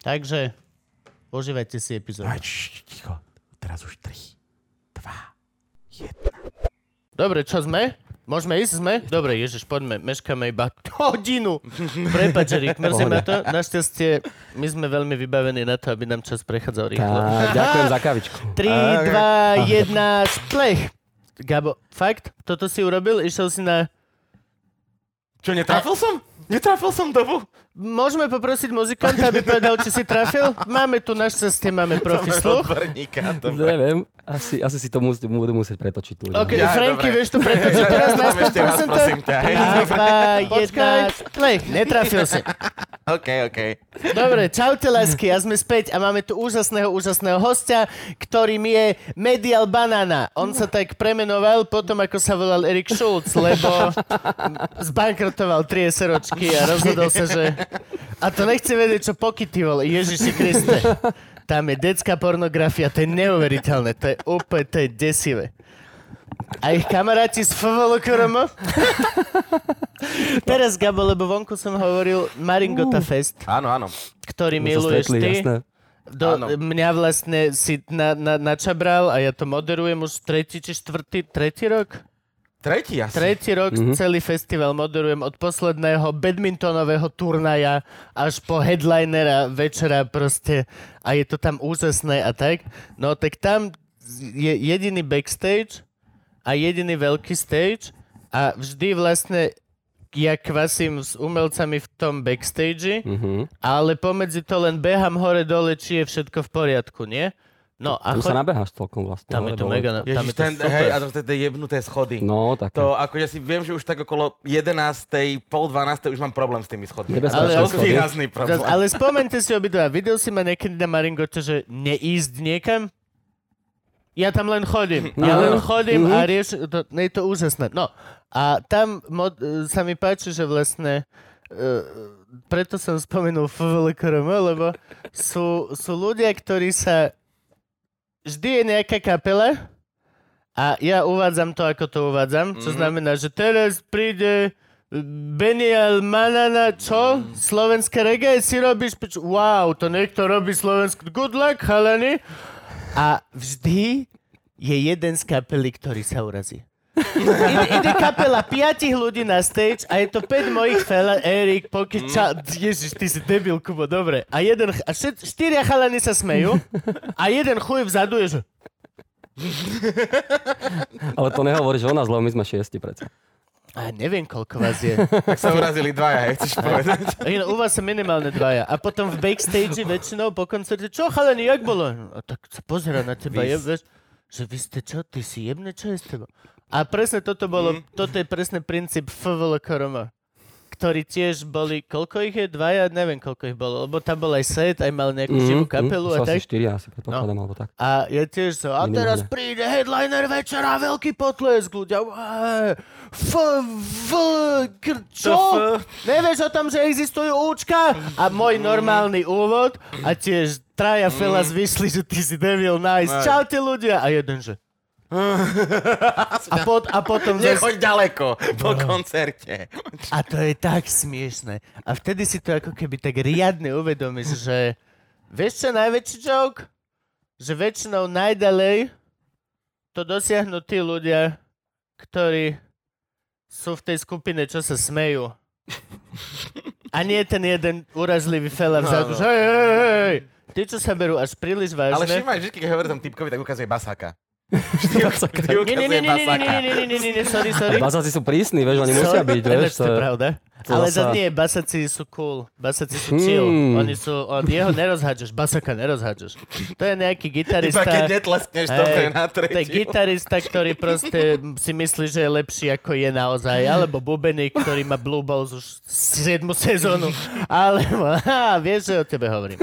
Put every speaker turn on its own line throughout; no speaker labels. Takže užívajte si epizódu.
Aj, š, ticho, teraz už 3, 2, 1.
Dobre, čo sme? Môžeme ísť, sme? Dobre, Ježiš, poďme, meškáme iba hodinu. Prepač, Erik, mrzí ma to. Našťastie, my sme veľmi vybavení na to, aby nám čas prechádzal rýchlo.
A ďakujem za kavičku.
3, 2, 1, splech! Gabo, fakt? Toto si urobil? Išiel si na...
Čo, netrafil som? Netrafil som dobu?
Môžeme poprosiť muzikanta, aby povedal, či si trafil? Máme tu našťastie, máme profi sluch.
Odborníka, dobre.
Neviem, asi, asi si to mus, budú musieť pretočiť tu.
OK,
Ja,
Franky,
dobre.
vieš to pretočiť teraz na
Tam ešte raz,
100%?
prosím ťa. hej.
2, 1, splech! Netrafil si.
OK, OK.
Dobre, čaute lásky, a sme späť a máme tu úžasného, úžasného hostia, ktorým je Medial Banana. On sa tak premenoval potom, ako sa volal Erik Schulz, lebo zbankrotoval tri SROčky a rozhodol sa, že... A to nechce vedieť, čo pokyty vole, Ježiši Kriste. Tam je detská pornografia, to je neuveriteľné, to je úplne, to je desivé. A ich kamaráti z FVLKRM? Teraz, Gabo, lebo vonku som hovoril Maringota Fest
Áno, áno.
ktorý
Sme sa
miluješ
stretli,
ty.
jasné.
Do,
Áno.
mňa vlastne si na, na, načabral a ja to moderujem už tretí či štvrtý, tretí rok?
Tretí asi.
Tretí rok mm-hmm. celý festival moderujem od posledného badmintonového turnaja až po headlinera večera proste a je to tam úžasné a tak. No tak tam je jediný backstage a jediný veľký stage a vždy vlastne ja kvasím s umelcami v tom backstage, mm-hmm. ale pomedzi to len behám hore-dole, či je všetko v poriadku, nie? No a
Tu sa
choď...
nabeháš celkom vlastne.
Tam je to
lebo-
mega... Tam
Ježiš,
je to
ten,
super.
hej, a to sú tie jebnuté schody.
No, tak.
To akože si viem, že už tak okolo 11. pol 12. už mám problém s tými schodmi.
Tebe
Ale
strašné
on-
schody.
Výrazný
Zas,
problém.
ale spomente si obidva. Videl si ma niekedy na Maringote, že neísť niekam? Ja tam len chodím. Ja
Áno.
len chodím a
Mhm.
rieš... To, no, je to úžasné. No a tam mod, e, sa mi páči, že vlastne... e, preto som spomenul FVLKRM, lebo sú, sú ľudia, ktorí sa... Vždy je nejaká kapela a ja uvádzam to, ako to uvádzam. Čo znamená, že teraz príde Benial Manana, čo? Slovenské reggae si robíš? Pič? Wow, to niekto robí slovenské. Good luck, halani. A vždy je jeden z kapely, ktorý sa urazí. ide, ide kapela piatich ľudí na stage a je to 5 mojich fela, Erik, Poky, ča... Ježiš, ty si debil, Kubo, dobre. A jeden, ch- a všet, štyria chalani sa smejú a jeden chuj vzadu je, že
Ale to nehovoríš o nás, lebo my sme šiesti predsa.
a neviem, koľko vás je.
Tak sa urazili dvaja, hej, chceš povedať.
Iné, no, u vás sa minimálne dvaja. A potom v backstage väčšinou po koncerte, čo chalani, jak bolo? A tak sa pozera na teba, je, vieš, že vy ste čo, ty si jebne, čo je s tebou? A presne toto bolo, toto je presne princíp FVL Koroma, ktorí tiež boli, koľko ich je, dvaja, neviem koľko ich bolo, lebo tam bol aj set, aj mal nejakú živú kapelu
mm,
a tak.
Asi štyria asi predpokladám, alebo tak.
A ja tiež som, a
Minimálne.
teraz príde headliner večera, veľký potlesk, ľudia, ué, f, v, kr, čo? Nevieš o tom, že existujú účka? A môj normálny úvod a tiež traja Felas vyšli, že ty si debil, nice,
Aj.
čaute ľudia. A jeden, že... a, pot, a potom zase...
Nechoď ďaleko po
No.
koncerte.
A to je tak smiešne. A vtedy si to ako keby tak riadne uvedomíš, že vieš čo je najväčší joke? Že väčšinou najďalej to dosiahnu tí ľudia, ktorí sú v tej skupine, čo sa smejú. A nie ten jeden úrazlivý fela vzadu,
no.
že hej, hej, hej. Tí, čo sa berú až príliš
Ale
vážne.
všimaj, vždy, keď hovorím tam typkovi, tak ukazuje basáka. Vždy vždy
Nie, nie, nie, nie,
ukazuje
nie, nie,
basáka.
nie, nie, nie, nie, nie, sorry, sorry.
Basáci sú prísni, vieš, oni musia byť, vieš.
to je pravda.
to
Ale
zasa-
zase nie, basaci sú cool. Basaci sú chill.
Hmm.
Oni sú, on, jeho nerozhádžeš, basaka nerozhádžeš. To je nejaký
Iba keď
gitarista.
netleskneš
Hej,
to na
To je
tretiu.
gitarista, ktorý proste si myslí, že je lepší ako je naozaj. Alebo bubeník, ktorý má Blue Balls už 7 sezónu. Alebo, á, vieš, že o tebe hovorím.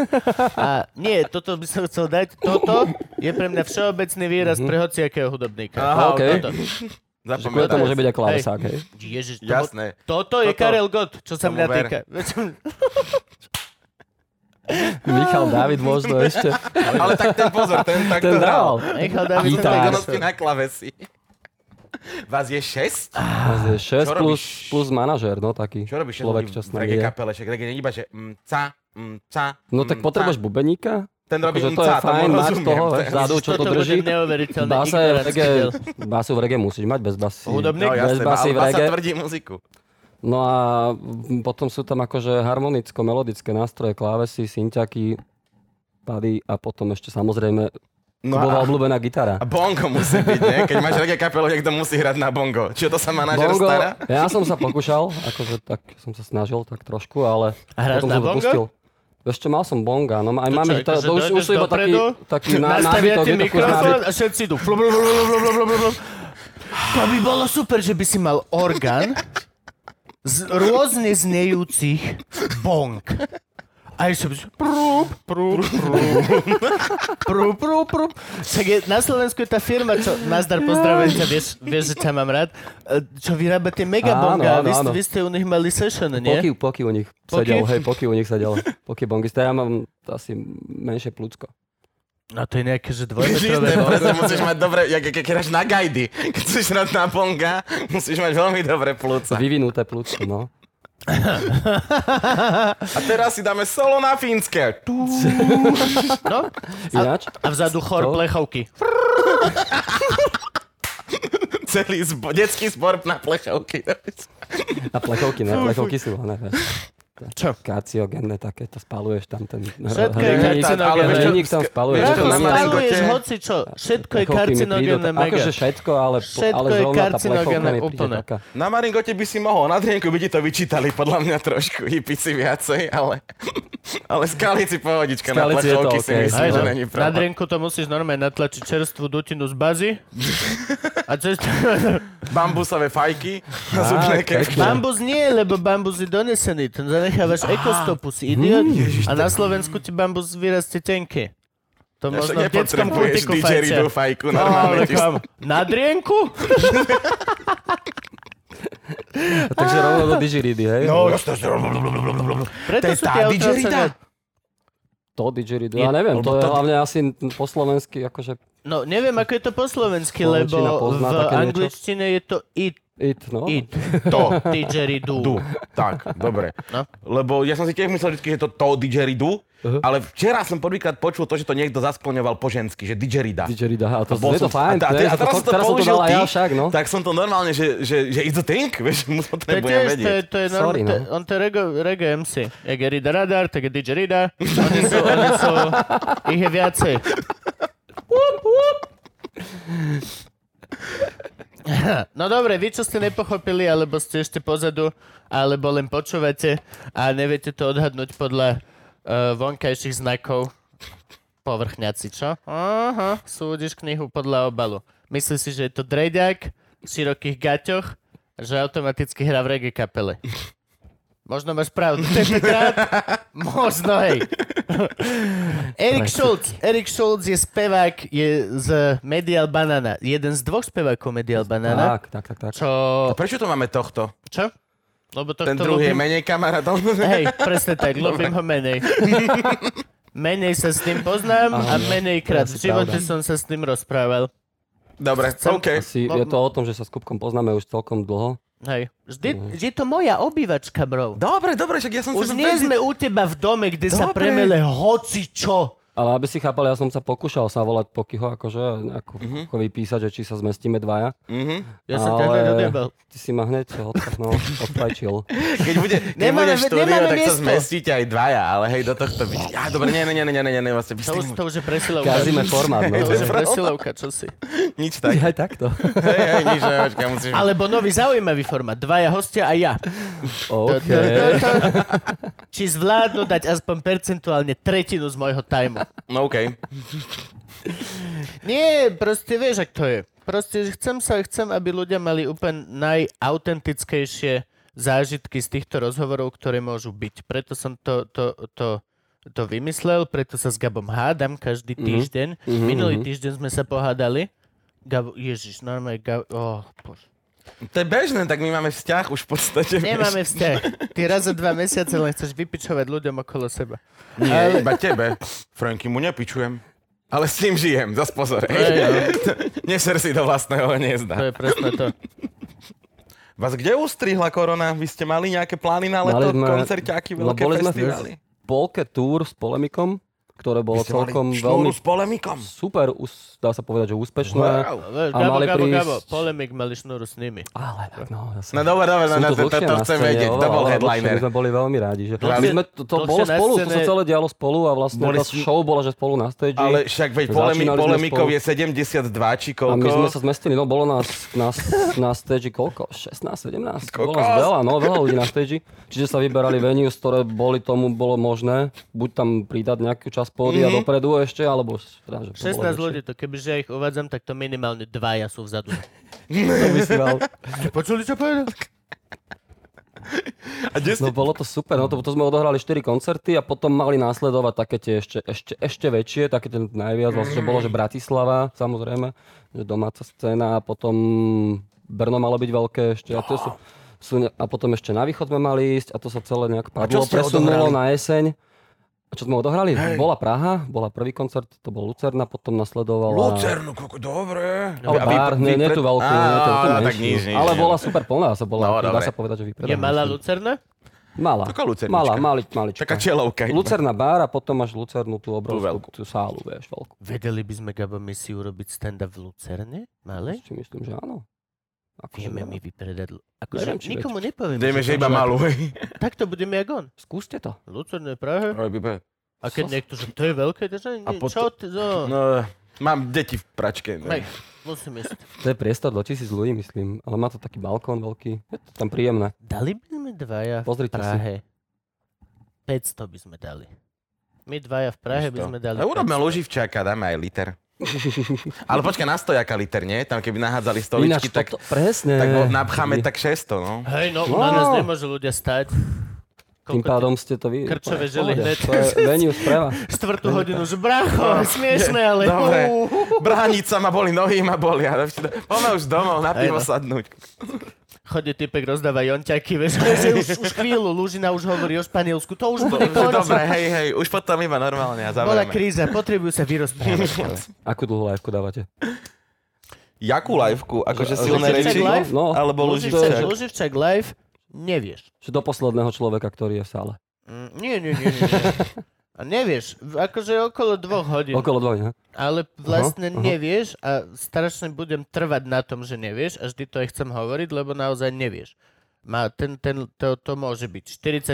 A nie, toto by som chcel dať. Toto je pre mňa všeobecný výraz pre hociakého hudobníka.
Aha,
Toto.
okej. Že kvôli to
Zapamätaj.
môže byť aj klávesák, hej.
Ježiš, to, bol-
Jasné.
toto je
Toto-
Karel Gott, čo sa
tomu
mňa
ver.
týka.
Michal David možno ešte.
Ale tak ten pozor, ten takto
Ten
hral.
dal.
Nechal David
Gitár.
Fajka.
Donosti na klavesi. Vás je 6?
Vlastne 6
Čo
plus,
robíš?
plus manažér, no taký.
Čo robíš
Človek
všetko
čas
v reggae
je.
kapele? Však reggae nie je iba, že mca, mca,
No tak potrebuješ bubeníka?
Mm, Ten robí
Akože to je
mca, tomu
fajn, máš
rozumiem.
toho,
To je-
vieš, zádu, čo to
Toto
drží.
bude neuveriteľné.
Basa je v
ignorantský
reggae,
diel.
basu v reggae musíš mať bez basy.
Hudobný?
No
bez
jasné,
basy
ale
v
basa
reggae.
tvrdí muziku.
No a m, potom sú tam akože harmonicko-melodické nástroje, klávesy, synťaky, pady a potom ešte samozrejme
No
no bola
a,
obľúbená gitara.
a bongo musí byť, nie? Keď máš reggae kapelu, niekto musí hrať na bongo. Čo to sa manažer
Bongo,
stará?
ja som sa pokúšal, akože tak som sa snažil tak trošku, ale
A hráš
potom
na
som to
bongo?
pustil. Vieš čo, mal som bonga, no aj máme,
čo,
že to,
akože
to už, už sú
dojdeš
iba taký,
dopredu,
taký na,
Nastavia
nábytok,
ti
je to kus
mikrofón
nábytok.
a všetci idú. Flub, flub, flub, flub, flub, flub, flub. To by bolo super, že by si mal orgán z rôzne znejúcich bong. A ešte by si... Prúp, prúp, prúp. Prúp, prúp, prúp. Však je, na Slovensku je tá firma, čo... Nazdar, pozdravujem ťa, vieš, vieš, že ťa mám rád. e, Čo vyrába tie megabonga.
Áno, áno,
Vy, ste-
áno.
vy ste u nich mali session, nie?
Poky, poky u nich
Poky?
sedel, hej, poky u nich sedel. Poky bongista, ja mám asi menšie plúcko.
No to je nejaké, že
Žižné,
dvojmetrové
preto musíš mať dobre, jak, keď keď hráš na gajdy, keď chceš hrať na bonga, musíš mať veľmi dobré plúca.
Vyvinuté plúcko, no.
A teraz si dáme solo na fínske. Tu.
No?
Ináč,
A vzadu chor
To?
plechovky.
Celý zbo- detský zbor na plechovky.
a plechovky, ne, plechovky sú oné, vieš.
Čo?
Karcinogenné také, to spaluješ tam ten...
Všetko je
hliník-
karcinogénne.
Ale vieš čo,
Hliník tam spaluješ.
vieš
to
čo,
Ako
na
nemá-
Marengo-
spaluješ
Marengote-
hoci čo? Všetko je
Plechovky mi prídu
karcinogénne
tak-
mega.
Akože všetko, ale,
Všetko
ale
je
zrovna tá plechovka
karcinogénne
mi príde
úplne.
taká.
Na Maringote by si mohol, na Drienku by ti to vyčítali, podľa mňa trošku, hipici viacej, ale, ale skalici pohodička, na
Skalici je to
plechovky si
okej.
myslím,
Hej,
že
no.
není
Na
problém.
drinku to musíš normálne natlačiť čerstvú dutinu z bazy. A cez...
Bambusové fajky, zubné kevky.
pekne.
bambus nie, lebo bambus je donesený. Ten zanechávaš ekostopu,
Hm,
si idiot. A na Slovensku ti bambus vyrastie tenké. To
Však
možno v detskom
nepotrebuješ
kútiku fajčia.
didgeridoo fajku,
No,
normálne
ale
ti
kam? Na drienku?
A Takže rovno do didgeridy, hej?
No, jasne, že-
Preto sú tie autorca-
To didgeridy,
Je-
ja neviem,
lebo
to je
to-
hlavne asi po slovensky, akože
No, neviem, ako je to po slovensky, lebo
Slovenčina pozná
v
také niečo?
angličtine je to it,
it, no.
it,
To,
didgeridoo.
du. Tak, dobre.
No.
Lebo ja som si tiež myslel vždy, že to to didgeridoo,
Uh-huh.
ale včera som prvýkrát počul to, že to niekto zaskloňoval po žensky, že didgerida.
Didgerida, a to,
Bol
je to
som-
fajn,
a,
to
te-
je-
a teraz,
to-
som to
teraz som to
použil
dal aj
ty,
ja však, no.
tak som to normálne, že, že, že it's a thing, vieš, mu to
To je
nebudem
tiež, to je,
vedieť.
to je,
Sorry,
norm, to,
no.
on to je reggae, reggae MC. Jak je Rida Radar, tak je DJ Rida. Oni sú, oni sú, ich je viacej. No dobre, vy čo ste nepochopili, alebo ste ešte pozadu, alebo len počúvate a neviete to odhadnúť podľa uh, vonkajších znakov. Povrchňaci, čo? Aha, súdiš knihu podľa obalu. Myslíš si, že je to dreďak v širokých gaťoch, že automaticky hrá v reggae kapele. Možno máš pravdu. Tentokrát, možno, hej. Erik Schulz. Erik Schulz je spevák je z Medial Banana. Jeden z dvoch spevákov Medial Banana.
Tak, tak, tak, tak.
Čo?
A prečo to máme tohto?
Čo? Lebo to,
Ten druhý je menej kamarátom.
Hej, presne tak, ľúbim ho menej. menej sa s tým poznám a
Áno,
menej krát v
to je asi
živote
pravda.
som sa s tým rozprával.
Dobre,
Chcem-
OK.
Asi
No,
je to o tom, že sa s Kupkom poznáme už celkom dlho.
Hej. Vždy,
Mhm.
je to moja obývačka, bro.
Dobre, dobre, však ja som
Už
si...
nie sme u teba v dome, kde sa
Dobre.
premele hoci čo.
Ale aby si chápal, ja som sa pokúšal sa volať Pokyho, akože ako mm-hmm. vypísať, že či sa zmestíme dvaja.
Mhm.
Ja som teda takhle dodebal.
ty si ma hneď odkapnul, odpajčil.
Keď bude, keď
Nemáme-
bude štúdio,
nemáme
tak sa
miesto.
zmestíte aj dvaja, ale hej, do tohto by... Á, dobre, nie, nie, nie, nie, nie, nie, nie, vlastne by ste...
To už, to už je presilovka.
Kazíme formát. No.
To už je
pravda.
presilovka, čo si.
Nič tak.
Aj takto.
Hej, hej, nič, hej, počkaj, musíš...
Alebo nový zaujímavý formát. Dvaja hostia a ja. To- to-
OK.
to- to- Či zvládnu dať aspoň percentuálne tretinu z môjho tajmu.
No okej.
Nie, proste vieš, ak to je. Proste že chcem sa, chcem, aby ľudia mali úplne najautentickejšie zážitky z týchto rozhovorov, ktoré môžu byť. Preto som to, to, to, to vymyslel, preto sa s Gabom hádam každý týždeň.
mhm,
Minulý
mhm.
týždeň sme sa pohádali. Gabo, ježiš, normálne Gabo, oh, bože.
To je bežné, tak my máme vzťah už v podstate. vieš.
Nemáme vzťah. Ty raz za dva mesiace len chceš vypičovať ľuďom okolo seba.
Nie, iba tebe. Franky mu nepičujem. Ale s tým žijem, zas pozor.
Hej, no.
Hej. Neser si do
To
vlastného hniezda.
je presne to.
Vás kde ustrihla korona? Vy ste mali nejaké plány na
Mali
leto,
sme-
koncerťáky,
no,
veľké
boli sme v-
festivály?
Polke túr s polemikom, ktoré bolo
Ste mali
celkom
šnúru
veľmi
s polemikom.
super, us- dá sa povedať, že úspešné.
Wow.
Vieš,
A
Gabo,
mali
Gabo,
prísť-
Gabo, polemik mali šnúru s nimi.
Ale tak no, ja som...
No dobre, dobre,
som
no,
tu
to, to,
dlhšie
to
na
chcem
scéne,
vedieť, to
oveľa,
bol
oveľa dlhšie.
headliner.
My sme boli veľmi rádi, že...
Dlhšie-
My sme, to, to
dlhšie
bolo
na
spolu, to sa
scéne-
celé dialo spolu a vlastne
Boli
tá
sme-
show bola, že spolu na stage.
Ale však veď polemi,
Začínali sme
polemikov
spolu.
je 72 či
A my sme sa
koľko.
zmestili, no bolo nás na, na stage koľko? 16, 17? Bolo nás
Kokos.
veľa, no veľa ľudí na stage. Čiže sa vyberali venues, ktoré boli tomu bolo možné. Buď tam pridať nejakú časť pódia
Mhm.
dopredu ešte, alebo... Teda, že to bolo
16
lepšie.
ľudí, to kebyže ja ich uvádzam, tak to minimálne dvaja sú vzadu.
To vysielal.
Počuli, čo povedal?
A kde ste?
No bolo to super, no to, to sme odohrali 4 koncerty a potom mali následovať také tie ešte, ešte, ešte väčšie, také ten najviac, vlastne, že bolo, že Bratislava, samozrejme, že domáca scéna a potom Brno malo byť veľké ešte a, to sú, sú, ne- a potom ešte na východ sme mali ísť a to sa celé nejak
čo
padlo,
ste
presunulo
odohrali?
na jeseň. A čo sme odohrali? Bola Praha, bola prvý koncert, to bol Lucerna, potom nasledovala...
Lucernu, koľko, dobre.
Ale
A vy-
bar,
vy
nie, nie
pred-
tú veľkú,
Á,
nie tú, tú
á, tak
menšiu.
nič, nič.
Ale
nič.
bola super plná, sa bola,
No,
dá
dobre.
sa povedať, že vypredaná.
Je malá Lucerna?
Malá.
Taká lucernička.
Malá, mali, malička.
Taká čelovka. iba.
Lucerna bár a potom máš Lucernu tú obrovskú
veľkú.
tú, sálu, vieš, veľkú.
Vedeli by sme, Gabo, my si urobiť stand-up v Lucerne? Malej?
Si myslím, že áno. Akože
Vieme
veľa.
mi vypredať. Lu- Akože
Neviem, či
nikomu nepoviem.
Dejme, že iba malú. hej.
Tak to budeme jak on.
Skúste to.
Lucerne, Prahe.
Oj, bibe.
A keď
Co?
niekto, že to je veľké, to že
A
nie, čo
potom-
ty, no.
No, mám deti v pračke. no.
Tak, musím ísť.
To je priestor do tisíc ľudí, myslím. Ale má to taký balkón veľký. Je to tam príjemné.
Dali by sme dvaja v
Pozrite si.
Prahe. 500 by sme dali. My dvaja v Prahe by
Isto.
sme dali.
A No, urobme
500.
loživčáka, dáme aj liter. Ale počkaj, na stojaka liter, nie? Tam keby nahádzali
Ináč
stoličky, tak,
toto, Eh. presne.
tak ho napcháme tak 600, no.
Hej, no,
No.
na nás nemôžu ľudia stať. Koľko
Tým pádom ste to vy...
Krčové
v pohode.
žily hneď.
To je venue správa.
Štvrtú hodinu, že bracho, smiešné, ale...
Dobre.
Uú.
Bránica ma boli, nohy ma boli. Poďme už domov, na pivo
Hej, no.
sadnúť.
Chodí typek, rozdáva jonťaky, vieš, že už, už chvíľu, Lužina už hovorí o Španielsku, to už bude
Že
konec.
Dobre, hej, hej, už potom iba normálne a
Bola
zavrieme.
kríza, potrebujú sa vyrozprávať.
Akú dlhú liveku dávate?
Jakú liveku? Akože
Že-
silné
že
reči?
však live?
No.
Alebo
Luživčak,
Luživčák?
Luživčak live, nevieš.
Že do posledného človeka, ktorý je v sále.
Mm, Nie, nie, nie, nie. nie. A nevieš, v- akože okolo dvoch hodín,
Okolo dvoj, ne?
ale vlastne
aha.
nevieš a strašne budem trvať na tom, že nevieš a vždy to aj chcem hovoriť, lebo naozaj nevieš. Má ten, ten, to, to môže byť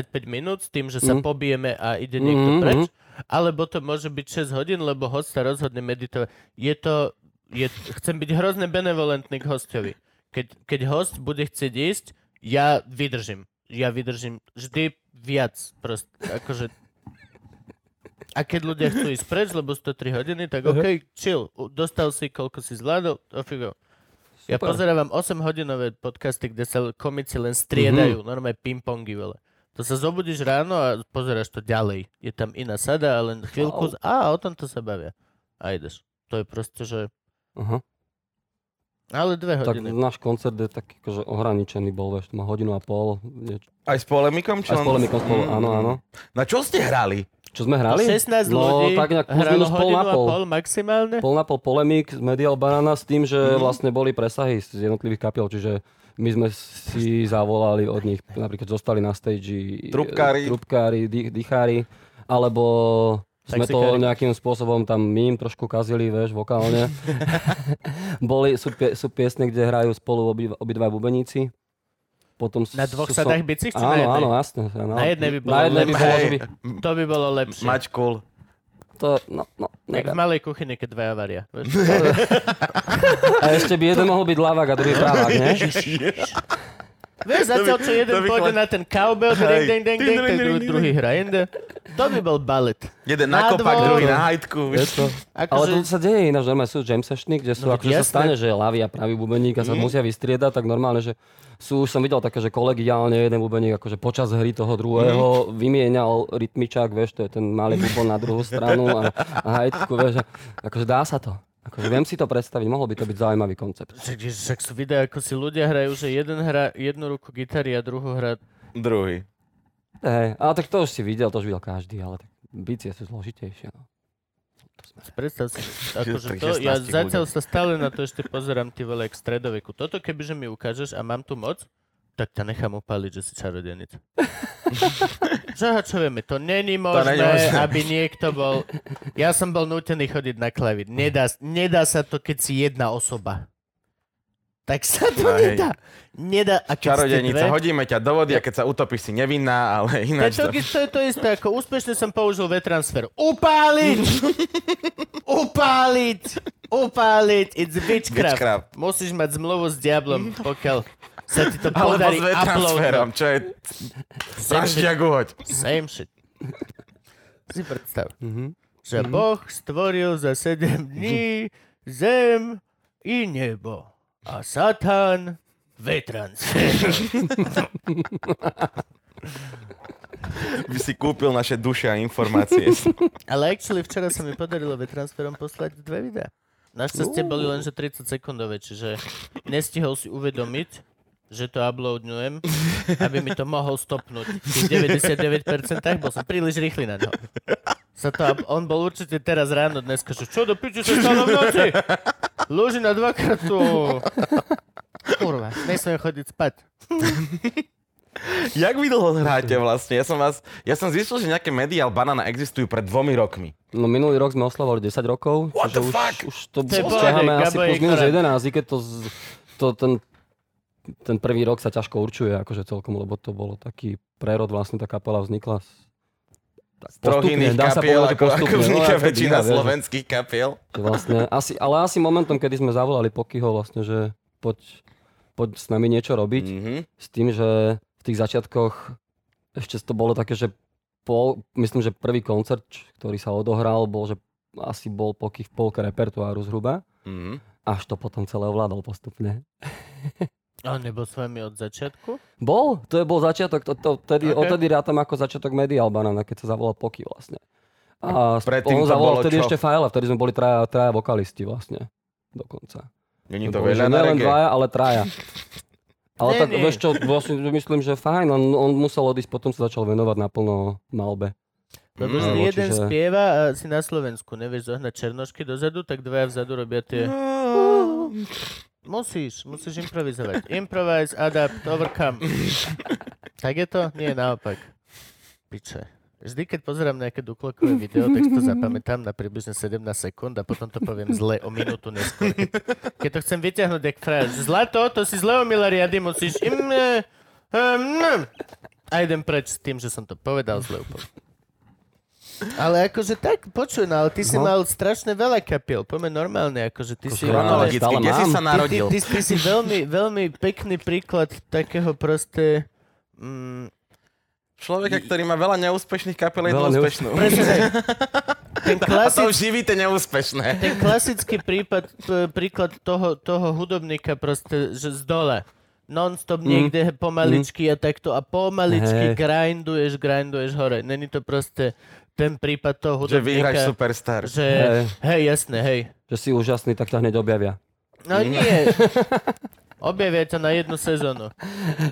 45 minút s tým, že sa
Mm.
pobijeme a ide niekto
Mhm,
preč, alebo to môže byť 6 hodín, lebo host sa rozhodne meditovať. Je to, je, chcem byť hrozne benevolentný k hostovi. Keď, keď host bude chcieť ísť, ja vydržím. Ja vydržím vždy viac. Prost, akože... A keď ľudia chcú ísť preč, lebo 103 hodiny, tak OK, chill. U- Dostal si, koľko si zvládol, off you go. Ja
Super.
pozerávam 8-hodinové podcasty, kde sa komici len striedajú,
Mhm.
normálne ping-pongy veľa. To sa zobudíš ráno a pozeráš to ďalej. Je tam iná sada a len chvíľku...
Wow.
z- A o tomto sa bavia. A ideš. To je proste, že...
Aha.
Ale dve
Tak
hodiny.
náš koncert je taký akože ohraničený bol, vieš, to má hodinu a pol, niečo.
Aj s polemikom?
Mm. Aj s polemikom spolu, áno, áno.
Na čo ste hrali?
Čo sme hrali?
16
no,
Mm. ľudí
tak nejak plus
hralo
minus pol
hodinu
na
a
pol.
pol maximálne.
Pol na pol polemík z Medial Banana s tým, že vlastne boli presahy z jednotlivých kapiel, čiže my sme si zavolali od nich, napríklad zostali na stage
Trubkári.
trubkári dých, dýchári, alebo sme to
Taxikári.
nejakým spôsobom tam my im trošku kazili, vieš, vokálne. Boli, sú, pie, sú piesne, kde hrajú spolu obi, obidva bubeníci. Potom s-
Na dvoch
sú-
sadách bicích či na
Áno,
jednej?
áno, jasne. áno.
Na jednej by bolo
na jednej by
lepšie.
bolo,
Hej,
že by,
To by bolo lepšie.
mať cool.
to, no, no,
Jak v
neviem.
malej kuchyni, keď dve avaria. Vieš?
A ešte by jeden mohol byť ľavák a druhý pravák, ne?
Vieš, zatiaľ čo jeden
to by
pôjde
chlap-
na ten cowbell,
Hej.
ding, ding, ding,
Ding,
ding,
ding,
ten
ding,
druhý,
ding,
druhý hra inde. To by bol balet.
Jeden
Na
na kopak,
dvor.
druhý na hajtku.
Vieš čo? Ale to
Akože,
sa deje ináč, normálne sú jam sessiony, kde sú,
No veď
no, akože sa
jasné. Mhm.
stane, že lavia pravý bubeník a sa musia vystriedať, tak normálne, že sú, už som videl také, že kolegiálne jeden bubeník akože počas hry toho druhého
Mhm.
vymienial rytmičák, vieš, to je ten malý bubon na druhú stranu a, a hajtku, vieš, a- akože dá sa to. Akože viem si to predstaviť, mohol by to byť zaujímavý koncept.
Čak- však sú videá, ako si ľudia hrajú, že jeden hra jednu ruku gitary a druhú hra
Druhý.
Hej, ale tak to už si videl, to už videl každý, ale tak bicie sú zložitejšie. No.
Predstav si, akože
pri
to, ja
16
zatiaľ sa stále na to ešte pozerám ty vole k stredoveku. Toto kebyže mi ukážeš a mám tu moc, tak ťa nechám upáliť, že si čarodenic. Že aha, čo vieme, to není možné,
není možné.
aby niekto bol... Ja som bol nútený chodiť na klavír. Nedá, nedá sa to, keď si jedna osoba. Tak sa to
No, hej.
nedá. Nedá. A keď ste
Čarodenica,
dve-
hodíme ťa do vody a keď sa utopíš, si nevinná, ale
to je,
ináč
to,
to...
keď- to je to isté, ako úspešne som použil V-transfer. Upáliť! upáliť! Upáliť! It's witchcraft.
Witchcraft.
Musíš mať zmluvu s diablom, pokiaľ sa ti to
Alebo
podarí
s transferom,
uploadnúť.
čo je
Same shit.
strašne uhoď.
Same shit. Si predstav,
Mhm.
že Boh stvoril za 7 dní zem i nebo. A Satan V-transfer.
By si kúpil naše duše a informácie.
Ale actually včera sa mi podarilo transferom poslať dve videá. Našťastie boli len že 30 sekundové, čiže nestihol si uvedomiť, že to uploadňujem, aby mi to mohol stopnúť. V tých 99% bol som príliš rýchly na to. Sa to up- on bol určite teraz ráno dneska, že čo do piče sa stalo v noci? Lúži na dvakrát tu. Kurva, nesmiem chodiť spať.
Jak vy dlho hráte vlastne? Ja som, vás, ja som zistil, že nejaké medial banana existujú pred dvomi rokmi.
No minulý rok sme oslavovali 10 rokov, čiže
What the
už,
fuck?
už to
To je
ťaháme
pohode,
asi
Gabo je
plus minus
ignorant.
11, i keď to, z- to ten, ten prvý rok sa ťažko určuje akože celkom, lebo to bolo taký prerod, vlastne tá kapela vznikla z
Z troch
postupne,
iných
dá sa
kapiel,
povedať, že
ako, ako
postupne, no,
vzniká
ako
väčšina
dýna, vieš.
slovenských kapiel.
že vlastne, asi, ale asi momentom, kedy sme zavolali Pokyho vlastne, že poď, poď s nami niečo robiť,
Mhm.
s tým, že v tých začiatkoch ešte to bolo také, že pol, myslím, že prvý koncert, č- ktorý sa odohral, bol, že asi bol poky v polke repertoáru zhruba,
Mhm.
až to potom celé ovládal postupne.
A On nebol s vami od začiatku?
Bol, to je bol začiatok, to, to,
Ok.
tedy, okay. odtedy rátam ako začiatok Medial Banana, keď sa zavolal poky vlastne. A sp- on
Predtým to
zavolal
bolo
vtedy
čo?
ešte Fajla, vtedy sme boli traja, traja vokalisti vlastne dokonca.
Není to
Boli, že
veľa na
nie no, len
reggae.
dvaja, ale traja. Ale
Nie,
tak
nie.
vieš čo, vlastne myslím, že fajn, on, on musel odísť, potom sa začal venovať naplno malbe.
Lebo
Mm.
vždy
Alebo
jeden
čiže-
spieva a si na Slovensku nevieš zohnať černošky dozadu, tak dvaja vzadu robia tie... Musíš, musíš improvizovať. Improvise, adapt, overcome. tak je to? Nie, naopak. Piče. Vždy, keď pozerám nejaké duklokové video, tak si to zapamätám na približne 17 sekúnd a potom to poviem zle o minútu neskôr. Keď, keď to chcem vyťahnuť, jak frajer. Zlato, to si zle omila riady, musíš... Im, e, em, em. a idem preč s tým, že som to povedal zle úplne. Ale akože tak, počuj, no, ale ty si
No.
mal strašne veľa kapiel, poďme normálne, akože ty si...
chronologicky
Chronologicky, kde si
mám.
sa narodil?
Ty, ty, ty, ty si veľmi, veľmi pekný príklad takého proste... Mm,
Človeka, ktorý má veľa neúspešných kapiel, jednu
Veľa neúspešných.
úspešnú.
presne, ten,
A to
klasic,
živí tie neúspešné.
ten klasický prípad, t- príklad toho, toho hudobníka proste že z dole. Non-stop niekde pomaličky a takto a pomaličky
Hej.
grinduješ, grinduješ hore. Není to proste ten prípad toho
Že
hudobníka,
vyhráš Superstar.
že
Hej.
hej, jasné, hej.
Že si úžasný, tak ťa hneď objavia.
No nie. Objavia ťa na jednu sezónu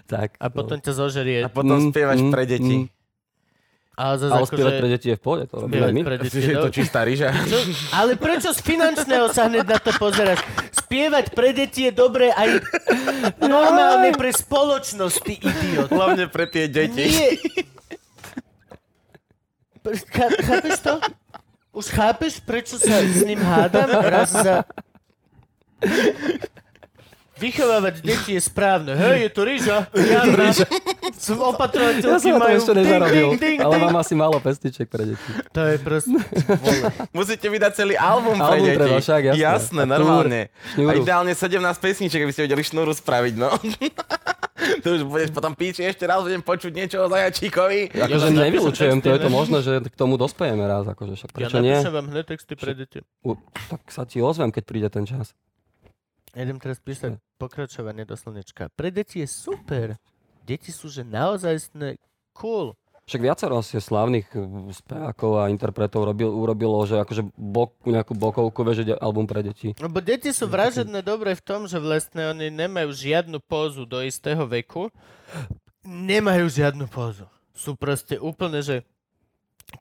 Tak,
a
no.
potom ťa zožerie.
A potom
Mm,
spievaš
mm,
pre deti.
mm.
A zase
Ale
akože-
spievať pre deti je v pohode, to robíme
Spievať
my.
pre deti,
Je
no.
to čistá ryža.
Čo? Ale prečo z finančného sa hneď na to pozeráš? Spievať pre deti je dobré aj normálne pre spoločnosť, ty idiot.
Hlavne pre tie deti.
Nie. Pr- chá- Chápeš to? Už chápeš, prečo sa s ním hádam raz za... Vychovávať deti je správne. Hej, je to ryža. Ja ryža. Som
Ja
opatrovateľky
som na to
majú
ešte
ding,
nezarobil,
ding, ding,
ale
ding.
mám asi málo pestiček pre deti.
To je proste...
Musíte vydať celý album pre
Album
deti.
treba, však, jasné.
jasné
A túr,
normálne.
šnúru.
A ideálne 17 pesniček, aby ste vedeli šnúru spraviť, no. to už budeš potom píči, ešte raz budem počuť niečo o zajačíkovi.
Ja
Akože
vám napíšem
nevylučujem, to je to
texty,
možné, že k tomu dospejeme raz, akože však
Ja
prečo nie?
napíšem vám hneď texty pre deti.
U, tak sa ti ozvem, keď príde ten čas.
Ja idem teraz písať pokračovanie do slnečka. Pre deti je super. Deti sú že naozaj cool.
Však viacero asi slávnych mm, spevákov a interpretov robil, urobilo, že akože bok, nejakú bokovku veže de- album pre deti.
Lebo No, deti sú vražedné dobre v tom, že vlastne oni nemajú žiadnu pózu do istého veku. Nemajú žiadnu pózu. Sú proste úplne, že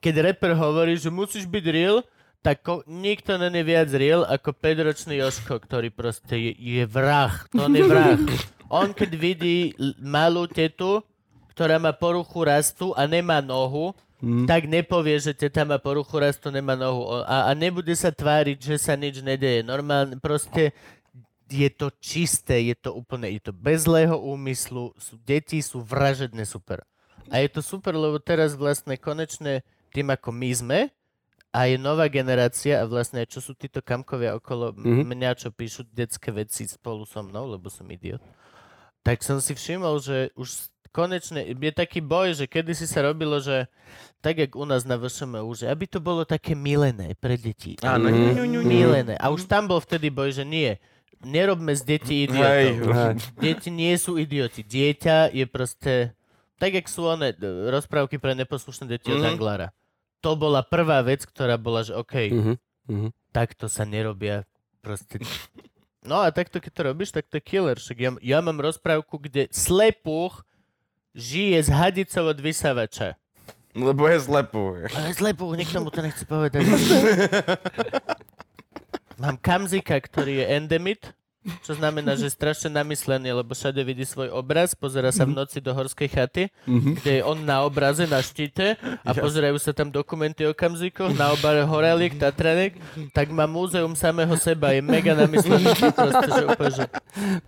keď rapper hovorí, že musíš byť real, tak ko- nikto není viac real ako 5-ročný Joško, ktorý proste je, je vrah. To on je vrah. On keď vidí l- malú tetu, ktorá má poruchu rastu a nemá nohu, mm. tak nepovie, že teta má poruchu rastu, nemá nohu. O- A, a nebude sa tváriť, že sa nič nedeje. Normálne, proste je to čisté, je to úplne, je to bez zlého úmyslu. Sú, deti sú vražedne super. A je to super, lebo teraz vlastne konečne tým, ako my sme, a je nová generácia a vlastne aj čo sú títo kamkovia okolo mm-hmm. mňa, čo píšu detské veci spolu so mnou, lebo som idiot, tak som si všimol, že už konečne je taký boj, že kedysi sa robilo, že tak, jak u nás na VŠMU, že aby to bolo také milené pre deti.
Áno. Mm-hmm.
Mm. Milené. A už tam bol vtedy boj, že nie. Nerobme z detí
Hej,
idiotov. Deti nie sú idioti. Dieťa je proste... Tak, jak sú one e, rozprávky pre neposlušné deti od
Mhm.
Anglára. To bola prvá vec, ktorá bola, že OK,
Mhm, mhm.
takto sa nerobia proste... No a takto, keď to robíš, tak to je killer. Však ja, ja mám rozprávku, kde slepuch žije s hadicou od vysavača.
No, lebo je slepú.
Ale slepuch, nikto mu to nechce povedať. Mám kamzika, ktorý je endemit, čo znamená, že je strašne namyslený, lebo všade vidí svoj obraz, pozera
Mhm.
sa v noci do horskej chaty, kde je on na obraze, na štíte a pozerajú sa tam dokumenty o kamzikoch, na obare horeliek, tatranek, tak má múzeum samého seba, je mega namyslený, proste, že úplne, že...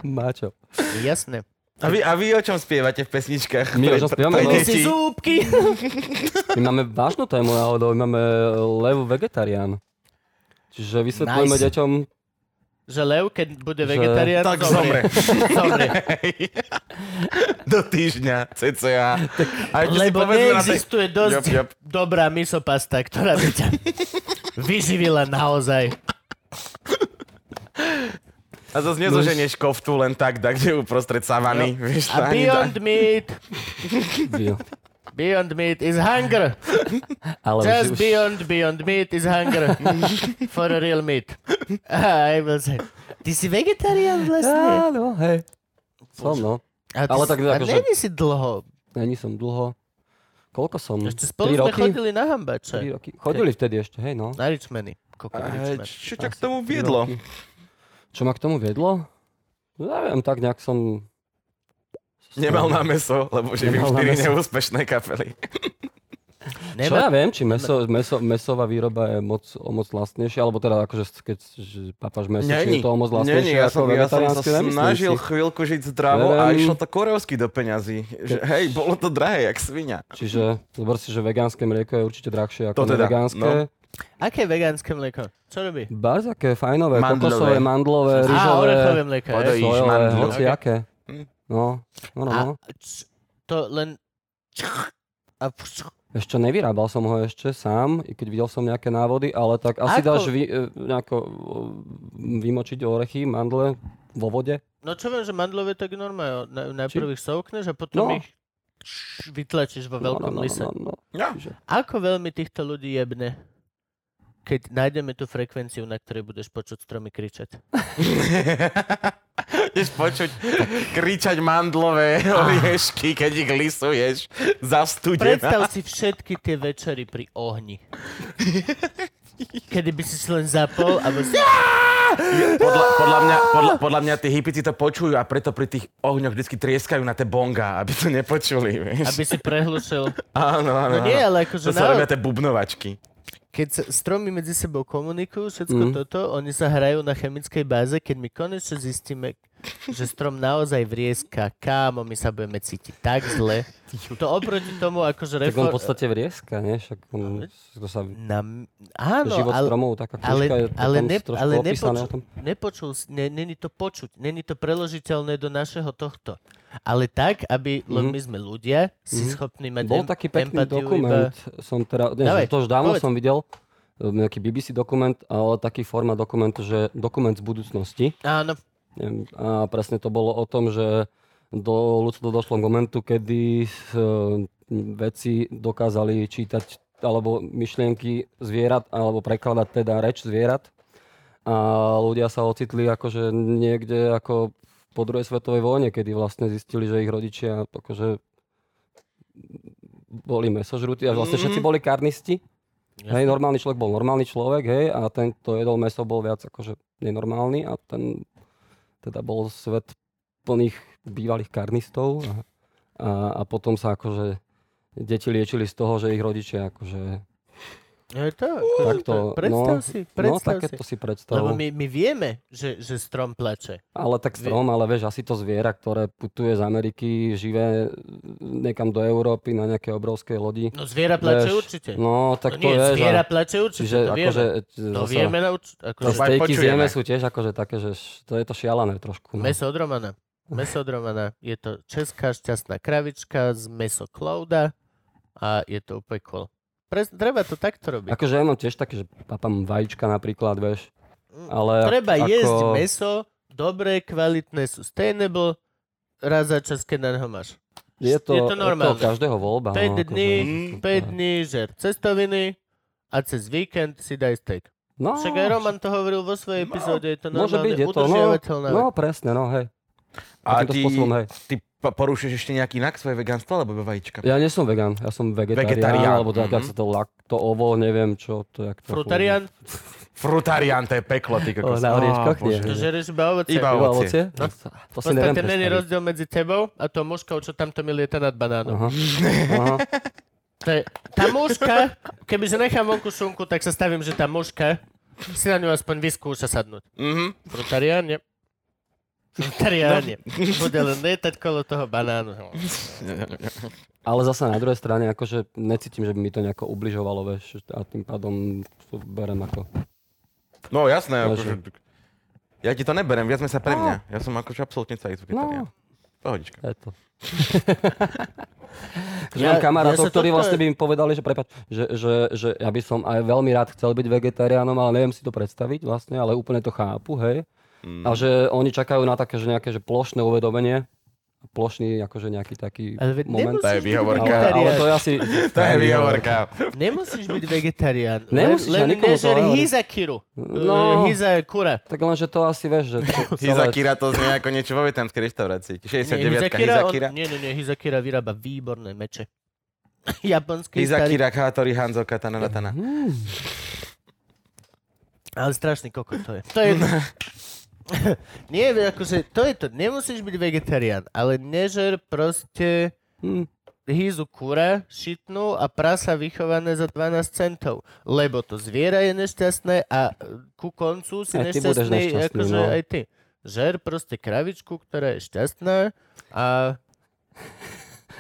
Máčo.
Jasné.
A vy, a vy o čom spievate v pesničkách?
My o čom spievame, no?
Si
deti?
zúbky!
My máme vážnu tému náhodou, my máme eh, lev vegetarián. Čiže vysvetlujeme
Nice.
deťom,
Že lev, keď bude
Že-
vegetarián,
Tak zomre.
Zomre.
Do týždňa, cca. A ešte si
Lebo
povedzme na tej-
neexistuje dosť
Jop, jop.
dobrá misopasta, ktorá by ťa vyživila naozaj.
A zase nezoženieš koftu len tak, tak kde uprostred savany. Vieš, to
A
ani
Beyond
tak.
Meat,
bio.
Beyond Meat is hunger.
ale
Just
už,
Beyond, Beyond Meat is hunger. For a real meat. I will say. Ty si vegetarián vlastne?
Áno, hej. Som, no.
A, ty
Ale
si-
tak
a
akože-
není si dlho.
Není som dlho. Koľko som?
Ešte spolu
Hm. Tri
sme
roky?
chodili na
Tri
hambače.
roky. Chodili vtedy ešte, hej, no.
Na Richmany. Koko,
Aj,
Richmany.
Čo ťa k
Asi
tomu
tri
viedlo?
roky. Čo ma k tomu viedlo? No, Neviem, tak nejak som...
Nemal na meso, lebo že
Nemal na
štyri
mäso.
neúspešné kapely.
Čo
Nemá...
ja viem, či meso, meso, mesová výroba je moc, o moc lastnejšia, alebo teda akože keď že papáš meso, či je to o moc lastnejšie
ja som,
ako
ja som sa
vegetariánske, nemyslím
snažil
si.
chvíľku žiť zdravo a
Neviem.
išlo to korejsky do peňazí. Že, hej, bolo to drahé, jak svinia.
Čiže zober si, že vegánske mlieko je určite drahšie ako
To teda,
vegánske.
no.
Aké vegánske mlieko? Čo robí?
Barzaké, fajnové,
Mandlové.
kokosové, mandlové,
Á,
rýžové,
orechové mlieko.
Podaj-
hej.
Rýž,
sojové,
mandľu.
hociaké.
Hm.
No, no, no. no.
A č- to len... A pš-
Ešte nevyrábal som ho ešte sám, i keď videl som nejaké návody, ale tak asi
Ako?
dáš vy, e, nejako e, vymočiť orechy, mandle vo vode.
No čo viem, že mandlové tak normálne. Na, najprv ich soukneš a potom
No.
ich š- vytlačíš vo veľkom
no, no,
lise.
no, no, no.
Ja.
Čiže,
Ako veľmi týchto ľudí jebne, keď nájdeme tú frekvenciu, na ktorej budeš počuť stromy kričať?
budeš počuť kričať mandlové oriešky, keď ich lisuješ zastudená.
Predstav si všetky tie večery pri ohni. Kedy by si si len zapol a bol si...
Podľa, podľa, mňa, podľa, podľa mňa tí hipici to počujú a preto pri tých ohňoch vždy trieskajú na tie bonga, aby to nepočuli, vieš.
Aby si prehlušil.
Áno, áno.
No nie,
áno.
ale akože
To sa
naozaj-
robia tie bubnovačky.
Keď sa stromy medzi sebou komunikujú, všetko
Mhm.
mm. toto, oni sa hrajú na chemickej báze, keď my konečne zistíme, že strom naozaj vrieska, kámo, my sa budeme cítiť tak zle. To oproti tomu, akože
Tak
reform...
on v podstate vrieska, nie? Však on, to sa...
Na... Áno,
Život
No, ale,
stromov, taká knižka
ale,
je
ale,
tam
ne,
trošku
ale
opísané
nepoču,
o tom.
nepočul, si- ne, není to počuť, není to preložiteľné do našeho tohto. Ale tak, aby, lebo my sme ľudia, si schopní mať
Mhm. Bol
em-
taký pekný
empatiu
dokument,
Iba...
som teda, nie,
Dávaj,
to už dávno
povedz.
som videl, um, nejaký BBC dokument, ale taký forma dokumentu, že dokument z budúcnosti.
Áno,
Neviem, A presne to bolo o tom, že do ľudstva došlo k momentu, kedy e, veci dokázali čítať alebo myšlienky zvierat, alebo prekladať teda reč zvierat. A ľudia sa ocitli akože niekde ako po druhej svetovej vojne, kedy vlastne zistili, že ich rodičia akože boli mesožrutí a vlastne všetci boli karnisti. Hej, normálny človek bol normálny človek, hej, a ten, kto jedol meso, bol viac akože nenormálny a ten teda bol svet plných bývalých karnistov a, a, a potom sa akože deti liečili z toho, že ich rodičia akože
je to, akože
takto...
to- predstav
no,
si, predstav
no,
si.
takéto si predstav.
Lebo my, my vieme, že, že strom plače.
Ale tak strom, ale vieš, asi to zviera, ktoré putuje z Ameriky, živé niekam do Európy na nejaké obrovské lodi.
No zviera plače
Vieš,
určite.
No,
no
tak to
nie,
vieš.
zviera
a-
plače určite,
Čiže
to vieme.
akože...
to
zasa-
vieme naučiť.
To
Akože,
Zasa-
stejky z
počujeme.
jeme sú tiež akože také, že š- to je to šialené trošku. No.
Meso od Romana. Meso od Romana. Je to česká šťastná kravička z meso Clouda a je to úplne cool. Pre, treba to takto robiť.
Akože ja mám tiež také, že papám vajíčka napríklad, vieš.
Mm.
Ale
treba
ako...
jesť meso, dobré, kvalitné, sustainable, raz za čas, keď na neho máš.
Je to,
Je
je
to
to
normálne.
každého voľba.
5
akože-
dní,
Mm.
5 dní, žer cestoviny a cez víkend si daj steak.
No,
Však aj Roman to hovoril vo svojej epizóde, je to
môže
normálne
byť, je to, no,
udržiavateľná
no
vec.
presne, no hej.
A
Takýmto
ty,
spôsobom, hej.
ty pa- porušuješ ešte nejaký inak svoje vegánstvo alebo iba vajíčka?
Ja nie som vegan, ja som vegetarián,
Vegetarián,
alebo tak, mm-hmm.
mhm.
sa to lakto, ovo, neviem čo, to jak to...
Frutarian,
no,
Frutarian, to je peklo, ty kokos.
na
Á,
orieškoch nie.
to
Bože.
žereš iba ovoce.
Iba
no. Iba ovocie?
ovocie.
No.
To,
V
to si neviem
podstate není
predstaviť.
rozdiel medzi tebou a tou mužkou, čo tamto milieta nad banánom.
Aha. Aha.
To je, tá mužka, kebyže nechám vonku šunku, tak sa stavím, že tá mužka si na ňu aspoň vyskúša sadnúť.
Mhm.
Frutarián, nie. Frutarián, nie. Bude len lietať kolo toho banánu. no.
Ale zase na druhej strane, akože necítim, že by mi to nejako ubližovalo, vieš, a tým pádom to berem ako...
No jasné,
Takže-
akože... Ja ti to neberem, viac sme sa pre
No.
mňa. Ja som akože absolútne celý vegetarián.
No,
Pohodička.
je to.
Ja-
Ja, mám kamarátov,
ja sa
ktorí
toto-
vlastne by mi povedali, že prepáč, že, že, že ja by som aj veľmi rád chcel byť vegetariánom, ale neviem si to predstaviť vlastne, ale úplne to chápu, hej.
Mm.
A že oni čakajú na také, že nejaké že plošné uvedomenie, plošný akože nejaký taký
Ale veď
moment.
nemusíš
To je
byť
výhovorka.
Ale, ale
vegetarián.
to je asi...
To je výhovorka.
Nemusíš byť vegetarián.
Nemusíš, ja
len, len
nikomu to
nežer
nehovorím.
hýza kiru.
No.
No. Hýza je kura.
Tak lenže to asi, vieš, že... to- celé-
Hizakira to znie ako niečo vo vietnamskej reštaurácii. 69
Hizakira, on,
Hizakira.
nie, nie, nie, Hizakira vyrába výborné meče. Japonský starý
Hizakira, Katori, Hanzo, Katana, Ratana.
Hmm,
Ale strašný kokot to je. To je to. Nie, ve- akože to je to. Nemusíš byť vegetarián, ale nežer proste
Hm.
hýzu kura, šitnú a prasa vychované za 12 centov. Lebo to zviera je nešťastné a e, ku koncu si
Aj ty budeš
nešťastný,
nešťastný,
akože
no.
aj ty. Žer proste kravičku, ktorá je šťastná a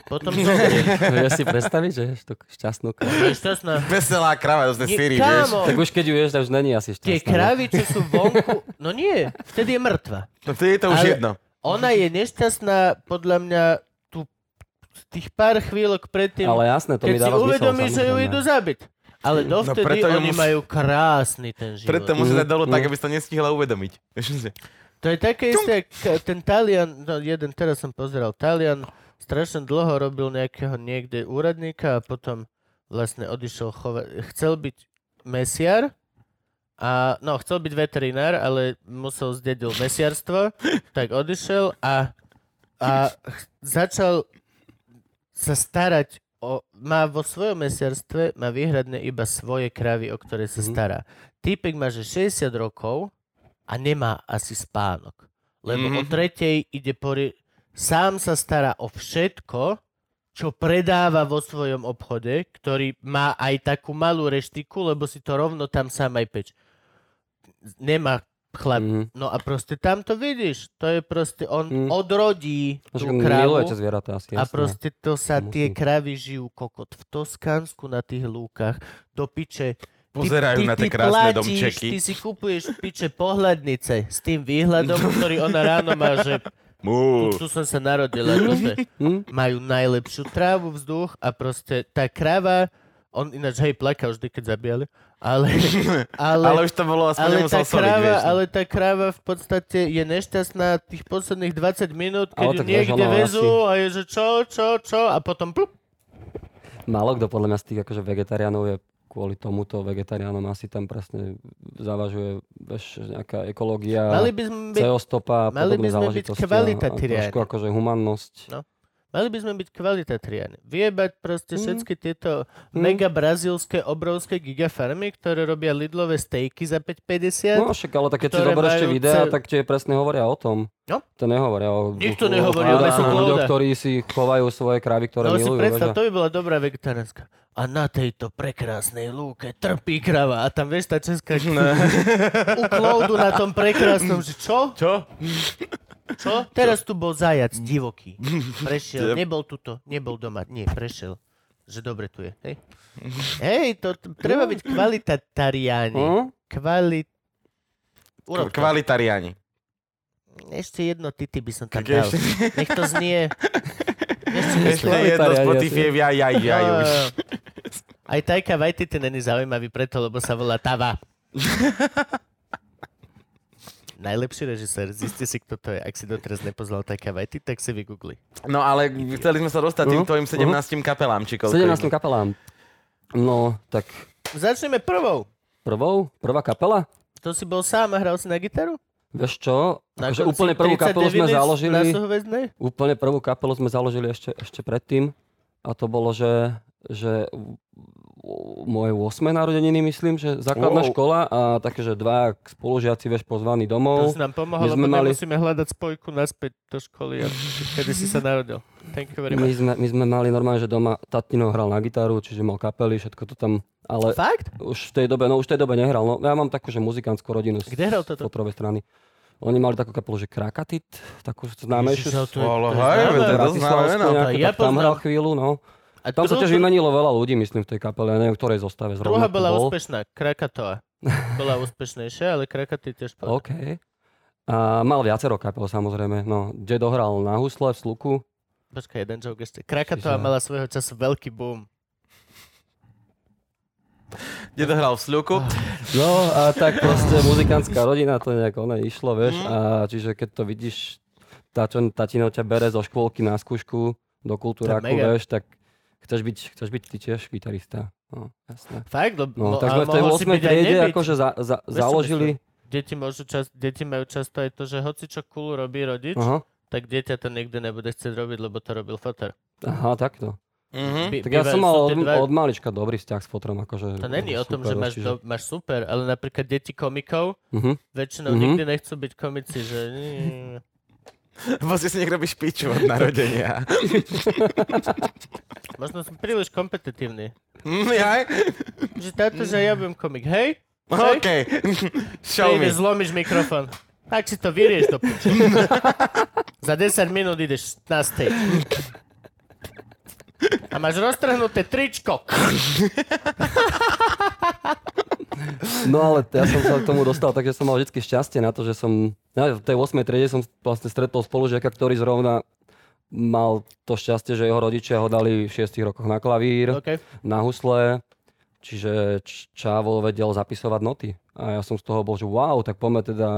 potom zomrie.
Vieš si predstaviť, že ješ tú šťastnú kravu?
Je šťastná.
Veselá krava, to sme
Nie,
síri, vieš. no.
kámo,
Tak už keď ju ješ, tak už není asi šťastná.
tie kravy, čo sú vonku, no nie, vtedy je mŕtva.
No to je to už
Ale-
jedno.
Ona je nešťastná podľa mňa tu tých pár chvíľok predtým,
Ale jasné, to
keď
mi
si
dáva zmysel.
uvedomí, že ju
samozrejme.
idú zabiť. Ale dovtedy
No, preto ju
oni
mus-
majú krásny ten život.
Preto musí dať dolu tak, aby si to nestihla uvedomiť. Vieš, že-
To je také isté, k- ten Talian, no jeden teraz som pozeral, Talian strašne dlho robil nejakého niekde úradníka a potom vlastne odišiel chova- chcel byť mesiar a A, no, chcel byť veterinár, ale musel zdedil mesiarstvo, tak odišiel a, a ch- začal sa starať o... Má vo svojom mesiarstve, má výhradne iba svoje kravy, o ktoré sa stará. Týpek má že 60 rokov a nemá asi spánok. Lebo mm-hmm. o tretej ide pori... Sám sa stará o všetko, čo predáva vo svojom obchode, ktorý má aj takú malú reštiku, lebo si to rovno tam sám aj peč. Nemá chlap.
Mhm.
No a proste tam to vidíš. To je proste, on
Mm.
odrodí tú
Však
krávu.
Milujete zvieratá asi.
A
jasné.
proste to sa
To
tie
musí.
kravy žijú kokot v Toskánsku na tých lúkach, do piče. Ty-
Pozerajú
ty,
na tie
ty
krásne
platíš,
domčeky.
Ty si kupuješ piče pohľadnice s tým výhľadom, ktorý ona ráno má, že tu,
Mú.
tu som sa narodila. Proste,
Hm?
majú najlepšiu trávu, vzduch a proste tá krava, on ináč hej plakal vždy, keď zabíjali, ale, ale,
Ale už to bolo, aspoň
ale tá,
nemusel soliť, vieš.
kráva,
no.
ale tá kráva v podstate je nešťastná tých posledných 20 minút, keď
Ale
ju
tak
niekde
ležala
vezú a je, že čo, čo, čo a potom plup.
Málo kto podľa mňa z tých akože vegetariánov je kvôli tomuto vegetariánom asi tam presne zavažuje veš, nejaká ekológia,
Mali by sme byť,
CO-stopa a
mali by
podobné
sme byť
záležitosti. a-
kvalitatariáni.
A trošku akože humannosť.
mali by sme byť kvalitatariáni. Vyjebať proste všetky tieto mega brazílske obrovské gigafarmy, ktoré robia Lidlové stejky za 5,50.
No však, ale tak keď si
ktoré
zoberieš tie
majú
videá,
ce-
tak tie presne hovoria o tom.
No.
To nehovoria o...
Nikto nehovorí
ale
o
sú
tom.
ľudia, ktorí si chovajú svoje krávy,
No
ktoré
si
milujú.
predstav,
vieš, a-
to by bola dobrá vegetariánska. A na tejto prekrásnej lúke trpí krava. A tam vieš, tá česká u cloudu na tom prekrásnom, že čo?
Čo?
Čo? Teraz tu bol zajac divoký. Prešiel, nebol tuto, nebol doma. Nie, prešiel. Že dobre tu je. Hej, hej to t- treba byť kvalitatariáni.
Hm?
Kvalit... Urob to.
Kvalitariáni.
Ešte jedno tity by som tam
Keď
dal.
ešte-
Nech to znie. Nech si
Ešte
myslí-
jedno z
Kvalitariáni,
Spotify, ja, ja, ja,
No,
už.
Aj Tajka Vajtity není zaujímavý preto, lebo sa volá Tava. Najlepší režisér, zistite si, kto to je. Ak si doteraz nepoznal Tajka Vajty, tak si vygoogli.
No ale chceli sme sa dostať tým
Uh-huh.
Mhm,
tvojim 17 kapelám, či koľko.
17
ich-
kapelám. No, tak
Začneme prvou.
prvou, prvá kapela?
To si bol sám a hral si na gitaru?
Vieš čo?
Na
Akože
konci
úplne prvú kapelu sme
39
založili.
Na súhvezdnej?
Úplne prvú kapelu sme založili ešte, ešte predtým a to bolo, že, že u- moje 8. narodeniny, myslím, že základná
Wow.
škola a takže dva spolužiaci, vieš, pozvaní
To
domov.
si nám pomohol,
my
lebo
sme mali-
nemusíme hľadať spojku naspäť do školy, kedy si sa narodil. Thank you very
My
much.
sme, my sme mali normálne, že doma tatino hral na gitaru, čiže mal kapely, všetko to tam, ale
Fakt?
už v tej dobe, no už v tej dobe nehral. No, ja mám takú, že muzikánsku rodinu z
Kde hral toto?
Potrovej strany. Oni mali takú kapelu, že Krakatit, takú známejšiu.
Ježiš, ale to je-
Bolo,
to je známe.
hej, to je dosť známe
Bratislavskú
meno.
no.
nejakú,
Ja
tak tam
poznám.
hral chvíľu, no.
A
Tam sa
druhú-
tiež vymenilo veľa ľudí, myslím, v tej kapele, ja neviem, v ktorej zostave zrovna
Druhá
to
bola
bol.
úspešná, Krakatoa. Bola úspešnejšia, ale Krakaty tiež bola.
OK. A mal viacero kapel, samozrejme. No, Dedo hral na husle v sluku.
Počkaj, jeden joke ešte. Krakatoa
Čiže-
mala svojho času veľký boom.
Kde to hral v Sľuku.
No a tak proste muzikánska rodina, to nejak ono išlo, vieš.
Mhm.
A čiže keď to vidíš, tá, čo tatino ťa bere zo škôlky na skúšku do kultúráku,
mega.
vieš, tak chceš byť, chceš byť ty tiež gitarista. No, jasné.
Fakt? Lebo,
No, tak
ale
sme v tej
mohol si
8.
byť aj
triede
nebyť.
akože za, za,
Vieš, čo
založili...
Deti, môžu čas, deti majú často aj to, že hoci čo cool robí rodič,
Aha,
tak dieťa to nikdy nebude chcieť robiť, lebo to robil foter.
aha, takto.
Mhm.
By-
Tak ja
bývajú-
som
sú
mal od,
tie dva-
od malička dobrý vzťah s fotrom, akože...
teda- To není o tom, že máš, do, máš super, ale napríklad deti komikov
Uh-huh.
väčšinou
Mhm.
nikdy nechcú byť komici, že...
Vlastne si nech robíš piču od narodenia.
Možno som príliš kompetitívny.
Mm, Jaj?
Že táto, že ja budem komik, hej? Hej?
OK. Show
Príde,
me.
zlomíš mikrofón. Tak si to vyrieš do piče. Za 10 minút ideš na stage. A máš roztrhnuté tričko.
No ale t- ja som sa k tomu dostal, takže som mal vždy šťastie na to, že som... Ja, v tej 8. triede som vlastne stretol spolužiaka, ktorý zrovna mal to šťastie, že jeho rodičia ho dali v 6 rokoch na klavír,
Okay.
na husle, čiže Č- Čavo vedel zapisovať noty. A ja som z toho bol, že wow, tak poďme teda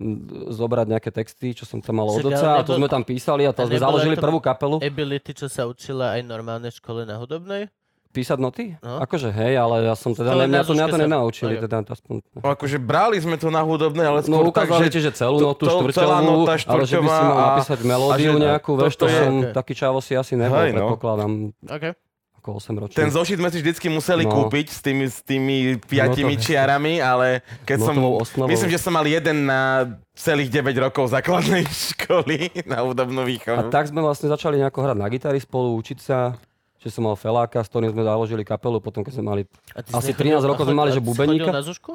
mm, zobrať nejaké texty, čo som tam mal od
Však, ale
oca a to
nebol-
sme tam písali a
a
to sme
nebolo
založili
to-
prvú kapelu.
Ability, čo sa učila aj normálne škole na hudobnej.
Písať noty?
No.
Akože hej, ale ja som teda,
To
ne, mňa, to,
na
mňa to
zúške sa-
nenaučili,
Ok.
teda aspoň.
No akože brali sme to na hudobné, ale
No
skôr tak,
ukázali ti, že
že...
celú
to-
notu,
to- celá
štvrťovú,
nota
ale že by si
štvrťová
mal
a-
napísať melódiu
a že-
nejakú, vieš,
toto
to
je-
som,
ok.
taký čavo si asi nebol,
Hej, no.
predpokladám,
OK.
ako 8 ročný.
Ten zošit sme si vždycky museli
No.
kúpiť s tými, s tými piatimi
No to-
čiarami, ale keď som...
Notovou osnovou.
Myslím, že som mal jeden na celých 9 rokov základnej školy na hudobnú
A
výchovu.
tak sme vlastne začali nejako hrať na gitary spolu, učiť sa. Že som mal feláka, s ktorým sme založili kapelu, potom keď sme mali...
A ty
Asi
si
13
chodil-
rokov sme
a
mali,
chodil-
že
a si
bubeníka?
chodil na zušku?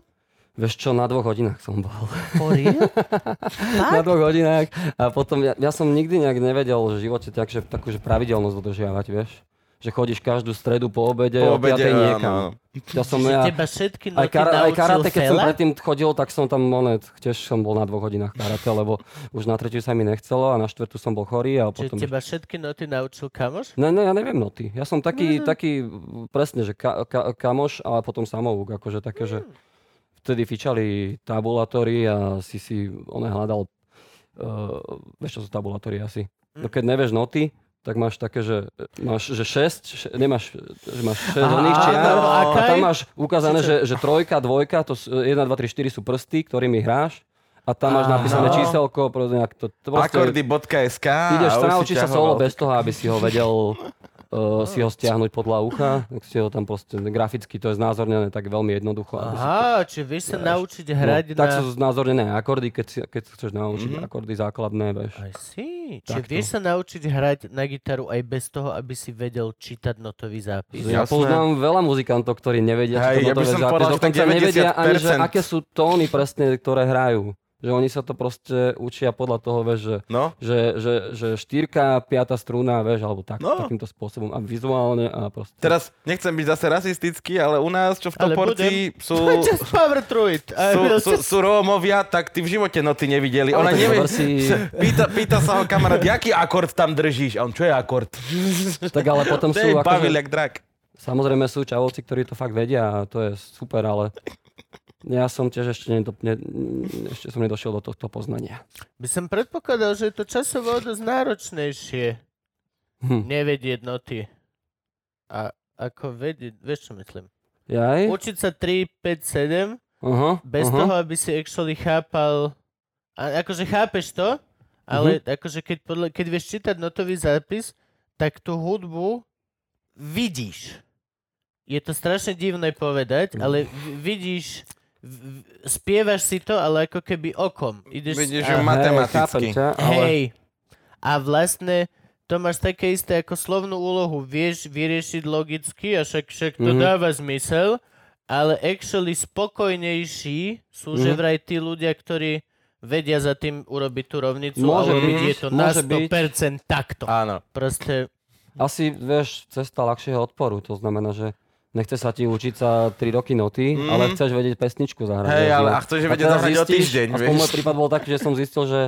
Vieš čo, na dvoch hodinách som bol.
Fakt?
na dvoch hodinách. A potom, ja, ja som nikdy nejak nevedel v živote tak, že, takú že pravidelnosť dodržiavať, vieš. Že chodíš každú stredu po obede,
Po
po
obede,
obede o 5:00
áno,
niekam.
áno.
Ja som
Že
ja...
teba všetky
Aj,
noty
kara, aj
naučil
karate, keď som
fela?
predtým chodil, tak som tam, onet, tiež som bol na dvoch hodinách karate, lebo už na tretiu sa mi nechcelo a na štvrtú som bol chorý a
Že
potom...
teba všetky noty naučil kamoš?
Ne, ne, ja neviem noty. Ja som
No,
taký, taký mm, presne, že ka, ka, kamoš a potom samouk, akože
Mm.
také, že vtedy fičali tabulatory a si si, on hľadal, uh, vieš čo sú tabulatory asi.
Mm.
No keď nevieš noty, tak máš také, že máš, že 6, nemáš, že máš 6
Aha,
oných čiar,
áno,
a
a kaj?
tam máš ukázané, že, že trojka, dvojka, to 1, 2, 3, 4 sú prsty, ktorými hráš a tam máš
Áno.
napísané číselko, proste nejak to, to proste-
Akordy.sk
Ideš
a
sa
už si
naučiť sa
ťahoval.
solo bez toho, aby si ho vedel uh, si ho stiahnuť podľa ucha. Tak si ho tam proste graficky, to je znázornené tak veľmi jednoducho. aby si-
Aha, či vieš sa naučiť
no,
hrať
Tak
na...
sú znázornené akordy, keď, si, keď chceš naučiť
Mhm.
akordy základné, vieš.
I see. Či
Takto.
vieš sa naučiť hrať na gitaru aj bez toho, aby si vedel čítať notový zápis?
Ja
Jasné.
poznám veľa muzikantov, ktorí nevedia, čo
Hej, ja
to
by som
notové zápis,
povedal, že
dokonca
tak
nevedia ani, že
90%.
aké sú tóny presne, ktoré hrajú. Že oni sa to proste učia podľa toho, vieš, že
No,
že, že, že štyrka, piata struna, vieš, alebo tak,
No.
takýmto spôsobom a vizuálne a proste.
teraz nechcem byť zase rasistický, ale u nás, čo v
Ale
Toporci sú...
Just power through it. I
sú,
will
sú, sú Rómovia, tak ty v živote noty nevideli. Ona
tak
nevie,
zober si-
pýta, pýta sa ho kamarát, jaký akord tam držíš? A on, čo je akord?
Tak ale potom
To
sú
je Pavel
akože,
jak drak.
samozrejme sú čavovci, ktorí to fakt vedia a to je super, ale ja som tiež ešte, nedo, ne, ešte som nedošiel do tohto poznania.
By som predpokladal, že je to časovo o dosť náročnejšie
Hm.
nevedieť noty. A ako vedieť, vieš čo myslím?
Jaj?
Učiť sa 3, 5, 7,
Aha,
bez
aha.
toho, aby si actually chápal... A akože chápeš to, ale akože keď, podľa, keď vieš čítať notový zápis, tak tú hudbu vidíš. Je to strašne divné povedať, ale v- vidíš, v- v- spievaš si to, ale ako keby okom. Ideš
Vidíš
a-
ju matematicky.
Hej, chápem ťa, ale...
Hej. A vlastne to máš také isté ako slovnú úlohu. Vieš vyriešiť logicky, a však, však to
Mhm.
dáva zmysel, ale actually spokojnejší sú že
Mhm.
vraj tí ľudia, ktorí vedia za tým urobiť tú rovnicu,
Môže
ale
byť,
je to na
môže byť.
100% takto.
Áno.
Proste,
Asi, vieš, cesta ľahšieho odporu, to znamená, že nechce sa ti učiť sa 3 roky noty,
Mhm.
ale chceš vedieť pesničku zahrať.
Hej,
vieš, no.
ale a chceš vedieť
teraz
zahrať o
zistíš,
týždeň,
Aspoň
vieš.
môj prípad bol taký, že som zistil, že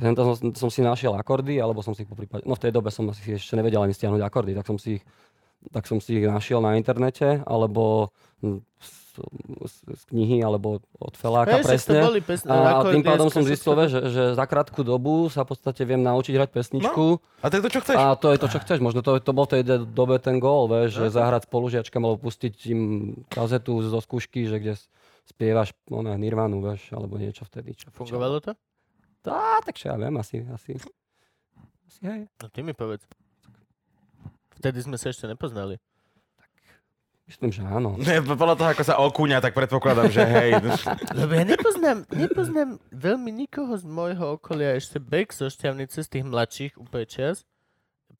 že tam som, som si našiel akordy, alebo som si ich po prípade, no v tej dobe som asi ešte nevedel ani stiahnuť akordy, tak som si ich, tak som si ich našiel na internete, alebo hm, z, z- z knihy, alebo od feláka
Hej, však to
presne.
boli pesn-
a, a
akordy,
tým pádom som
skreslo-
zistil, vieš, že, že za krátku dobu sa v podstate viem naučiť hrať pesničku.
No.
A to je to, čo chceš.
A to je to, čo chceš. Možno to, to bol v tej de- dobe ten gól, vieš, že zahrať spolužiačkám alebo pustiť im kazetu zo skúšky, že kde s- spievaš ona, Nirvanu, vieš, alebo niečo vtedy. Čo,
fungovalo to?
Čo, tá, tak čo ja viem, asi, asi. asi hej.
No ty mi povedz. Vtedy sme sa ešte nepoznali.
Myslím, že áno.
Ne, podľa toho, ako sa okúňa, tak predpokladám, že hej.
Lebo ja nepoznám, nepoznám veľmi nikoho z môjho okolia, ešte Beck zo Šťavnice, z tých mladších úplne čas,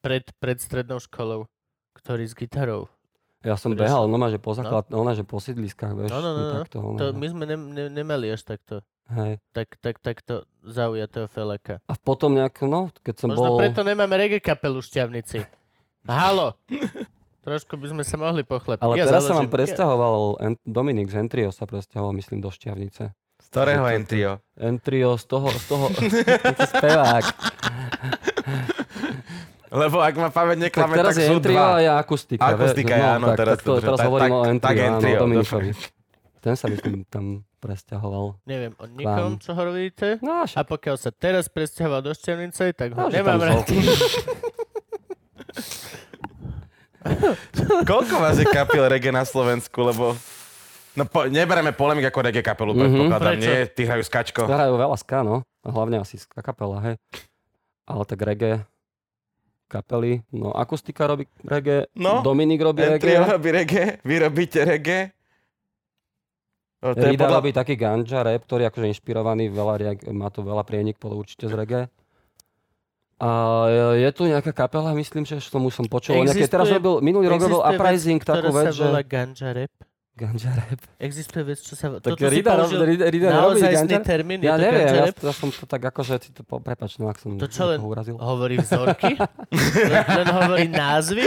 pred, pred strednou školou, ktorý s gitarou.
Ja som
Prečo?
behal, no má, že po základ, ona, že po sídliskách, vieš.
No, no, no, no.
Takto, ona,
To my sme ne, ne, nemali až takto,
hej.
tak, tak, takto zaujatého felaka.
A potom nejak, no, keď som
Možno
bol...
preto nemáme reggae kapelu v Šťavnici. Halo! Trošku by sme sa mohli pochlepiť.
Ale
ja
teraz sa vám
založím-
presťahoval, en- Dominik z Entrio sa presťahoval, myslím, do Šťavnice.
Z ktorého entrio?
Entrio z toho, z toho, spevák.
Lebo ak ma pamäť
Tak
neklame, tak,
teraz je
sú
entrio a
dva.
je akustika. no,
Akustika je, áno,
tak,
teraz
tak, to,
to-
teraz
tak-
hovorím
tak-
o
tak
entrio,
entrio, no.
áno, Dominikovi. Ten sa myslím tam presťahoval.
Neviem o nikom, čo hovoríte.
No a
A
však,
pokiaľ sa teraz presťahoval do Šťavnice, tak ho
no, že tam
nemám rád.
bol.
Koľko vás je kapiel rege na Slovensku, lebo... No po, nebereme polemik ako rege
Mhm.
kapelu, mm-hmm. predpokladám.
Prečo?
Nie, tí hrajú skačko.
Hrajú veľa ska, no. Hlavne asi ska kapela, hej. Ale tak reggae, kapely, no akustika robí reggae,
No,
Dominik robí
Entrio
reggae,
robí rege, vy robíte rege. O, to je
Rida
podľa...
robí taký ganja rap, ktorý je akože inšpirovaný, veľa, riak- má to veľa prienik podľa určite z reggae. A je- je tu nejaká kapela, myslím, že som už som počul. o Nejaké,
Existuje-
teraz robil, minulý rok robil
Existuje vec,
Uprising,
ktorá
takú
sa
vec, že...
volá ganja rap.
Ganja rap.
Existuje vec, čo sa...
Tak
Toto si
Rida,
použil
rob- Rida, Rida robí
naozajstný
ganja rap?
termín, je
Ja
to
neviem,
ganja
ja,
rap?
ja, som to tak akože si to... Po, prepáč, no ak som
To Oh, čo len-
niekoho urazil.
Hovorí vzorky? len, len hovorí názvy?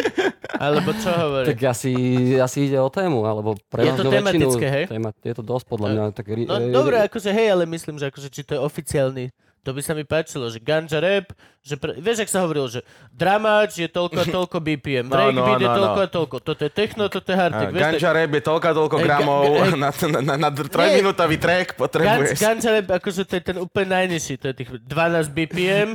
Alebo čo hovorí?
Tak asi, asi ide o tému, alebo pre
Je
vás
to
väčšinu,
tematické, hej?
Téma, je to dosť podľa mňa. Tak, ri,
No
ri-
dobre, akože hej, ale myslím, že akože, či to je oficiálny, to by sa mi páčilo, že ganja rap, že pre, vieš, ak sa hovorilo, že dramač je toľko a toľko BPM,
No,
breakbeat
no,
je
no,
toľko
no.
a toľko, toto je techno, toto je hard,
A,
tak vieš,
Ganja rap je toľko a toľko
Ej, ga-
gramov
ej.
na, na, na, na dr- trojminútový track
Gan,
potrebuješ.
ganja rap, akože to je ten úplne najnižší, to je tých 12 BPM,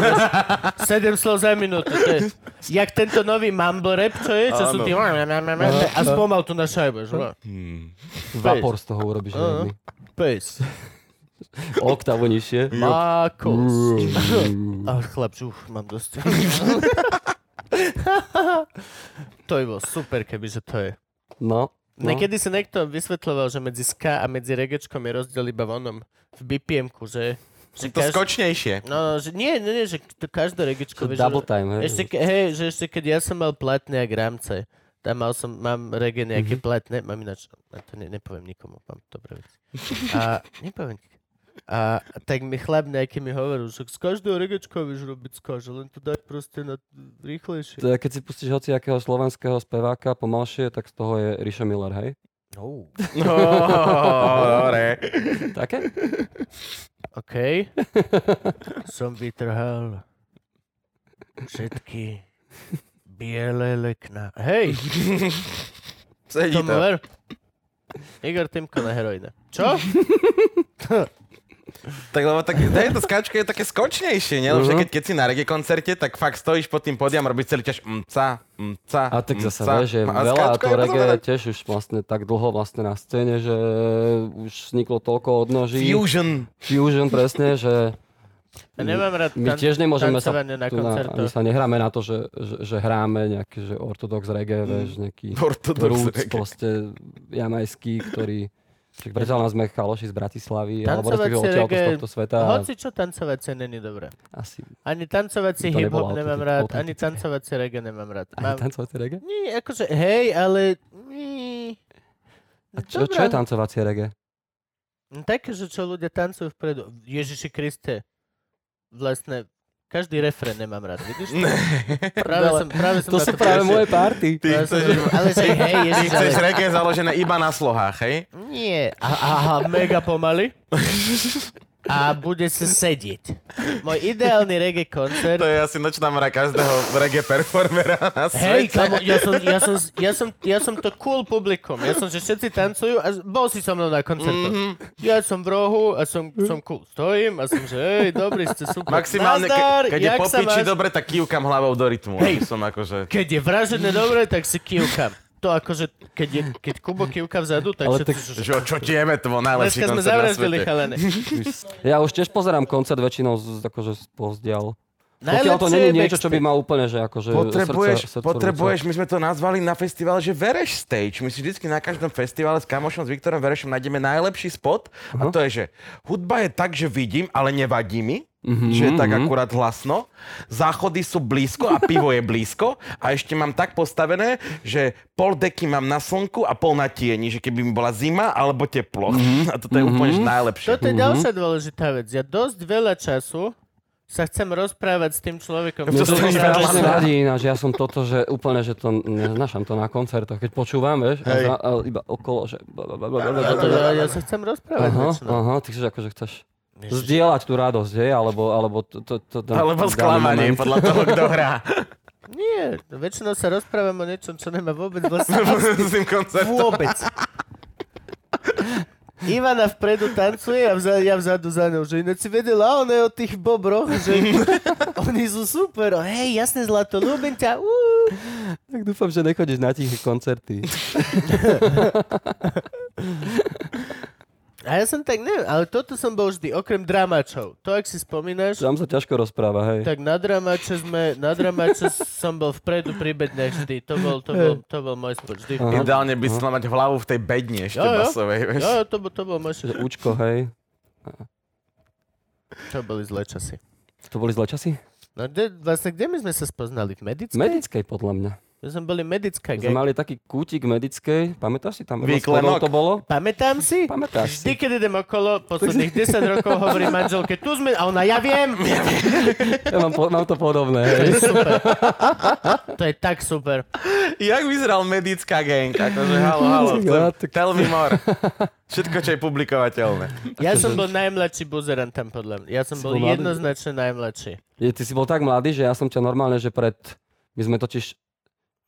7 slov za minútu, to je, jak tento nový mumble rap, čo je, čo sú
Áno.
tí a spomal tu na šajbe, že
Vapor z toho urobíš.
Áno.
Uh-huh.
Pes.
Oktavu nižšie.
No. Makos. A chlapč, uf, mám dosť. to je bolo super, keby, že to je.
No. no.
Niekedy si niekto vysvetľoval, že medzi ska a medzi regečkom je rozdiel iba v onom, v BPM-ku, že... že
To
každ-
skočnejšie.
No, že nie, nie, nie, že to každé regečko... vieš,
Double
že-
time, hej.
Ešte, ke, hej, že ešte keď ja som mal platne a gramce, tam mal som, mám rege
Mhm.
nejaké mm-hmm. platne, mám ináč, a to ne, nepoviem nikomu, mám dobré veci. A nepoviem. A tak mi chlap nejaký mi hovoril, že z každého regečka vieš robiť skože, len to daj proste na rýchlejšie.
To je, keď si pustíš hociakého slovenského speváka pomalšie, tak z toho je Rišo Miller, hej?
No.
No, dobre.
Také?
OK. Som vytrhal všetky biele lekna. Hej!
Sedí
Tomu
to.
ver. Igor Timko na heroine. Čo?
Tak lebo tak, hej, to skačko je také skočnejšie, nie? Lebo
Mhm.
uh-huh. keď, keď si na reggae koncerte, tak fakt stojíš pod tým podiam, robíš celý čas mca, mca,
Mm, A tak zase
mca.
vieš, že
A
veľa to
skačko je teda
reggae
povedať,
tiež už vlastne tak dlho vlastne na scéne, že už vzniklo toľko odnoží.
Fusion.
Fusion, presne, že
Ja nemám rád
My
tan-
tiež nemôžeme sa,
tancovanie na
tu na, my
koncertoch.
sa nehráme na to, že, že, že hráme nejaký že ortodox reggae, mm. vieš, nejaký
Ortodox
roots
reggae.
proste jamajský, ktorý však predsa len sme chaloši z Bratislavy, alebo
Tancovať si
respektíve odtiaľto z
reggae-
tohto sveta. a
Hoci čo tancovacie není dobré.
Asi,
Ani tancovací
To
hip-hop
nebolo
nemám
autentik-
rád,
autentické.
ani tancovacie reggae nemám rád.
aj
Mám...
tancovať si reggae?
Nie, akože, hej, ale... nie.
A čo, čo
Dobrá.
je tancovacie reggae?
No Také, že čo ľudia tancujú vpredu. Ježiši Kriste. Vlastne, každý refrén nemám rád, vidíš? to? práve som, práve som
To
na
sú
to
práve
prišiel.
moje party.
Ty
Práve som
chceš,
na- Ale že hej,
ty
ježiš,
chceš
ale-
reggae založené iba na slohách, hej?
Nie. A, aha, mega pomaly. A bude sa sedieť. Môj ideálny reggae koncert.
To je asi nočná mra každého reggae performera na
Hej,
svete.
kamo, ja som, ja, som, ja, som, ja som to cool publikum. Ja som, že všetci tancujú a bol si so mnou na koncertu.
Mhm.
Mm-hmm. Ja som v rohu a som, som cool. Stojím a som, že hej, dobrý ste, super.
Maximálne, ke,
Nazdar,
keď je
jak
po
sa
piči
máš?
dobre, tak kývkam hlavou do rytmu. Hej. Som akože...
Keď je vražené dobre, tak si kývkam. To akože, keď, je, keď Kubo kývka vzadu, tak
Ale
všetci...
tak-
sú, že-
Že o čo tieme, to bol
Dneska
najlepší
sme
koncert na
zavraždili,
svete.
chalene.
Ja už tiež pozerám koncert väčšinou z, akože pozdial. Pokiaľ
Najlepšie
to nie je
je
niečo, čo by
backstage.
mal úplne, že akože
Potrebuješ,
srdce, srdce
potrebuješ, my sme to nazvali na festivale, že Vereš Stage. My si vždycky na každom festivale s kamošom, s Viktorom Verešom nájdeme najlepší spot a to je, že hudba je tak, že vidím, ale nevadí mi, mm-hmm, že je tak akurát hlasno, záchody sú blízko a pivo je blízko a ešte mám tak postavené, že pol deky mám na slnku a pol na tieni, že keby mi bola zima alebo teplo. Mm-hmm. A toto je úplne že najlepšie.
Toto je ďalšia dôležitá vec. Ja dosť veľa času sa chcem rozprávať s tým človekom.
Mne
Mne
to
to strašne
Rozprávať
veľa
strašne
sa.
vadí ináč, ja som toto, že úplne, že to neznašam to na koncertoch, keď počúvam, vieš, a, za, a iba okolo, že... bla, bla, bla, bla, bla, bla,
Toto
bla.
ja, ja sa chcem rozprávať.
Aha,
väčšinou.
aha, ty chceš akože chceš zdieľať tú radosť, hej, alebo, alebo to, to, to, to
Alebo
daný
sklamanie
moment.
podľa toho, kto hrá
Nie, väčšinou sa rozprávam o niečom, čo nemá vôbec vlastne
s tým koncertom.
vôbec. Ivana vpredu tancuje a vzadu, ja vzadu za ňou, že ináč si vedela ona je o tých bobroch, že oni sú super, O, hej, jasne zlato, ľúbim ťa, uú.
Tak dúfam, že nechodíš na tiché koncerty.
A ja som tak, neviem, ale toto som bol vždy, okrem dramačov. To, ak si spomínaš,
Tam sa ťažko rozpráva, hej.
tak na dramače sme, na dramače som bol vpredu pri bedne vždy. To bol, to bol, to bol môj sport, vždy.
Aha.
Ideálne by si mal mať hlavu v tej bedne ešte
Jo, jo.
basovej, vieš.
Jo, to, bol- to bol môj
Že
sport.
účko, hej.
To boli zlé časy.
To boli zlé časy?
No kde, vlastne, kde my sme sa spoznali? V medickej?
Medickej, podľa mňa.
My sme boli medická
My sme
gang.
mali taký kútik medickej, pamätáš si tam? Emma
Výklenok.
Skodol to bolo?
Pamätám si?
Pamätáš
Vždy,
si?
keď idem okolo, posledných 10 rokov hovorím manželke, tu sme, a ona, ja viem!
Ja mám, po, mám to
To
podobné, hej.
je super. To je tak super.
Jak vyzeral medická gang? Akože, halo, halo,
Ja,
chcem- tell me more. Všetko, čo je publikovateľné.
Ja som bol najmladší buzerant tam podľa mňa. Ja som
Si
bol
bol mladý?
jednoznačne najmladší.
Je, ty si bol tak mladý, že ja som ťa normálne, že pred... My sme totiž...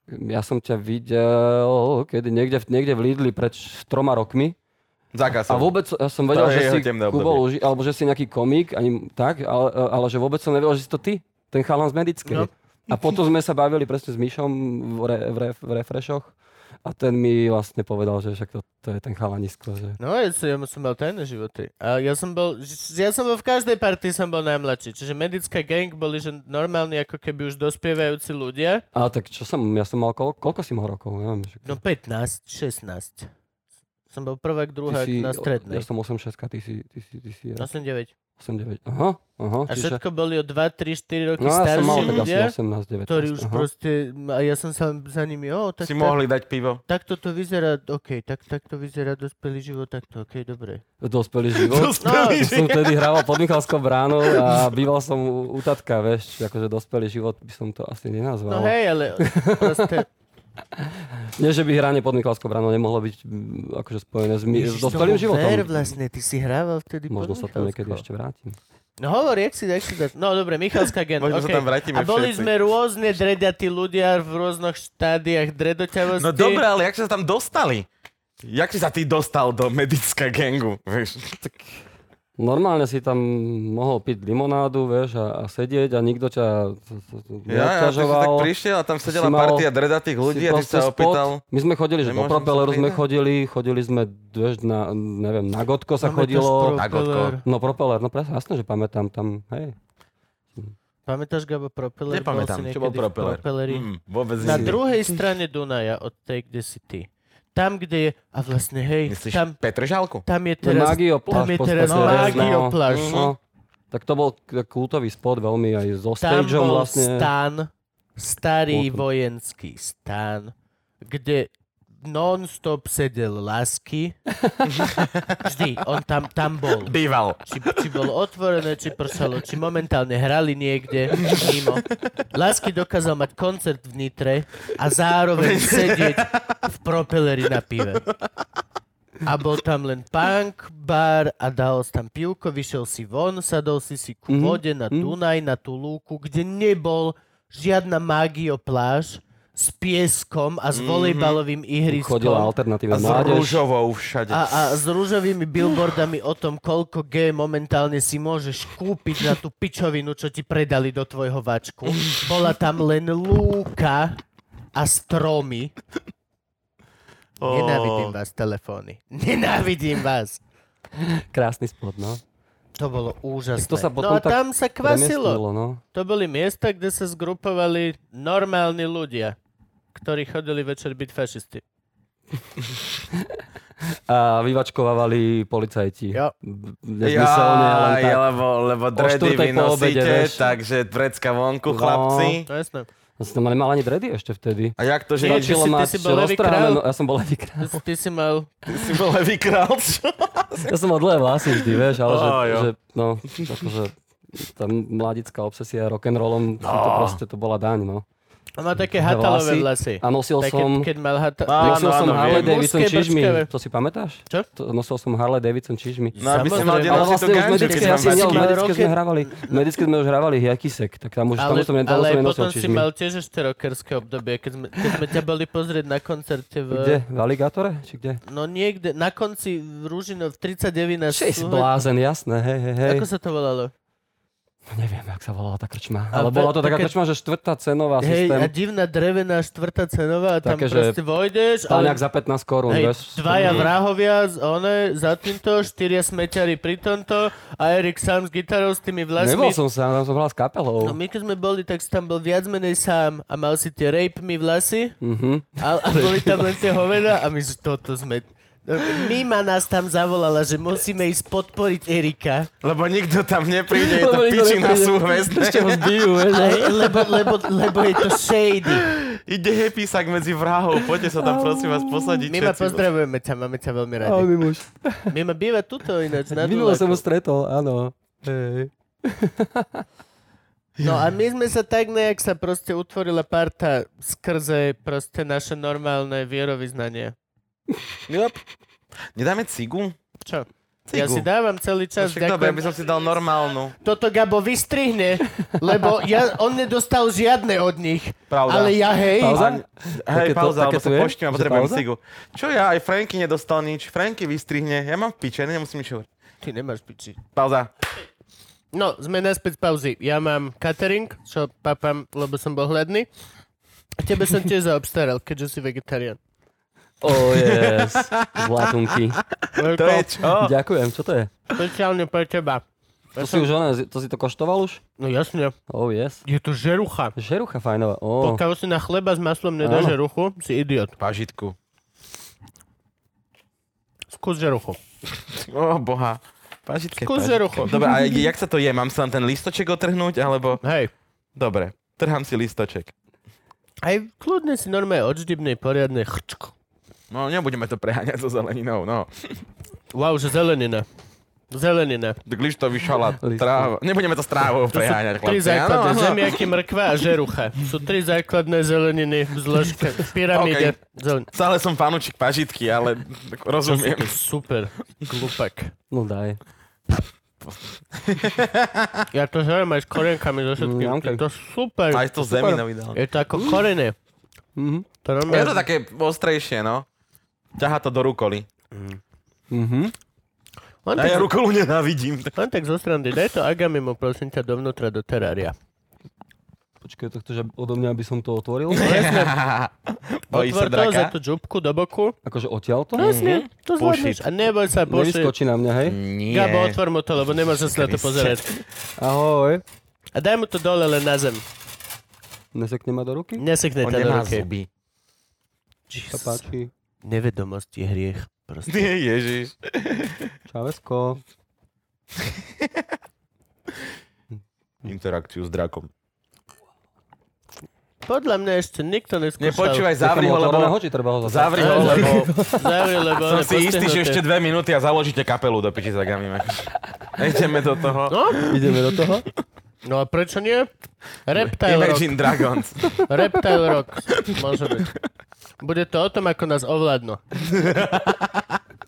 Ja som ťa videl, kedy niekde, v- niekde v Lidli pred š- troma rokmi.
Zákaz.
A vôbec ja som vedel,
To je
že
jeho
si
temné
Kubo
obdobie.
Luži, alebo že si nejaký komik, ani tak, ale, ale že vôbec som nevedel, že si to ty, ten chalan z
No.
medickej. A potom sme sa bavili presne s Myšom v, re, v, re, v refreshoch a ten mi vlastne povedal, že však to, to je ten chalanisko, že
No, ja som, ja som mal tajné životy. A ja som bol, ja som bol v každej partii som bol najmladší. Čiže medická gang boli, že normálni ako keby už dospievajúci ľudia.
Ale tak čo som, ja som mal, koľko, koľko si mal rokov, neviem. Že,
No 15, 16. Som bol prvák,
ty
druhák na strednej.
Ja som 8,6, ty si, ty si, ty si
8-9.
8,9, aha, aha.
A všetko boli o 2, 3, 4 roky
no ja som mal
starší
tak asi
ľudia,
18, 19.
ktorí už
aha.
proste, a ja som sa za nimi, o, tak,
Si
tak,
mohli dať pivo.
takto to vyzerá, OK, tak, takto vyzerá dospelý život, takto, OK, dobre.
Dospelý život.
Dospelý
ja som vtedy hrával pod Michalskou bránou a býval som u, u tatka, vieš, čiže akože dospelý život by som to asi nenazval.
No hej, ale proste,
Nie, že by hranie pod Michalskou bránou nemohlo byť mm, akože spojené s, mi- s
Ježiš, tomu
dospelým
Ver,
životom.
vlastne, ty si hrával vtedy
Možno
pod
sa tam niekedy
Michalskou.
ešte vrátim.
No hovor, jak si, jak si dať. No dobre, Michalská gen.
Možno sa
okej.
tam vrátime
A boli
všetci.
sme rôzne dredatí ľudia v rôznych štádiách dredoťavosti.
No dobre, ale jak ste sa tam dostali? Jak si sa ty dostal do medická gangu? Vieš?
Normálne si tam mohol piť limonádu, vieš, a, a sedieť a nikto ťa
Ja, ja, ty si tak
neobťažoval.
prišiel a tam
si
sedela
mal-
partia dredatých
si
ľudí a ty
proste
sa
spod.
opýtal...
My sme chodili, že do
Nemôžem sa
propeleru sme
pridať?
chodili, chodili sme, vieš, na, neviem, na Gotko
Pamätáš
sa chodilo.
Na Gotko.
Propeller?
No propeler, no presne, jasné, že pamätám tam, hej.
Pamätáš, Gabo, Propeller?
Nepamätám,
si
čo
niekedy
bol
v
propeler.
Propelleri?
Mm, vôbec
Na
nie.
druhej strane Dunaja od tej, kde si ty. Tam, kde je... A vlastne, hej,
Myslíš
tam,
Petržalku?
tam je
Ten
teraz...
Magiopláž.
tam je
v podstate,
teraz
no,
Magiopláž.
No, tak to bol k- kultový spot veľmi aj so
Tam
stageom
bol
vlastne.
stan, starý
Potom.
vojenský stan, kde non-stop sedel lásky. Vždy, on tam, tam bol.
Býval.
Či, či bolo otvorené, či pršalo, či momentálne hrali niekde mimo. Lásky dokázal mať koncert v Nitre a zároveň sedieť v propeleri na pive. A bol tam len punk, bar a dal si tam pivko, vyšiel si von, sadol si si ku vode na Dunaj, na tú lúku, kde nebol žiadna magio pláž s pieskom a s volejbalovým ihriskom.
Chodila alternatívna
A s
mládež.
rúžovou všade.
A, a s rúžovými billboardami o tom, koľko G momentálne si môžeš kúpiť na tú pičovinu, čo ti predali do tvojho vačku. Bola tam len lúka a stromy. Nenávidím vás, telefóny. Nenávidím vás.
Krásny spot, no.
To bolo úžasné.
Tak to sa
no
potom
a
tak
tam sa kvasilo.
Premiestnilo, no.
To boli miesta, kde sa zgrupovali normálni ľudia, ktorí chodili večer byť fašisti.
A vyvačkovávali policajti.
Jo.
B- Nezmyselne, len tak.
Jaj, lebo, lebo dredy
štvrtej
vy
po obede,
nosíte,
vieš.
takže vrecka vonku,
No.
chlapci.
No jasné.
Ja som tam nemal ani dredy ešte vtedy.
A jak to, že
Nie, ty
niečo
Stačilo
si- ty
mať
si bol levý
roztrhané,
kráľ.
no, ja som bol levý král.
Ty, ty si mal
si bol levý král, čo?
Ja som mal dlhé vlasy vždy, vieš, ale že,
Á, jo.
že no, akože tá mladická obsesia rock'n'rollom, no. to proste to bola daň, no.
On má také
Dlhé
hatalové vlasy.
A nosil
Také,
som...
keď mal hata...
Áno,
Nosil som
áno,
Harley
viem.
Davidson
Mužské
čižmy.
brčkavé.
To si pamätáš?
Čo?
To, nosil som Harley Davidson čižmy.
No aby si
Samozrejme.
mal
Ale
kde
Ale
nosiť
vlastne
tú
už
ganžu,
medické,
keď
keď
ja
mám
som
si
vačky.
nie,
mal
vačky.
medické
roky-
sme hrávali, medické sme už hrávali jakisek, tak tam už, tam už som nedal,
ale
som nenosil
potom si
čižmy.
mal tiež ešte rockerské obdobie, keď sme, keď sme ťa boli pozrieť na koncerte v...
Kde? V Aligatore? Či kde?
No niekde, na konci v Rúžinov v 39 na
Čiže si
Sluhe-
blázen, jasné, hej, hej, hej.
Ako sa to volalo?
Neviem, jak sa volala tá krčma.
A
Ale bola to
pe-
taká
také-
krčma, že štvrtá
Hej,
cenová
a
systém.
divná drevená štvrtá cenová, a tam
Také, že
proste vojdeš.
Páňak za 15 korún,
Hej,
vieš.
dvaja vrahovia z one za týmto, štyria smeťari pri tomto a Erik sám s gitarou s tými
Nebol
vlasmi.
som sám, tam som hral s kapelou.
No my keď sme boli, tak si tam bol viac menej sám a mal si tie rape mi vlasy a, a boli tam len tie hoveda a my že toto sme... Mima nás tam zavolala, že musíme ísť podporiť Erika,
Lebo nikto tam nepríde, je to
Lebo nikto
piči na
nepríde.
súhvezne.
Ešte ho zbijú, vieš.
a, lebo, lebo, lebo je to shady.
Ide hepisak medzi vrahov, poďte sa tam prosím vás posadiť.
Mima,
všetci.
pozdravujeme ťa, máme ťa veľmi radi.
Ahoj, Mimuš.
Mima býva tuto ináč, na
Minulo som ho
Duláku.
stretol, áno. Hej.
No a my sme sa tak nejak sa proste utvorila parta skrze proste naše normálne vierovýznanie.
Yep. Nedáme cigu?
Čo?
Cigu.
Ja si dávam celý čas,
No Však dobre, aby
ďakujem.
som si dal normálnu.
Toto Gabo vystrihne, lebo ja, on nedostal žiadne od nich.
Pravda.
Ale ja hej.
Pauza?
A- Hej,
Také to-
pauza,
také
alebo
to
sa
je?
počtím a
Že
potrebujem
pauza?
cigu. Čo ja, aj Franky nedostal nič. Franky vystrihne, ja mám v piče, ja nemusím nič hovoriť.
Ty nemáš piči.
Pauza.
No, sme naspäť z pauzy. Ja mám catering, čo papám, lebo som bol hladný. A tebe som tiež zaobstaral, keďže si vegetarián.
Oh yes, zlatunky.
To je čo?
No. Ďakujem, čo to je?
Špeciálne pre teba.
To si už ona, to si to koštoval už?
No jasne,
Oh yes.
je to žerucha.
Žerucha fajnová, oh.
Pokiaľ si na chleba s maslom nedáš
Áno.
žeruchu, si idiot.
Pažitku.
Skús žeruchu.
O boha. Pažitke,
Skús
pažitke.
žerucho.
Dobre, a jak sa to je? Mám sa len ten listoček otrhnúť, alebo...
Hej.
Dobre, trhám si listoček.
Aj kľudne si normálne odždibnej poriadnej chrčk.
No, nebudeme to preháňať so zeleninou, no.
Wow, že zelenina. Zelenina.
Glištový šalát,
Listok.
tráva. Nebudeme to s
To
trávou
sú
preháňať,
tri
chlapci. áno,
základné
áno.
zemiaky, mrkva a žerucha. Sú tri základné zeleniny v zložke. V pyramíde. Okay. Zelen...
Stále som fanúčik pažitky, ale rozumiem.
Super. Klupak.
No daj.
Ja to žerem aj s korenkami so všetkým.
Mm, okay.
To je super.
Aj to zeminou ideálne.
Je to ako korene.
Mhm.
To normálne...
Je to také ostrejšie, no. Ťahá to do rukoli.
Mhm.
Len
A
tak,
ja rukolu nenávidím.
len tak zo strany. Daj to agamimu, prosím ťa, dovnútra do terária.
Počkaj, to chceš aby- odo mňa, aby som to otvoril?
Bojí sa
Otvor to, za
draka? Mhm.
tú džubku do boku.
Akože odtiaľ to? Mhm.
Presne, to
Push
zvládneš.
it.
Mhm. A neboj sa, pošli.
Nevyskočí na mňa, hej?
Nie.
Gabo, otvor mu to, lebo nemáš sa na to
Kriste.
pozerať.
Ahoj.
A daj mu to dole len na zem.
Nesekne ma do ruky?
Nesekne
On
ťa do
nemá
ruky.
zuby.
Sa páči.
Nevedomosť je hriech. Proste.
Ježiš.
Čavesko.
Interakciu s drakom.
Podľa mňa ešte nikto neskúšal.
Nepočúvaj, zavri ho,
Nechám otvoreného,
lebo...
či treba ho zatvoriť?
Zavri ho, lebo...
Zavri, lebo on
Som
je
si istý, že
postihnuté.
ešte dve minúty a založíte kapelu do piči za gamime. Ideme do toho.
No?
Ideme do toho?
No a prečo nie? Reptile Rock.
Imagine Dragons.
Reptile Rock. Môže byť. Bude to o tom, ako nás ovládnu.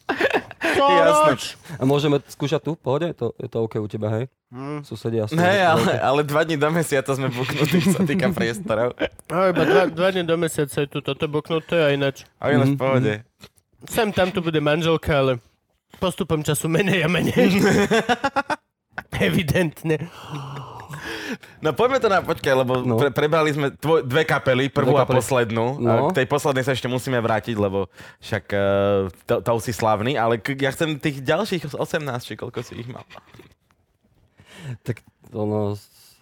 Jasné.
A môžeme skúšať tu? v Pohode? Je to, je to OK u teba, hej? Mm. Susedia sú.
Ne, ale, ale dva dní do mesiaca sme buknutí, čo sa týka priestorov.
No, iba dva, dva dni do mesiaca je tu toto buknuté a ináč.
A je v pohode.
Sem tam tu bude manželka, ale postupom času menej a menej. Evidentne.
No poďme to na, počkaj, lebo
No.
no. pre, prebrali sme tvoj, dve kapely, prvú
Dve
dve
kapely.
kapely. a poslednú. No.
No.
A k tej poslednej sa ešte musíme vrátiť, lebo však uh, to, to si slavný, ale k, ja chcem tých ďalších 18, či koľko si ich mal.
Tak ono... s-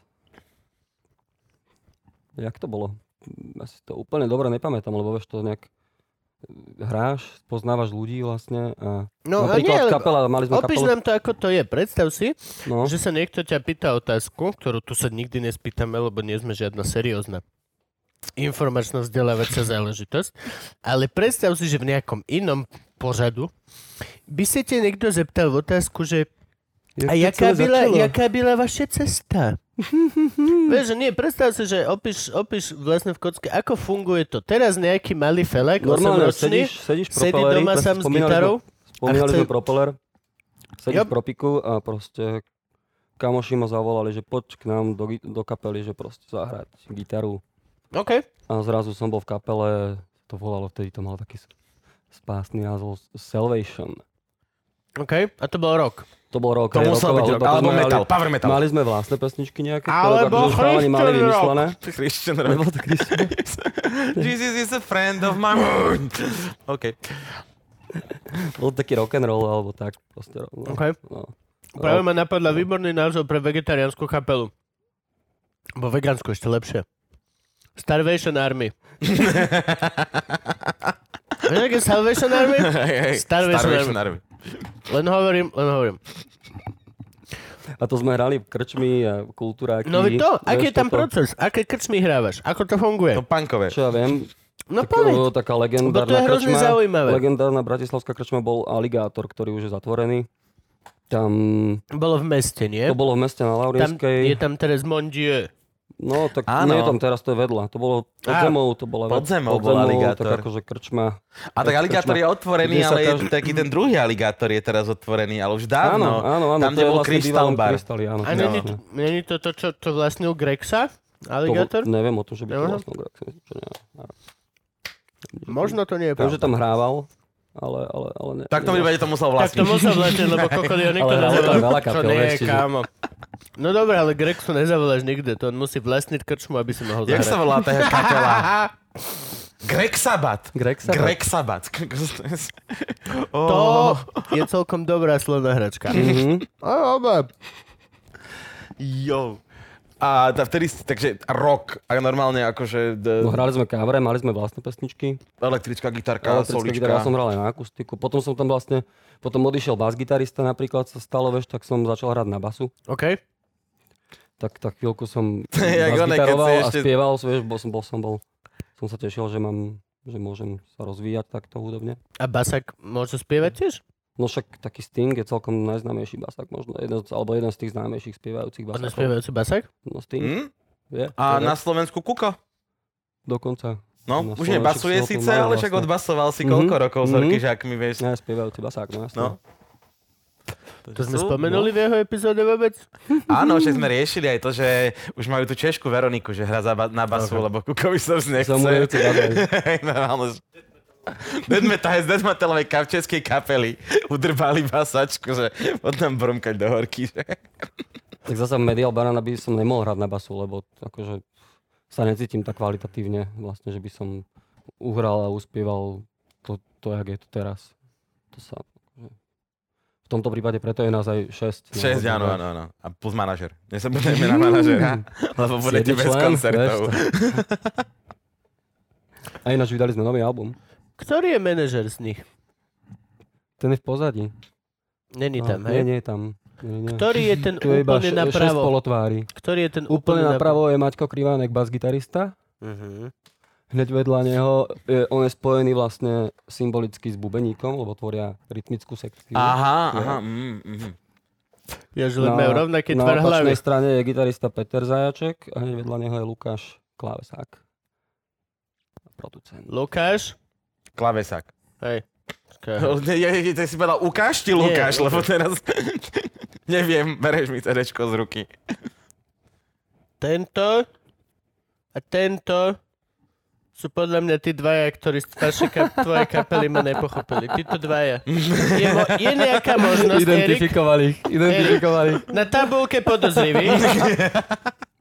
Jak to bolo? Ja si to úplne dobre nepamätám, lebo vieš to nejak e, hráš, poznávaš ľudí vlastne a
No, a nie, ale-
napríklad kapela, mali sme
Opíš
kapelu,
nám to, ako to je. Predstav si,
no,
že sa niekto ťa pýta otázku, ktorú tu sa nikdy nespýtame, lebo nie sme žiadna seriózna informačno-vzdelávacia záležitosť. Ale predstav si, že v nejakom inom pořadu by sa te niekto zeptal v otázku, že a
Jak to
jaká
celé
byla,
začalo?
jaká byla vaše cesta? Vieš, že nie, predstav si, že opíš, opíš vlastne v kocke, ako funguje to. Teraz nejaký malý felak,
Normálne
8-ročný,
sedíš, sedíš
sedí
propelery,
doma
presne
sám s
spomínali
gitarou
Sme,
a
spomínali
chce-
sme propeler, sedíš
Jop.
v propiku a proste kamoši ma zavolali, že poď k nám do, gi- do kapely, že proste zahrať gitaru.
OK.
A zrazu som bol v kapele, to volalo vtedy, to mal taký s- spásny názov s- Salvation.
OK, a to bol rok.
To bol rok.
To
hej,
musel
roková
byť rok,
hudba, to
alebo
sme
metal,
mali,
power metal.
Mali sme vlastné pesničky nejaké, ktoré
Alebo
akože už chalani mali
Christian rock.
vymyslené.
Christian
Lebo
Rock.
to Christian.
Jesus is a friend of mine. OK.
Bol taký rock and roll alebo tak. Proste, no,
OK.
no.
Práve ma napadla výborný názov pre vegetariánsku kapelu. Bo vegánsku ešte lepšie. Starvation Army. Vieš, aké je Salvation Army? Starvation
Army.
Len hovorím, len hovorím.
A to sme hrali krčmi a kultúráky.
No veď to,
vieš,
aký je tam
toto.
proces? Aké krčmy hrávaš? Ako to funguje?
To punkové.
Čo ja viem,
No
tak,
povedz.
eh, taká
Lebo to je
legendárna
hrozne
krčma.
zaujímavé.
Legendárna bratislavská krčma bol Aligátor, ktorý už je zatvorený. Tam,
Bolo v meste, nie?
to bolo v meste
Tam,
na
je
Laurinskej.
tam teraz Mon Dieu.
No tak
Áno.
nie je tam teraz, to je vedľa. To bolo pod
Á,
zemou, to bola
pod zemou bol Aligátor.
Tak akože krčma.
A tak aligátor je
Kde
otvorený,
sa
ale je
každý-
taký ten druhý aligátor je teraz otvorený, ale už dávno.
Áno, áno, áno.
tam,
to
kde
je
bol
vlastne
Crystal
bývalom
Bar.
Crystal, áno.
A
no,
není
no.
není to to, čo, čo vlastnil Grexa?
To bol-
Alligator?
Neviem o tom, že by to
Neviem.
vlastne čo nie.
Možno to nie je
Viem, že
pravda.
tam hrával, ale, ale, ale ne.
Tak to mi
neviem.
to musel
Tak to
vlastniť.
musel vletieť, lebo kokoliv nikto
Ale hralo tam veľa
To
kapiel,
nie
vieš,
je,
čiže-
kámo. No dobré, ale Grexu nezavoláš nikde, to on musí vlastniť krčmu, aby si mohol
Jak sa
zahrať.
volá tá kapela? Greg Sabat.
Greg Sabat.
Greg Sabat.
To
Oh.
je celkom dobrá slovná hračka.
Mhm.
A oba.
Jo. A tá vtedy, ste- takže rock, a normálne akože d-
No, hrali sme kávre, mali sme vlastné pesničky.
elektrická gitarka,
Elektrická
solička.
gitara, ja som hral aj na akustiku. Potom som tam vlastne, potom odišiel bas-gitarista napríklad, sa stalo, vieš, tak som začal hrať na basu.
OK.
Tak, tak chvíľku som
To je jak oné, keď
bas-gitaroval
si
a
ešte-
spieval, vieš, bol som, bol som, bol, som sa tešil, že mám, že môžem sa rozvíjať takto hudobne.
A Basak môže spievať tiež?
No však taký Sting je celkom najznámejší basák, možno jeden, z- alebo jeden z tých známejších spievajúcich
On je
basákov.
spievajúci Basak?
No Sting
Hm?
je.
A
je
na
rap
Slovensku Kuko.
Dokonca.
No,
Na
už
Slovensku
nebasuje
si ho
síce,
pomaly
ale však
vlastne.
odbasoval si
Mhm,
koľko rokov s
mhm.
orkyžákmi, vieš.
Ja spievajúci basák, no jasné.
No.
To sme spomenuli v jeho epizóde vôbec?
Áno, však sme riešili aj to, že už majú tú Češku Veroniku, že hrá za ba- na basu, okay. lebo Kukovi sa už nechce.
Zamujúci bazén.
Hej, normálne, že- Dead metal je z dead metalovej ka- v českej kapely. Udrbali basačku, že pod nám bromkať do horky. Že?
Tak zase Medial Banana by som nemohol hrať na basu, lebo t- akože sa necítim tak kvalitatívne vlastne, že by som uhral a uspieval to, to jak je to teraz. To sa... V tomto prípade preto je nás aj 6.
No,
6, áno, áno, áno. A plus manažer. Dnes sa budeme na
Mm.
manažera, lebo budete bez koncertov.
A ináč vydali sme nový album.
Ktorý je manažer z nich?
Ten je v pozadí.
Není
No,
tam,
nie,
hej?
nie je tam. Nie, nie.
Ktorý je ten
Tu je iba
úplne
6
napravo?
polotvári.
Ktorý je ten
Úplne napravo je Maťko Krivánek, bas-gitarista.
Mhm.
Hneď vedľa neho, je, on je spojený vlastne symbolicky s bubeníkom, lebo tvoria rytmickú sekciu.
Aha, aha. Mm, mm.
Ja že len majú rovnaký
na
tvar hlavy.
opačnej strane je gitarista Peter Zajaček a hneď vedľa neho je Lukáš Klávesák. A Producent.
Lukáš?
Klavesák.
Hej. Okay.
Ja, ja, ja si povedal, ukáž ti
Nie,
Lukáš,
Lukáš.
lebo teraz neviem, bereš mi CDčko z ruky.
Tento a tento sú podľa mňa tí dvaja, ktorí z vašej ka- tvojej kapely ma nepochopili. Títo dvaja. Je, mo- je nejaká možnosť, Erik,
Identifikovali ich, identifikovali ich.
na tabulke podozrivý.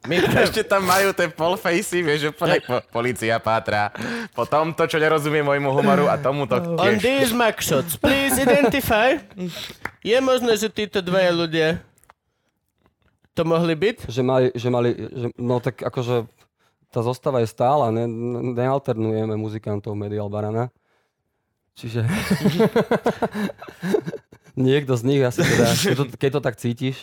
My
Ešte tam majú tie polfejsy, vieš, že plne po, policia pátra. Po tomto, čo nerozumie môjmu humoru a tomuto
On
tiež.
these mug shots, please identify. Je možné, že títo dvaja ľudia to mohli byť?
Že mali, že mali že, no tak akože tá zostava je stála, ne, ne- nealternujeme muzikantov Medial Barana. Čiže niekto z nich asi teda, keď to, keď to tak cítiš,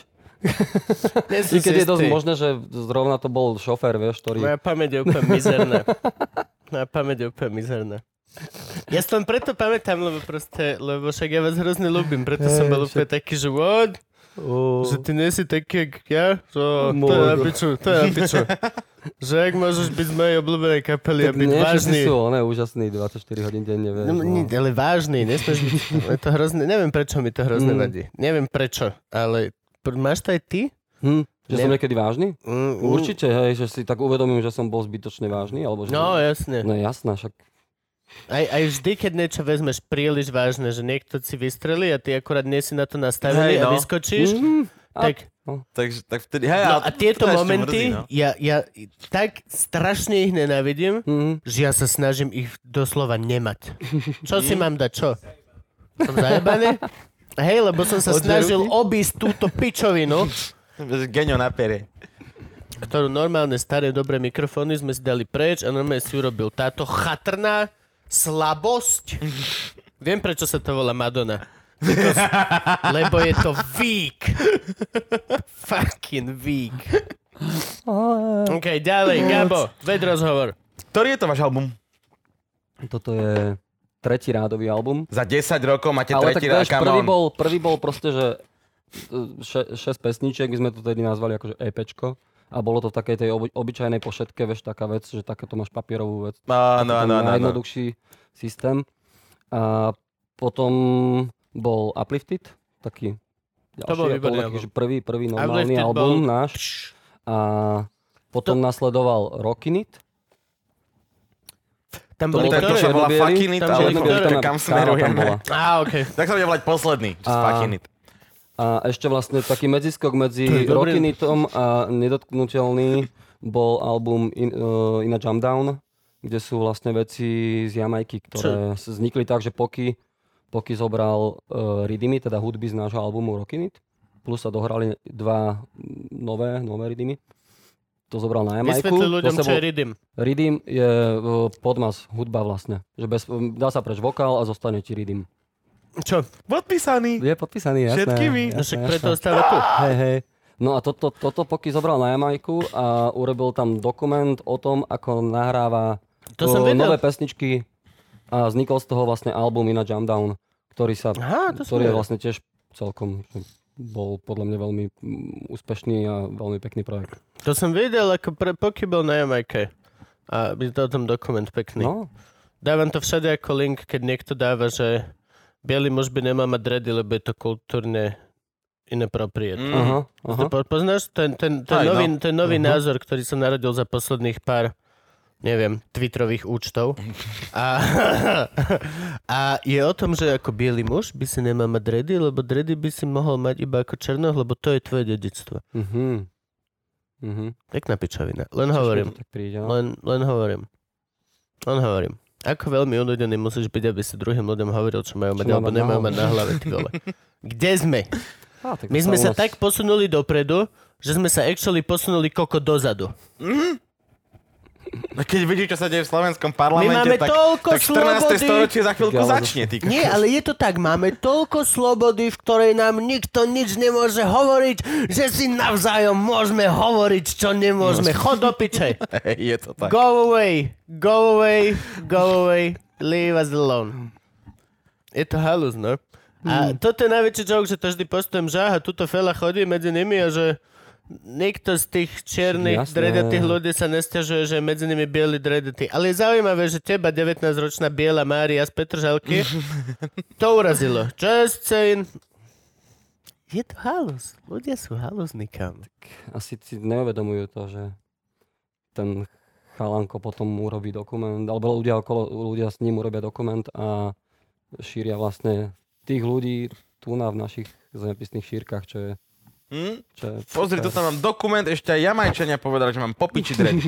Nie som
I keď
si
je dosť
istý.
možné, že zrovna to bol šofér, vieš, ktorý...
Moja pamäť je úplne mizerná. Moja pamäť je úplne mizerná. Ja si to len preto pamätám, lebo proste, lebo však ja vás hrozne ľúbim, preto som bol úplne taký, že what? Že ty nie si taký, jak ja? To, to je na
Môžu.
piču, to je na piču. Že jak môžeš byť z mojej obľúbenej kapely a
Tak
byť
nie,
vážny?
všetci sú, on je úžasný, 24 hodín denne, vieš.
No, nie,
No.
ale vážny, nesmieš byť, je to hrozné, neviem prečo mi to hrozne
Mm.
vadí. Neviem prečo, ale pr- máš to aj ty?
Hm, že som
Ne-
niekedy vážny?
Mm, mm.
Určite, hej, že si tak uvedomím, že som bol zbytočne vážny, alebo že...
No, jasne.
No jasná, však
Aj, aj vždy, keď niečo vezmeš príliš vážne, že niekto si vystrelí a ty akurát nie si na to nastavený a
Hej, no.
vyskočíš, tak
Takže tak vtedy... Hej,
No
ale
a tieto
to ešte
momenty,
mrzí, no.
ja, ja tak strašne ich nenávidím,
Mhm.
že ja sa snažím ich doslova nemať. Čo si mám dať, čo? Som zajebaný? Hej, lebo som sa
Od dve
snažil
ruky?
obísť túto pičovinu,
Genio na pere.
ktorú normálne staré dobré mikrofóny sme si dali preč a normálne si urobil táto chatrná slabosť. Viem, prečo sa to volá Madonna. Lebo je to weak. Fucking weak. OK, ďalej, Gabo, ved rozhovor.
Ktorý je to váš album?
Toto je tretí rádový album.
Za 10 rokov máte
Ale tak
tretí rád,
vieš, prvý
come on.
bol, prvý bol proste, že e, še, šesť pesničiek, my sme to tedy nazvali akože EPčko. A bolo to v takej tej oby, obyčajnej pošetke, vieš, taká vec, že takéto máš papierovú vec.
Áno, áno,
ten
áno, áno.
najjednoduchší systém. A potom bol Uplifted, taký ďalší,
bol
a
výborný
taký,
album.
že prvý, prvý normálny
Uplifted
album
bol-
náš. A potom nasledoval Rockin' It.
Tam
To
boli
bol
To je to,
ktoré?
čo volá
Černobiely,
Fucking It,
tam
ale
černobiely,
počkaj,
tam-
kam
tam
smerujeme.
bola.
Á, okej.
Tak sa bude volať posledný. Just
A-
Fucking It.
A ešte vlastne taký medziskok medzi
To je dobrý-
Rockinitom a Nedotknutelný bol album In, uh, In a Jump Down, kde sú vlastne veci z Jamajky, ktoré s- vznikli tak, že Poky, Poky zobral uh, Ridimy, teda hudby z nášho albumu Rockinit, plus sa dohrali dva mm, nové, nové Ridimy. To zobral na Jamajku.
Vysvetli ľuďom,
to sa
čo je
bol-
Ridim.
Ridim je uh, podmas, hudba vlastne. Že bez, um, dá sa preč vokál a zostane ti Ridim.
Čo?
Podpísaný.
Je podpísaný, jasné.
Všetkými.
No Však
jasné,
preto
jasné.
ostáva tu.
Hej, hej. No a toto, toto Poky zobral na Jamajku a urobil tam dokument o tom, ako nahráva
To som
o,
vedel.
nové pesničky a vznikol z toho vlastne album Ina Jump Down, ktorý sa,
Aha, to som
ktorý je
vedel.
vlastne tiež celkom bol podľa mňa veľmi mm, úspešný a veľmi pekný projekt.
To som videl, ako pre Poky bol na Jamajke. A je to tam dokument pekný.
No,
Dávam to všade ako link, keď niekto dáva, že bielý muž by nemal mať dredy, lebo je to kultúrne inappropriate.
Mm.
aha,
Mm.
aha.
Po, poznáš ten, ten, ten
Aj, no.
nový, ten nový
Mhm.
názor, ktorý sa narodil za posledných pár neviem, Twitterových účtov. A, a je o tom, že ako biely muž by si nemal mať dredy, lebo dredy by si mohol mať iba ako černoch, lebo to je tvoje dedictvo.
Mhm. Mhm.
Pekná pičovina. Len
Tiež mi
hovorím.
to Tak príde, no.
Len, len hovorím. Len hovorím. Ako veľmi unudený musíš byť, aby si druhým ľuďom hovoril, čo majú mať,
majú
alebo
mať na
nemajú
hlave.
mať na hlave, ty vole. Kde sme?
Á, tak
No, My
to
sme
u
sa
nás-
tak posunuli dopredu, že sme sa actually posunuli koko dozadu.
No Keď vidíš, čo sa deje v
My
slovenskom parlamente,
máme
tak,
toľko
tak 14.
slobody.
storočie za chvíľku
Galazo.
začne. Ty.
Nie, ale je to tak, máme toľko slobody, v ktorej nám nikto nič nemôže hovoriť, že si navzájom môžeme hovoriť, čo nemôžeme. Chod do piče.
Hej, Je to tak.
Go away, go away, go away, leave us alone. Je to halus, no. A toto je najväčší joke, že to vždy postujem, že aha, tuto fela chodí medzi nimi a že nikto z tých čiernych
Jasné.
dredatých ľudí sa nestiažuje, že je medzi nimi bieli dredatí. Ale je zaujímavé, že teba 19-ročná biela Mária z Petržalky to urazilo. Just saying. Je to halus. Ľudia sú halúzni, kam.
asi si neuvedomujú to, že ten chalanko potom urobí dokument, alebo ľudia, okolo, ľudia s ním urobia dokument a šíria vlastne tých ľudí tu na v našich zemepisných šírkach, čo je...
Hm?
Čo je
Pozri,
čo je-
tu mám dokument, ešte aj Jamajčania povedali, že mám popiči dready.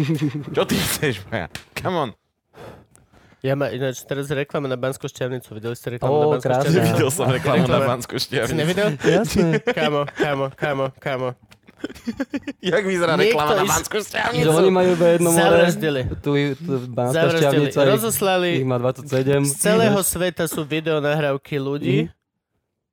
Čo ty chceš, moja? Come on.
Ja ma ináč teraz reklama na Banskú šťavnicu. Videli ste reklamu
Ó,
na Banskú
krásne.
šťavnicu?
Videl som reklamu na
Reklama.
Banskú
Si
šťavnicu.
nevidel?
Jasné.
Kamo, kamo, kamo, kamo.
Jak vyzerá
Niekto
reklama na
is-
Banskú
Že
šťavnicu?
oni majú iba jedno more,
Zavraždili.
tu, tu Banská
Zavraždili,
šťavnica, ich,
rozoslali.
ich má 27.
Z celého sveta sú videonahrávky ľudí,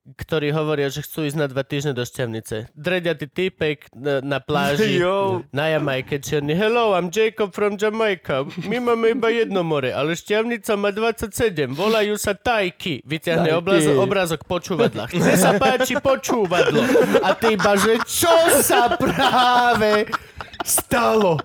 ktorí hovoria, že chcú ísť na dva týždne do Šťavnice. Dreďatý týpek na, na pláži,
Jo.
na Jamajke, čierny. Hello, I'm Jacob from Jamaica. My máme iba jedno more, ale Šťavnica má 27. Volajú sa Tajky. Vyťahne
Tajky.
obraz, obrázok počúvadla. Chce sa páči počúvadlo. A ty iba, že čo sa práve stalo?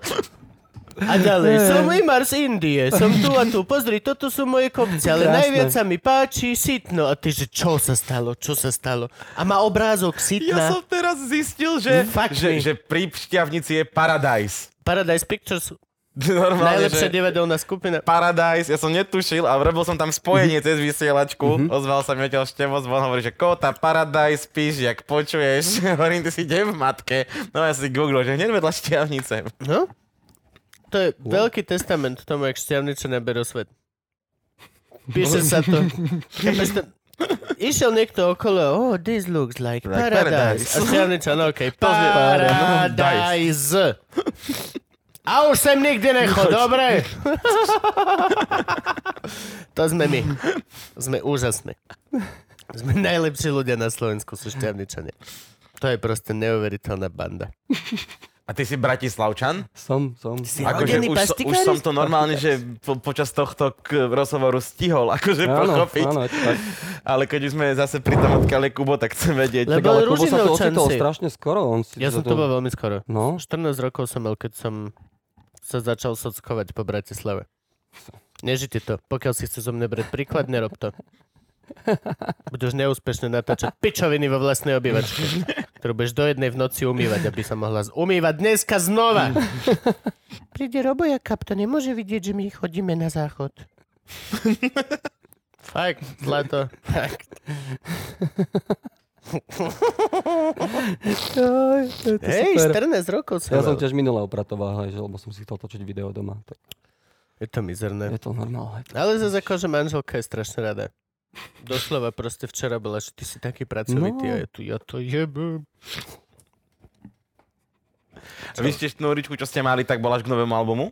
A ďalej, som Imar z Indie, som tu a tu, pozri, toto sú moje kopce, ale
Krásne.
najviac sa mi páči sitno. A ty, že čo sa stalo, čo sa stalo? A má obrázok
Ja
sitna.
som teraz zistil, že,
Fuck
že,
me.
že pri šťavnici je paradajs.
Paradise Pictures
Normálne,
Najlepšia
že
divadelná skupina.
Paradise, ja som netušil a robil som tam spojenie cez vysielačku. Ozval sa mi odtiaľ Števo zvon, hovorí, že Kota, Paradise, píš, jak počuješ. Hovorím, ty si kde v matke? No ja si googlil, že hneď vedľa šťavnice.
No? To je veľký testament tomu, jak šťavnice naberú svet. Píše sa to. Chápeš to? Išiel niekto okolo, oh, this looks like
Like
paradise.
paradise.
A šťavnica, no okej,
To sme-
paradise. A už sem nikdy nechod, dobre? to sme my. Sme úžasní. Sme najlepší ľudia na Slovensku, sú šťavničania. To je proste neuveriteľná banda.
A ty si Bratislavčan?
Som, som.
Akože
Hodení
už, so- už
pastikári?
som to normálne, že po, počas tohto k rozhovoru stihol, akože
Áno,
pochopiť.
áno, je to tak.
Ale keď už sme zase pri tom, odkiaľ je Kubo, tak chcem vedieť.
Tak
Lebo-
ale
Bol
Kubo sa to
Ružinovčan
ocitol
si.
strašne skoro. On si
Ja som
sa
to bol veľmi skoro.
No,
14 rokov som mal, keď som sa začal sockovať po Bratislave. Nežite to. Pokiaľ si chce zo mňa brať príklad, nerob to. Budeš neúspešne natáčať pičoviny vo vlastnej obývačke, ktorú budeš do jednej v noci umývať, aby sa mohla z- umývať dneska znova. Príde Roboja to nemôže vidieť, že my chodíme na záchod. Fakt, zlato. Fakt.
Aj, to je to
Hej,
super.
14 rokov som
Ja som
mal.
tiež minule upratoval, hej, že, lebo som si chcel točiť video doma. Tak
Je to mizerné.
je to normálne.
Ale zase akože manželka je strašne rada. Doslova proste včera bola, že ty si taký pracovitý no.
No.
a ja tu, ja to jebem.
Vy ste šnúričku, čo ste mali, tak bola až k novému albumu?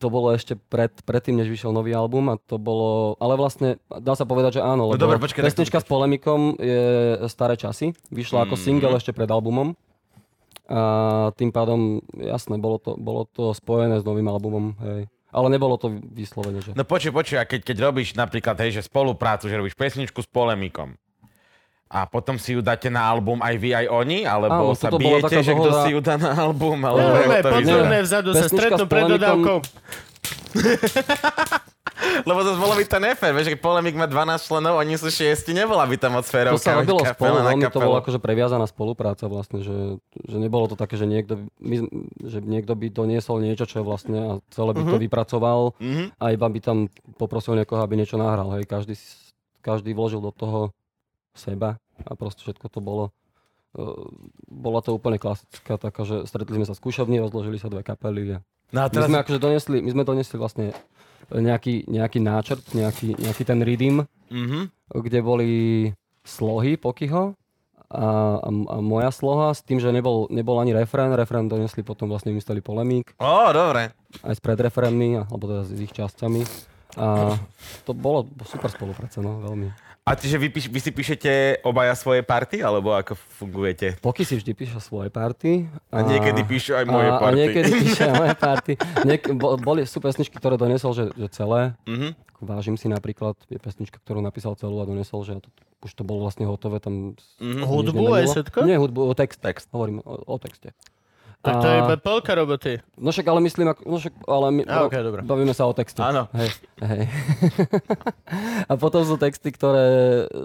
To bolo ešte pred, predtým, než vyšiel nový album a to bolo... Ale vlastne dá sa povedať, že áno,
No
lebo
dobre, počkaj, tak-
pesnička s polemikom je Staré časy. Vyšla
Mhm.
ako single ešte pred albumom. A tým pádom, jasné, bolo to, bolo to spojené s novým albumom, hej. Ale nebolo to vyslovene, že...
No počuj, počuj, a keď, keď robíš napríklad, hej, že spoluprácu, že robíš pesničku s polemikom, a potom si ju dáte na album aj vy, aj oni?
Áno,
Alebo sa
toto bola
bijete,
taká
že kto
dohoda.
si ju dá na album? Alebo
No, ne,
ako to vyzerá?
podľa vzadu sa
Pesnička
stretnú
s
pred
polemikom-
dodávkou.
Lebo zase bolo by to nefér, vieš, keď polemik má 12 členov, oni sú 6, nebola by tam atmosféra.
To sa robilo spolu, veľmi to bola akože previazaná spolupráca vlastne, že, že nebolo to také, že niekto, my, sme- že niekto by doniesol niečo, čo je vlastne a celé by to vypracoval
Mhm.
a iba by tam poprosil niekoho, aby niečo nahral, hej, každý, s- každý vložil do toho seba a proste všetko to bolo eh, bola to úplne klasická taká, že stretli sme sa skúšovní, rozložili sa dve kapely a
No
my
a teraz
sme akože donesli, my sme donesli vlastne nejaký, nejaký náčrt, nejaký, nejaký ten rhythm,
Mhm.
kde boli slohy Pokyho a, a, a moja sloha s tým, že nebol, nebol ani refrén. Refrén donesli potom vlastne vymysleli polemík
Ó, dobre.
aj s predrefrénmi, alebo teda s ich časťami. A to bolo super spolupráca, no veľmi.
A čiže vy, píš, vy si píšete obaja svoje party, alebo ako fungujete?
Poky si vždy píše svoje party.
A niekedy píšu aj moje
a,
party.
A niekedy píše aj moje party. Niek- bo, boli sú pesničky, ktoré donesol, že, že celé.
Mhm.
Vážim si napríklad, je pesnička, ktorú napísal celú a donesol, že to, už to bolo vlastne hotové, tam
Mhm.
Hudbu aj všetko?
Nie, hudbu, o text.
Text.
Hovorím o, o texte.
Tak to je iba polka roboty.
No však, ale myslím, ako, no však, ale my,
A, okej, dobre.
bavíme sa o texte.
Áno.
Hej, hej. a potom sú texty, ktoré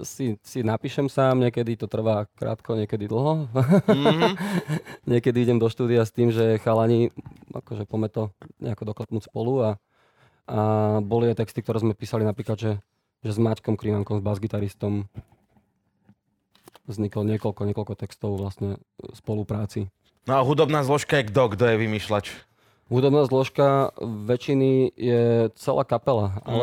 si, si napíšem sám, niekedy to trvá krátko, niekedy dlho. niekedy idem do štúdia s tým, že chalani, akože poďme to nejako doklepnúť spolu a, a boli aj texty, ktoré sme písali napríklad, že, že s Maťkom Krivankom, s basgitaristom vzniklo niekoľko, niekoľko textov vlastne e, spolupráci.
No a hudobná zložka je kto? Kto je vymýšľač?
Hudobná zložka väčšiny je celá kapela,
Mhm.
ale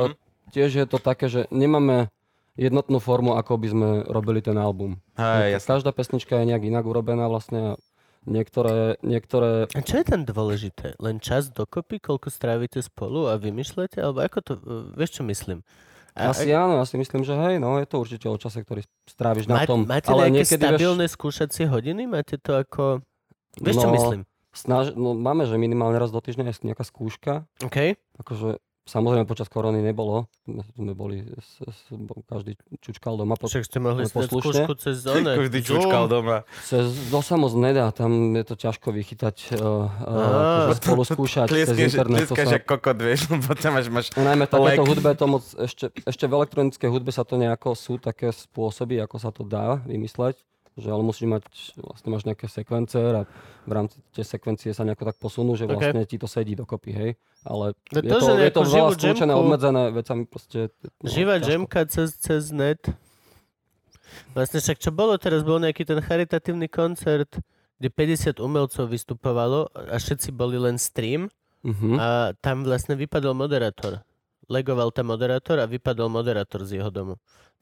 tiež je to také, že nemáme jednotnú formu, ako by sme robili ten album.
Hej, jasné.
Každá pesnička je nejak inak urobená vlastne a niektoré, niektoré
A čo je tam dôležité? Len čas dokopy, koľko strávite spolu a vymýšľate? Alebo ako to... Vieš, čo myslím? A,
asi áno, ja si myslím, že hej, no je to určite o čase, ktorý stráviš
ma-
na tom.
máte
ale
nejaké
vieš,
stabilné skúšacie hodiny? Máte to ako... Vieš, čo
No.
myslím?
snaž, no, máme, že minimálne raz do týždňa je nejaká skúška,
OK.
akože samozrejme počas korony nebolo, my sme boli, s, s, každý čučkal doma, po,
Však ste mohli
ale
snať
poslušne.
skúšku cez zóne.
Každý čučkal doma.
Cez, to sa moc nedá, tam je to ťažko vychytať,
Á.
uh, uh, akože spolu skúšať cez
Tlieskeš,
internet. To
tlieskeš
sa,
jak kokot, vieš, lebo tam máš, máš
a najmä v takéto
lek.
hudbe to moc, ešte, ešte v elektronickej hudbe sa to nejako, sú také spôsoby, ako sa to dá vymysleť. že ale musíš mať, vlastne máš nejaké sekvencer a v rámci tej sekvencie sa nejako tak posunú, že
OK.
vlastne ti to sedí dokopy, hej. Ale
No
je
to,
to,
že
je to
nejakú
veľa
živú
skúčené,
džemku-
obmedzené vecami proste. no,
Živá
ťažko.
džemka cez, cez net. Vlastne však čo bolo teraz, bol nejaký ten charitatívny koncert, kde 50 umelcov vystupovalo a všetci boli len stream
Mhm.
a tam vlastne vypadol moderátor. Legoval tam moderátor a vypadol moderátor z jeho domu.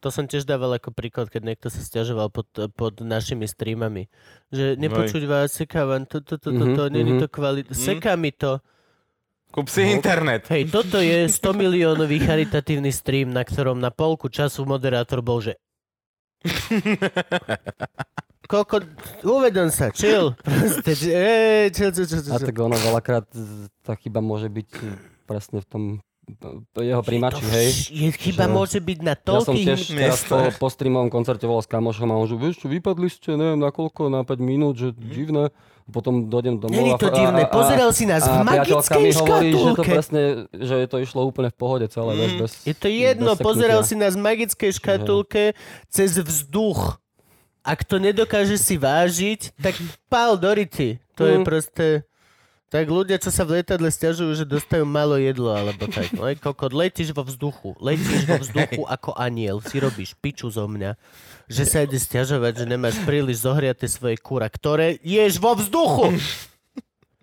To som tiež dával ako príklad, keď niekto sa stiažoval pod, pod našimi streamami. Že nepočuť vás, seká vám to, to, to, to, to,
Mhm,
není
mhm.
to kvalita, seká mi to.
Kúp si
No.
internet.
Hej, toto je 100 miliónový charitatívny stream, na ktorom na polku času moderátor bol, že... Koľko... Uvedom sa, chill. Proste, či- ej, chill, chill, chill,
A
chill.
tak ono veľakrát z- tá chyba môže byť presne v tom e, jeho
To
príjimači, hej.
vš- Je, chyba
Že-
môže byť na
Ja som
toľkých...
tiež teraz po,
miestach.
po streamovom koncerte volal s kamošom a on že, vieš čo, vypadli ste, neviem, na koľko, na 5 minút, že divné. Potom dojdem domov
Mhm. Není
a-
to
a-
divné,
a- a-
pozeral si nás v
a priateľka
magickej
mi hovorí, že to
škatulke. Mhm.
presne, že to išlo úplne v pohode celé, mm. vieš, bez,
Je to jedno,
bez seknutia.
pozeral si nás v magickej škatulke cez vzduch. Ak to nedokáže si vážiť, tak pál do rity. To je
Mm.
proste... Tak ľudia, čo sa v lietadle stiažujú, že dostajú málo jedlo, alebo tak. No, aj kokot, letíš vo vzduchu. Letíš vo vzduchu ako aniel. Si robíš piču zo mňa. Že sa ide stiažovať, že nemáš príliš zohriate svoje kura, ktoré ješ vo vzduchu.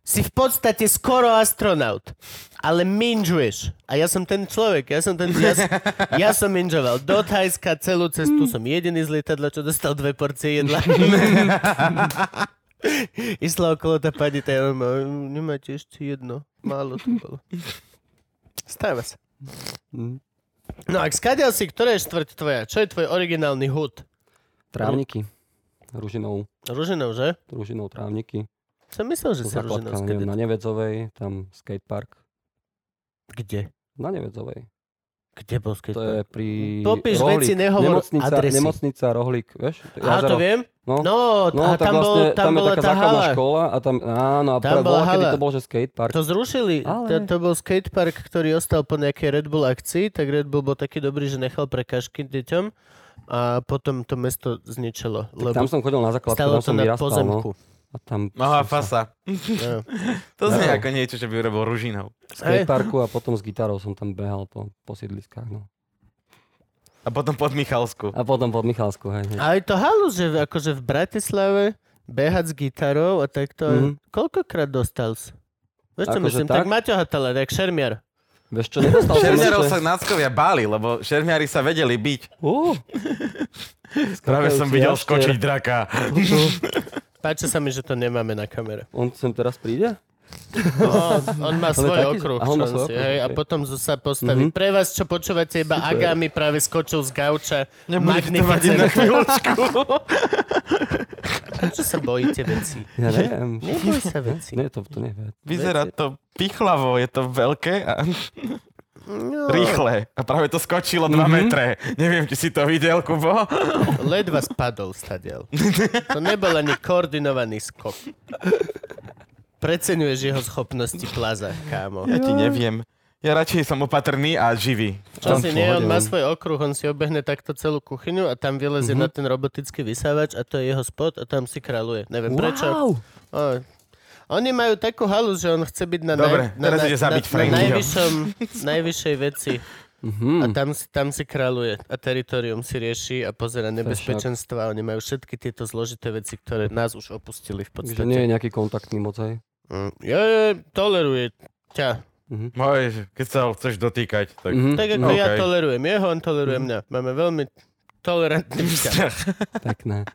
Si v podstate skoro astronaut. Ale minžuješ. A ja som ten človek. Ja som ten... Ja, som- ja som minžoval do Thajska celú cestu. Som jediný z lietadla, čo dostal dve porcie jedla. Išla okolo tá pani, tá ja normálne, "Mm, nemáte ešte jedno. Málo to bolo. Stáva sa.
Mm.
No a skadial si, ktorá je štvrť tvoja? Čo je tvoj originálny hud?
Trávniky. Ružinou,
Ružinou, že?
ružinou trávniky.
Som myslel, že
Tu
si Ružinou
Základka, neviem, na
skadial.
Nevedzovej, tam skatepark.
Kde?
Na Nevedzovej.
Kde bol skadial?
To je pri
Popíš
Rohlík.
veci, nehovor
nemocnica,
adresy.
nemocnica, Rohlík, vieš? je
Á, to viem.
No,
No,
no
a
tak
tam, bol,
vlastne,
tam,
tam je
bola
taká
tá
základná
hala.
škola a tam, áno, a
Tam
tam
bola
bola kedy
hala.
to bol, že skatepark.
To zrušili.
Ale-
Ale... To, to bol skatepark, ktorý ostal po nejakej Red Bull akcii, tak Red Bull bol taký dobrý, že nechal prekažky deťom a potom to mesto zničilo,
Tak
lebo
tam som chodil na základku,
stalo
tam
to
som
na
vyrastal, no.
pozemku.
A tam
Aha,
som sa
fasa.
No.
To znie
No.
ako niečo, čo by urobil Ružinov.
v skateparku a potom s gitarou som tam behal po, po sídliskách, no.
A potom pod Michalsku.
A potom pod Michalsku, hej. hej.
A je to halus, že v- akože v Bratislave behať s gitarou a takto. Mm.
Mhm.
Koľkokrát dostal si? Vieš čo
Akože
myslím? Tak,
tak?
tak Maťo Hatala, jak šermiar.
Vieš čo, nedostal som
Šermiarov
ešte-
sa náckovia báli, lebo šermiari sa vedeli byť.
Ó.
Práve som
Skákajúci
videl
jašter.
skočiť draka.
Páči sa mi, že to nemáme na kamere.
On sem teraz príde?
No, on má svoj
taký-
okruh,
a on má
čo
svoj
si,
okruh,
hej, a
hej. Mhm.
potom zo- sa postaví. Pre vás, čo počúvate, iba Agami práve skočil z gauča. Magnificent. Čo sa bojíte veci?
Ja neviem.
Neboj sa veci.
Nie, to, to nevie.
Vyzerá to pichlavo, je to veľké a
No,
rýchle. A práve to skočilo 2
Mhm.
metre. Neviem, či si to videl, Kubo.
ledva spadol stadiel. To nebol ani koordinovaný skok. Preceňuješ jeho schopnosti plaza, kámo.
Ja ti neviem. Ja radšej som opatrný a živý.
Čo
Tam
si
v
nie, on
pohode,
má
no.
svoj okruh, on si obehne takto celú kuchyňu a tam vylezie
Mhm.
na ten robotický vysávač a to je jeho spot a tam si kráľuje. Neviem prečo. O, oni majú takú halu, že on chce byť na,
Dobre,
na,
teraz
na,
ide
na,
zabiť
na
Frankyho.
najvyššom, najvyššej veci.
Mhm.
A
Hmm.
tam, si- tam si kráľuje a teritorium si rieši a pozera nebezpečenstva. Oni majú všetky tieto zložité veci, ktoré nás už opustili v
Takže
podstate.
nie je nejaký kontaktný moc, hej.
Mm, Je, je, toleruje ťa.
Môj, keď sa ho chceš dotýkať, tak...
Mhm.
Tak ako ja
OK.
tolerujem jeho, on toleruje
Mm.
mňa. Máme veľmi tolerantný vzťah.
Pekné.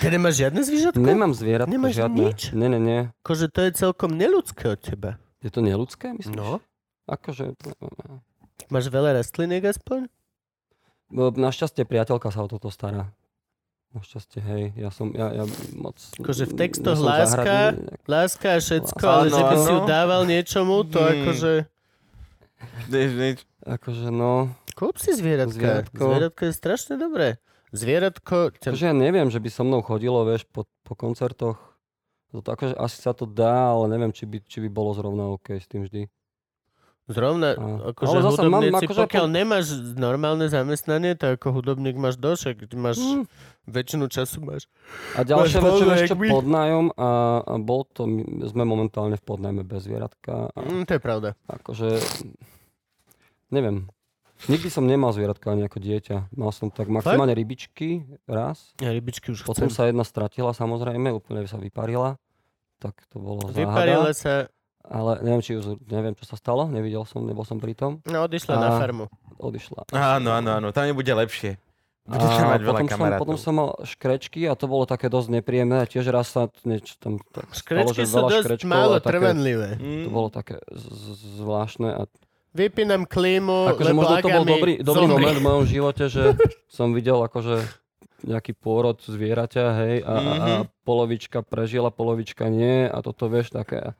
Ty nemáš žiadne zvířatko?
Nemám zvieratko
Nemáš
žiadne.
nič?
Ne, ne, ne.
Akože to je celkom neludské od teba.
Je to neludské, myslíš?
No.
Akože...
Máš veľa rastliniek aspoň?
No, Našťastie priateľka sa o toto stará. Našťastie, hej, ja som, ja, ja moc...
Akože v textoch
nie som
láska,
záhradný, nejak-
láska a všetko,
Áno,
ale že by si ju
áno.
dával niečomu, to
Hmm.
akože...
Vieš, nič.
Akože no,
Kúp si zvieratka.
Zvieratko.
Zvieratko je strašne dobré. Zvieratko... Ťa...
akože ja neviem, že by so mnou chodilo, vieš, po, po koncertoch. To, akože asi sa to dá, ale neviem, či by, či by bolo zrovna OK s tým vždy.
Zrovna,
Áno.
akože
Ale zase mám
hudobníci,
akože
pokiaľ nemáš normálne zamestnanie, tak ako hudobník máš došek, ty máš
Mm.
väčšinu času máš.
A ďalšia
Máš
vec, čo
voľno,
ešte
jak my.
podnájom a, a bol to, my sme momentálne v podnajme bez zvieratka a
Mm, to je pravda.
akože, neviem, nikdy som nemal zvieratka ani ako dieťa. Mal som tak maximálne rybičky raz,
Ja rybičky už chcem.
potom sa jedna stratila samozrejme, úplne sa vyparila, tak to bolo
Vyparila sa,
záhada. Ale neviem, či už, neviem, čo sa stalo, nevidel som, nebol som pri tom,
no odišla na
A-
farmu.
odišla.
Áno, áno, áno, tam mi bude lepšie. Budete
A
mať veľa
potom som,
kamarátov.
potom som mal škrečky a to bolo také dosť nepríjemné. Tiež raz sa t- niečo tam tak stalo,
Škrečky
že
sú
veľa
dosť
škrečkov
málo
a také, Hm.
trvanlivé.
To bolo také z- z- zvláštne. A,
Vypínam klímu,
akože
lebo
možno to bol
agami
dobrý, dobrý
zomri.
moment v mojom živote, že som videl akože nejaký pôrod zvieraťa, hej, a, a, a
Mhm.
polovička prežila, polovička nie a toto vieš také.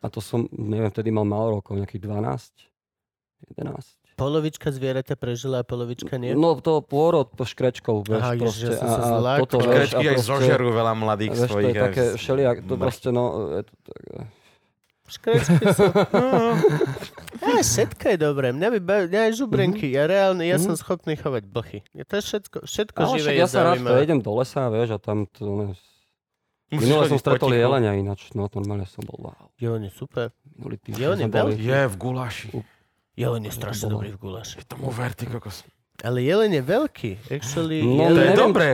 A to som, neviem, vtedy mal málo rokov, nejakých 12, 11.
Polovička zvieraťa prežila a polovička nie.
No to pôrod po škrečkov, vieš,
Aha, ježiš,
proste.
ja som sa
a, a
zlákol.
toto, vieš, a
Škrečky aj
proste,
zožerú veľa mladých
vieš, to je
svojich. aj
také
z-
všelijak, to
mŕtvych.
proste, no, je to, tak,
Škrečky sú...
No,
Ja, všetko je dobré. Mňa by bav... Ja aj
Mhm.
žubrenky. Ja reálne, ja som schopný chovať blchy. Ja to je všetko, všetko
ale
živé
však
je
ja sa rád
zaujímavé.
prejdem do lesa, vieš, a tam to, ne,
Musíš
minule som
chodiť
stretol
potichu.
jelenia ináč, no, normálne som bol, wow,
Jelene, super.
minulý týždeň
Jelene
sme
bol?
boli.
Je v gulaši.
Jelene
Mhm.
je strašne
Bolo.
dobrý v
Mhm.
gulaši.
Tomu ver, ty kokos.
Ale jelen je veľký. Actually,
No,
To je
jelen...
neviem,
dobré,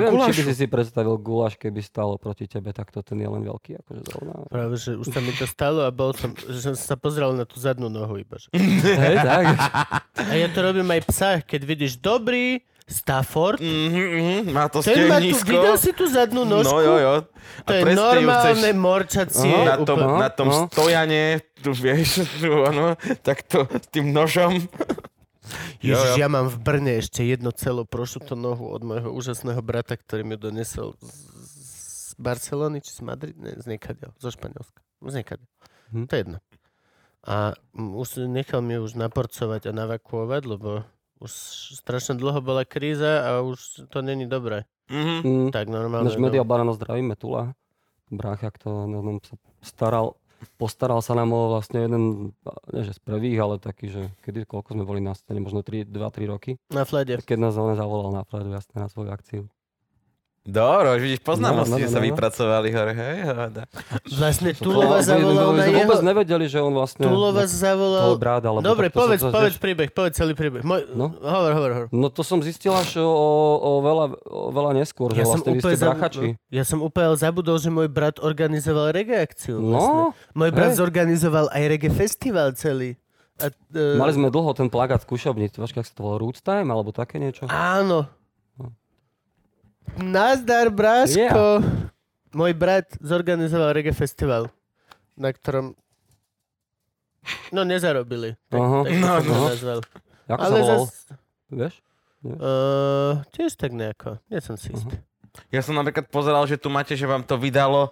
Neviem, či by
gulašu.
si si predstavil guláš, keby stalo proti tebe, takto ten je len veľký, akože zrovna.
Práve, že už sa mi to stalo a bol som, že som sa pozrel na tú zadnú nohu iba. Že.
Hej, tak.
A ja to robím aj psách, keď vidíš dobrý Stafford,
Mhm, mhm, Má to
ten má tu,
stehnisko.
videl si tú zadnú nožku?
No jo, jo.
To je
presne ju
normálne morčacie.
na tom,
úplne.
na tom
no.
stojane, tu vieš, tu ono, takto s tým nožom.
Ježiš,
Jo, jo.
ja mám v Brne ešte jedno celo prošuto nohu od môjho úžasného brata, ktorý mi ju donesol z, z Barcelony, či z Madrid, ne, z niekadeľ, zo Španielska. Z niekadeľ.
Hm.
To je jedno. A mm, už nechal mi ju už naporcovať a navakuovať, lebo už strašne dlho bola kríza a už to není dobré.
Mhm.
Mm.
Tak no. normálne.
Náš media barano zdravíme Tula. Brácha, kto na nám sa staral, postaral sa nám o vlastne jeden, nie že z prvých, ale taký, že kedy, koľko sme boli na scéne, možno 2-3 roky.
Na flade.
Keď nás len zavolal na Pradu, jasne, na svoju akciu.
Dobro, už
No,
vidíš,
no,
poznámosti
no,
sa
no.
vypracovali hore, hej, hada.
Vlastne
To bolo-
Tulova zavolal na
my sme
jeho...
vôbec nevedeli, že on vlastne...
Tulova
toho
zavolal...
bráda, alebo
Dobre,
tak to sa
povedz,
to tiež-
povedz príbeh, povedz celý príbeh. Moj...
No.
Hovor, hovor, hovor.
No to som zistil až o, o, veľa, o veľa neskôr, že vlastne vy ste
zabu-
brachači.
ja som úplne zabudol, že môj brat organizoval reggae akciu. Vlastne.
No,
Môj brat
hej.
zorganizoval aj reggae festival celý. A, e,
mali sme dlho ten plagát v skúšobni, to vaška, ak sa to volalo Roots Time, alebo také niečo.
Áno.
No.
Nazdar, bráško. Môj brat zorganizoval reggae festival, na ktorom... No, nezarobili. Tak,
Aha.
tak to
No,
som to
no.
nazval.
Ako sa
Ale
volal,
zas,
vieš?
e, tiež tak nejako. Nie som si istý.
Ja som napríklad pozeral, že tu máte, že vám to vydalo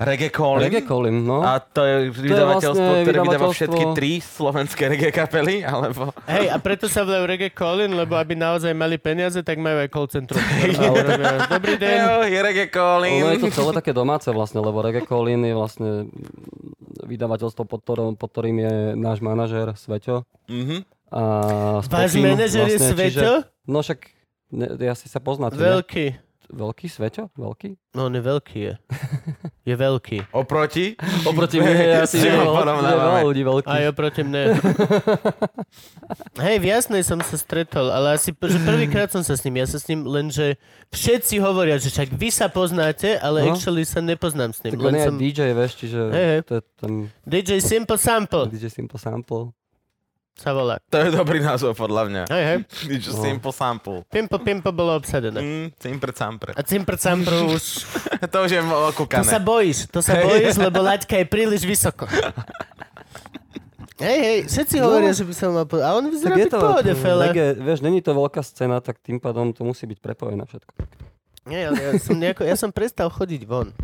Reggae Calling.
Reggae Colin, no.
A to je vydavateľstvo,
vlastne
ktoré vydáva
vydavateľstvo-
všetky tri slovenské reggae kapely, alebo...
Hej, a preto sa volajú Reggae Colin, lebo aby naozaj mali peniaze, tak majú aj call centrum. ktoré urobia, Dobrý deň.
Jo, je Reggae Calling.
Ono No, je to celé také domáce vlastne, lebo Reggae Colin je vlastne vydavateľstvo, pod ktorým, pod ktorým je náš manažér Sveťo.
Mhm.
A
Váš
Spokin
manažer je
vlastne, čiže-
Sveťo?
No však, ne, asi sa poznáte, ne?
Veľký.
Veľký Sveťo? Veľký?
No on je veľký je. Je veľký.
Oproti?
Oproti mne je asi
Si ho
veľa-
porovnávame.
veľa ľudí veľký.
Aj oproti mne. Hej, v jasnej som sa stretol, ale asi pr- že prvýkrát som sa s ním. Ja sa s ním len, že všetci hovoria, že však vy sa poznáte, ale
No.
actually sa nepoznám s
Tak
ním.
on
Len
je aj
som
DJ, vieš, čiže
Hej, hej.
to je ten
DJ Simple Sample
DJ Simple Sample.
sa volá.
To je dobrý názov, podľa mňa.
Hej, hej.
Nič,
No.
Simple Sample.
Pimpo Pimpo bolo obsadené.
Mm, Simpre Sampre.
A Simple Sample už
To už je
To sa
okúkané.
bojíš, to sa
Hej.
bojíš, lebo laťka je príliš vysoko. Hej, hej, všetci
No.
hovoria, že by som mal... Po... A on vyzerá byť v pohode, fele.
reggae, vieš, není to veľká scéna, tak tým pádom to musí byť prepojené všetko.
Nie, ale ja som, nejako, ja som prestal chodiť von.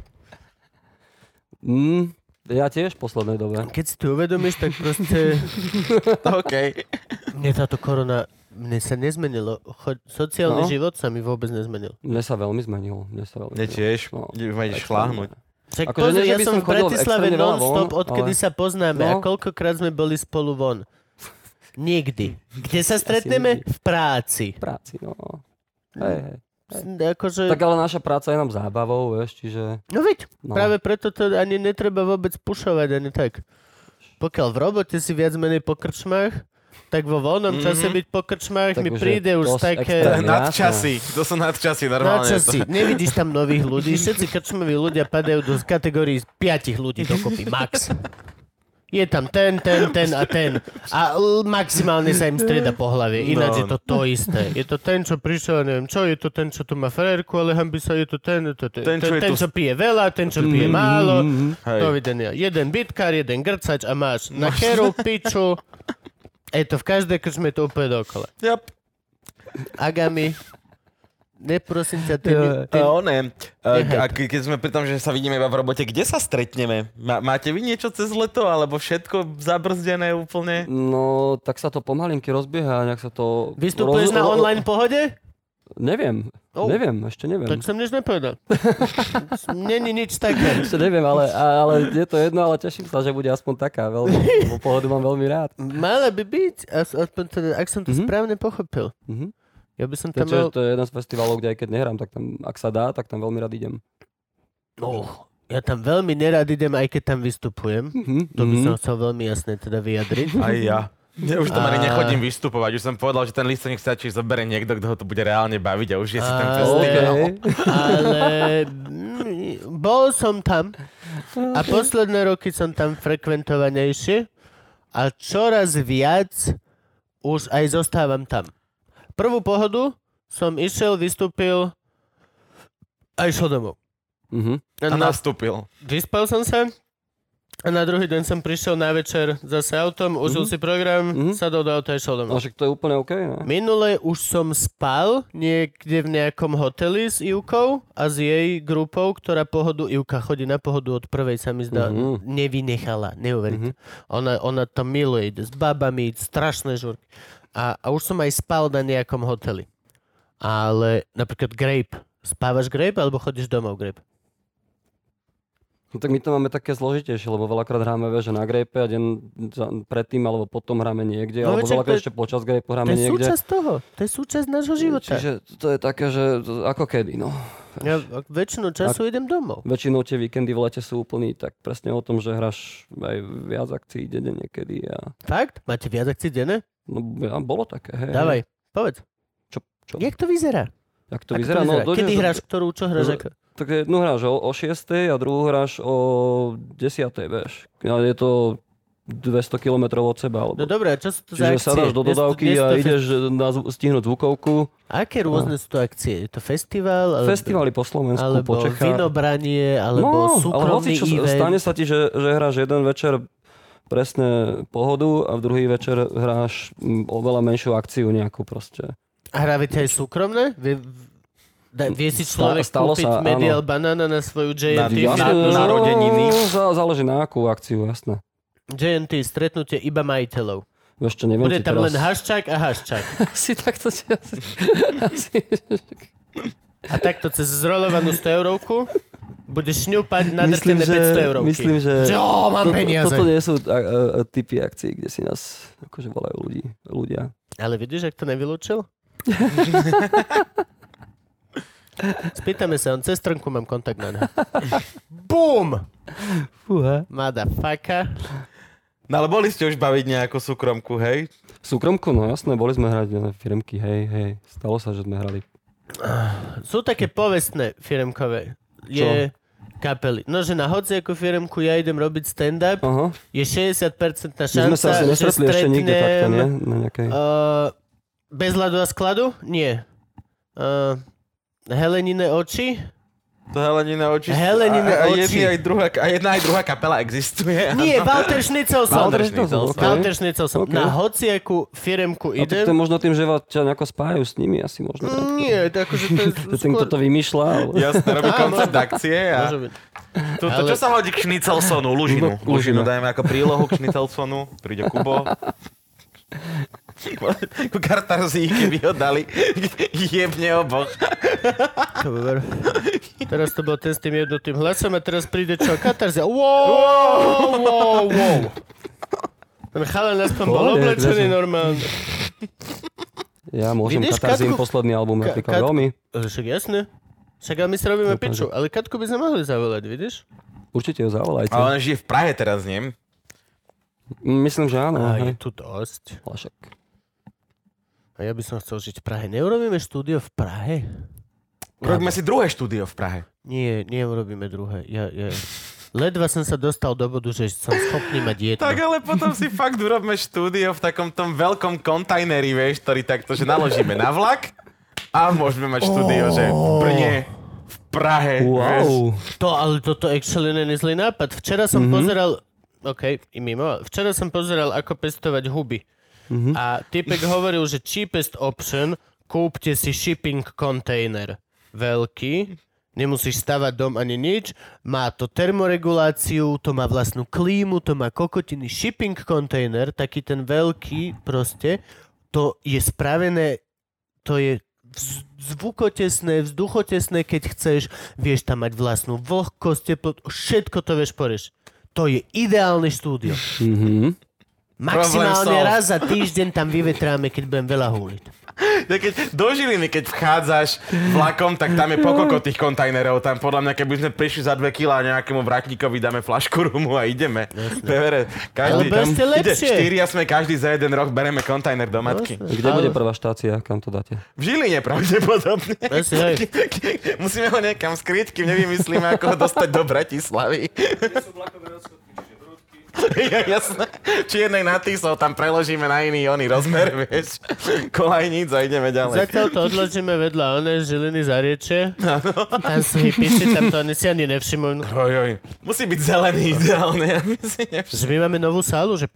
Mm, ja tiež v poslednej dobe.
Keď si to uvedomíš, tak proste...
OK.
Mne táto korona... Mne sa nezmenilo. Cho- sociálny
No.
život sa mi vôbec nezmenil.
Mne sa veľmi zmenilo. Mne sa veľmi
Mne tiež.
No.
Budeš šláhnuť.
Však
Akože
pozri,
nie, že
ja
by
som
som
v
chodil
Bratislave
extrémne veľa von,
non-stop, odkedy
ale-
sa poznáme a
No.
koľkokrát sme boli spolu von. Nikdy. Kde sa stretneme?
nikdy.
V práci.
v práci, no.
Mm.
Hej, hej.
Akože...
Tak ale naša práca je nám zábavou, vieš, čiže...
No veď, no.
No.
práve preto to ani netreba vôbec pušovať, ani tak. Pokiaľ v robote si viac menej po krčmách, tak vo voľnom mm-hmm. čase byť po krčmách
Mhm. Tak
mi
už je
príde už
dosť
také...
extra.
Nadčasy, to sú nadčasy normálne.
Načasy. No, Nevidíš tam nových ľudí. Všetci krčmoví ľudia padajú do kategórií z piatich ľudí dokopy. Max. Je tam ten, ten, ten a ten. A l- maximálne sa im strieda po hlave. Ináč no. je to to isté. Je to ten, čo prišiel, neviem čo, je to ten, čo tu má frérku, ale hambi sa, je to ten, je to ten, ten,
Ten, čo je
ten,
tu-
čo pije veľa, ten, čo pije málo.
Hej.
Dovidenia. Jeden bitkár, jeden grcač a máš na keru, piču. Je to v každej krčme je to úplne dokola.
Yep.
Agami, neprosím ťa, ty, mi-
Ty...
ty,
Eh, Oné, a,
Nehaj
a ke- keď sme pri tom, že sa vidíme iba v robote, kde sa stretneme? Má, máte vy niečo cez leto, alebo všetko zabrzdené úplne?
No, tak sa to pomalinky rozbieha, nejak sa to...
Vystupuješ na online pohode?
Neviem,
Oh.
neviem, ešte neviem.
Tak som nič nepovedal. Není nič také.
Ešte neviem, ale, ale je to jedno, ale teším sa, že bude aspoň taká. Veľmi, lebo pohodu mám veľmi rád.
Mala by byť, as- aspoň teda, ak som to mm-hmm. správne pochopil.
Mhm.
Ja by som tam
Keďže
mal...
to je jeden z festivalov, kde aj keď nehrám, tak tam, ak sa dá, tak tam veľmi rád idem.
Oh, ja tam veľmi nerad idem, aj keď tam vystupujem.
Mhm,
To by
mhm.
som chcel veľmi jasne teda vyjadriť.
Aj ja. Ja už tam
A-
ani nechodím vystupovať, už som povedal, že ten list sa nech stačí zoberie niekto, kto ho to bude reálne baviť a už je si ten
A- Oh.
festival.
OK.
Ale mm, bol som tam a posledné roky som tam frekventovanejšie a čoraz viac už aj zostávam tam. Prvú pohodu som išiel, vystúpil a išiel domov.
Mhm.
A
Na,
nastúpil.
vyspal som sa a na druhý deň som prišiel na večer zase autom, užil si program,
Mhm.
sadol do auta a išiel
No
domov.
však to je úplne OK, no. ne?
Minule už som spal niekde v nejakom hoteli s Ivkou a s jej grupou, ktorá pohodu, Ivka chodí na pohodu od prvej, sa mi zdá,
Mhm.
mm-hmm. nevynechala, neuveriteľne. Mm-hmm. Ona, ona to miluje, ide s babami, strašné žurky. A, a už som aj spal na nejakom hoteli. Ale napríklad Grape. Spávaš Grape alebo chodíš domov Grape?
No tak my to máme také zložitejšie, lebo veľakrát hráme vieš, že na grejpe a deň za- predtým alebo potom hráme niekde,
No
alebo
veď však
veľakrát
to je-
ešte počas grejpu
To
hráme
je
niekde.
súčasť toho. To je súčasť nášho života.
Čiže to je také, že to- ako kedy, no.
Ja väčšinu času idem domov.
Väčšinou tie víkendy v lete sú úplný tak presne o tom, že hráš aj viac akcií denne niekedy a
Fakt? Máte viac akcií denne?
no, ja- bolo také, hej.
Dávaj, povedz.
Eh. Čo, čo?
Jak to vyzerá?
Jak to
Ako
vyzerá? No, dojdeš
Kedy
do-
hráš ktorú, čo hráš? ako?
Tak jednu hráš o, o 6 a druhú hráš o 10, vieš. A je to 200 km od seba. Alebo...
No dobré, a čo sú to za
Čiže
akcie?
sa dáš
Dnes to-
do dodávky
dnes to
a
fes-
ideš eh, na, zv- stihnúť zvukovku.
Aké rôzne sú to akcie? Je to festival? Alebo,
Festivaly po Slovensku,
Alebo
po Čechách. No,
vinobranie, alebo
ale hoci,
súkromný
čo, sa-
event.
stane sa ti, že, že hráš jeden večer presne pohodu a v druhý večer hráš mm, oveľa menšiu akciu nejakú proste.
Hrávate aj súkromné? Vie, da, vie si
Sta-
človek
stalo
kúpiť
sa, áno.
medial banana na svoju
Na-
JNT,
na-
stretnutie-
na- narodeniny.
Zá, no, záleží na akú akciu, jasné.
JNT stretnutie iba majiteľov.
Ešte neviem
Bude
ti
tam
teraz...
len haščák a haščák.
Asi takto ti asi... asi...
A takto cez zrolovanú 100 eurovku budeš šňupať na
Myslím,
drtené
že-
500 eurovky.
myslím, že-
Čo, mám peniaze.
Toto nie sú a, a, a, typy akcií, kde si nás akože volajú ľudí, ľudia.
Ale vidíš, ak to nevylúčil? Spýtame sa, on cez trnku mám kontakt na neho. Boom!
Fúha.
Motherfucker.
No ale boli ste už baviť nejakú súkromku, hej?
Súkromku, no jasné, boli sme hrať na firmky, hej, hej. Stalo sa, že sme hrali.
Sú také povestné firemkové. Je kapely. No, že na hociakú firemku ja idem robiť stand-up,
Aha.
je 60%
No. My
šanca,
sme sa asi
že
nestretli ešte nikde takto, nie?
stretnem
Na nejakej...
Uh, bez ľadu a skladu? Nie. Uh, Helenine oči?
To Helenine oči.
Helenine
a, a,
oči.
jedný, aj druhá, a jedna aj druhá kapela existuje.
Nie, Walter Šnicel som.
Walter Schnitzel, ok.
Walter Schnitzel som.
Ok.
Na hociakú firemku
A tak to je
idem.
možno tým, že vás ťa nejako spájajú s nimi, asi možno.
Mm, Nie, to akože to je
Že ten, kto to
skôr...
vymýšľa, alebo...
Jasne, robí
Áno.
koncert akcie a...
Môže byť.
Tuto,
Ale-
Čo sa hodí k Šnicelsonu? Lužinu.
Lužinu.
Lužinu dajme ako prílohu k Šnicelsonu. Príde Kubo. Ku kartarzíky by ho dali. Jebne oboch.
Dobre. Teraz to bol ten s tým jednotým hlasom a teraz príde čo? Katarzia. Wow, wow, wow. Ten chalan aspoň bol
Pohode,
oblečený
kdeže.
normálne.
Ja môžem
Vidíš,
Katarzín
Katku?
posledný album
Ka-
napríklad
Katku?
veľmi.
Ale E, však jasne. Však ale my si robíme
Úplne.
piču, ale Katku by sme mohli zavolať, vidíš?
Určite ho zavolajte. Mm,
Ale on žije v Prahe teraz, nie?
Myslím, že áno.
A je
hej.
tu dosť.
Ale však
A ja by som chcel žiť v Prahe. Neurobíme štúdio v Prahe?
Robíme si druhé štúdio v Prahe.
Nie, neurobíme druhé. Ja, ja... Ledva som sa dostal do bodu, že som schopný mať dieťa.
Tak ale potom si fakt urobme štúdio v takom tom veľkom kontajneri, vieš, ktorý takto, že naložíme na vlak a môžeme mať štúdio, že v Brne, v Prahe, vieš.
Wow.
To, ale toto actually není zlý nápad. Včera som mm-hmm. pozeral, OK, i mimo, včera som pozeral, ako pestovať huby.
Mhm.
Mm-hmm. A typek hovoril, že cheapest option, kúpte si shipping container. Veľký, nemusíš stavať dom ani nič, má to termoreguláciu, to má vlastnú klímu, to má kokotiny. Shipping container, taký ten veľký proste, to je spravené to je vz- zvukotesné, vzduchotesné, keď chceš, vieš tam mať vlastnú vlhkosť, teplotu, všetko to vieš poreš. To je ideálne štúdio.
Mhm.
Maximálne
solved.
raz za týždeň tam vyvetráme, keď budem veľa húliť.
Ja keď do Žiliny, keď vchádzaš vlakom, tak tam je pokoko tých kontajnerov. Tam podľa mňa, keby sme prišli za dve kilá nejakému vratníkovi, dáme flašku rumu a ideme. Pevere,
Ale
každý,
bude ešte
ide,
lepšie.
štyria sme každý za jeden rok, bereme kontajner do matky.
Kde
Ale-
bude prvá štácia, kam to dáte?
V Žiline pravdepodobne.
Asi, hej.
Musíme ho niekam skryť, kým nevymyslíme, ako ho dostať do Bratislavy. Ja, jasné. Čiernej na Tisov tam preložíme na iný oný rozmer, vieš. Kolajnic a ideme ďalej.
Zatiaľ to odložíme vedľa one žiliny za riečie. Tam sú hypiči, tam to oni si ani nevšimnú.
Oj, oj. Musí byť zelený ideálne, aby si nevš-
Že my máme novú sálu, že...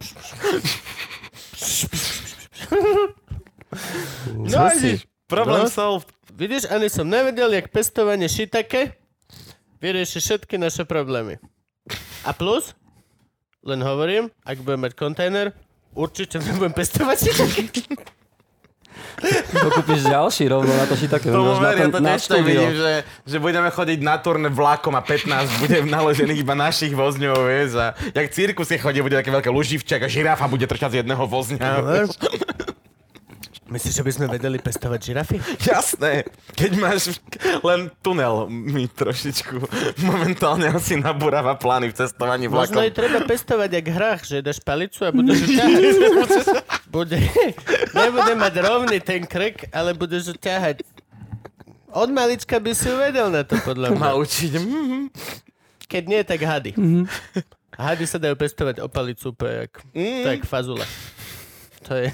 No, vidíš,
Problém
No.
solved.
Vidíš, ani som nevedel, jak pestovanie šitake vyrieši všetky naše problémy. A plus, len hovorím, ak budem mať kontajner, určite nebudem pestovať šitake.
To kúpiš ďalší rovno na to si také.
Tomu
na
verím,
ten,
to
na
tiež tak vidím,
štúdio.
že, že budeme chodiť na turné vlakom a 15 bude naložených iba našich vozňov, vieš, a jak cirkus je chodí, bude také veľké luživčak a žirafa bude trčať z jedného vozňa.
No,
Myslíš, že by sme vedeli pestovať žirafy?
Jasné, keď máš len tunel mi trošičku momentálne asi nabúrava plány v cestovaní
Možno je
vlakom.
treba pestovať jak hrách, že dáš palicu a budeš ju ťahať. Bude, nebude mať rovný ten krk, ale budeš ju ťahať. Od malička by si uvedel na to, podľa mňa.
Ma učiť. mhm.
Keď nie, tak hady. Mm-hmm. Hady sa dajú pestovať o palicu, úplne jak, mm. tak fazula. To je...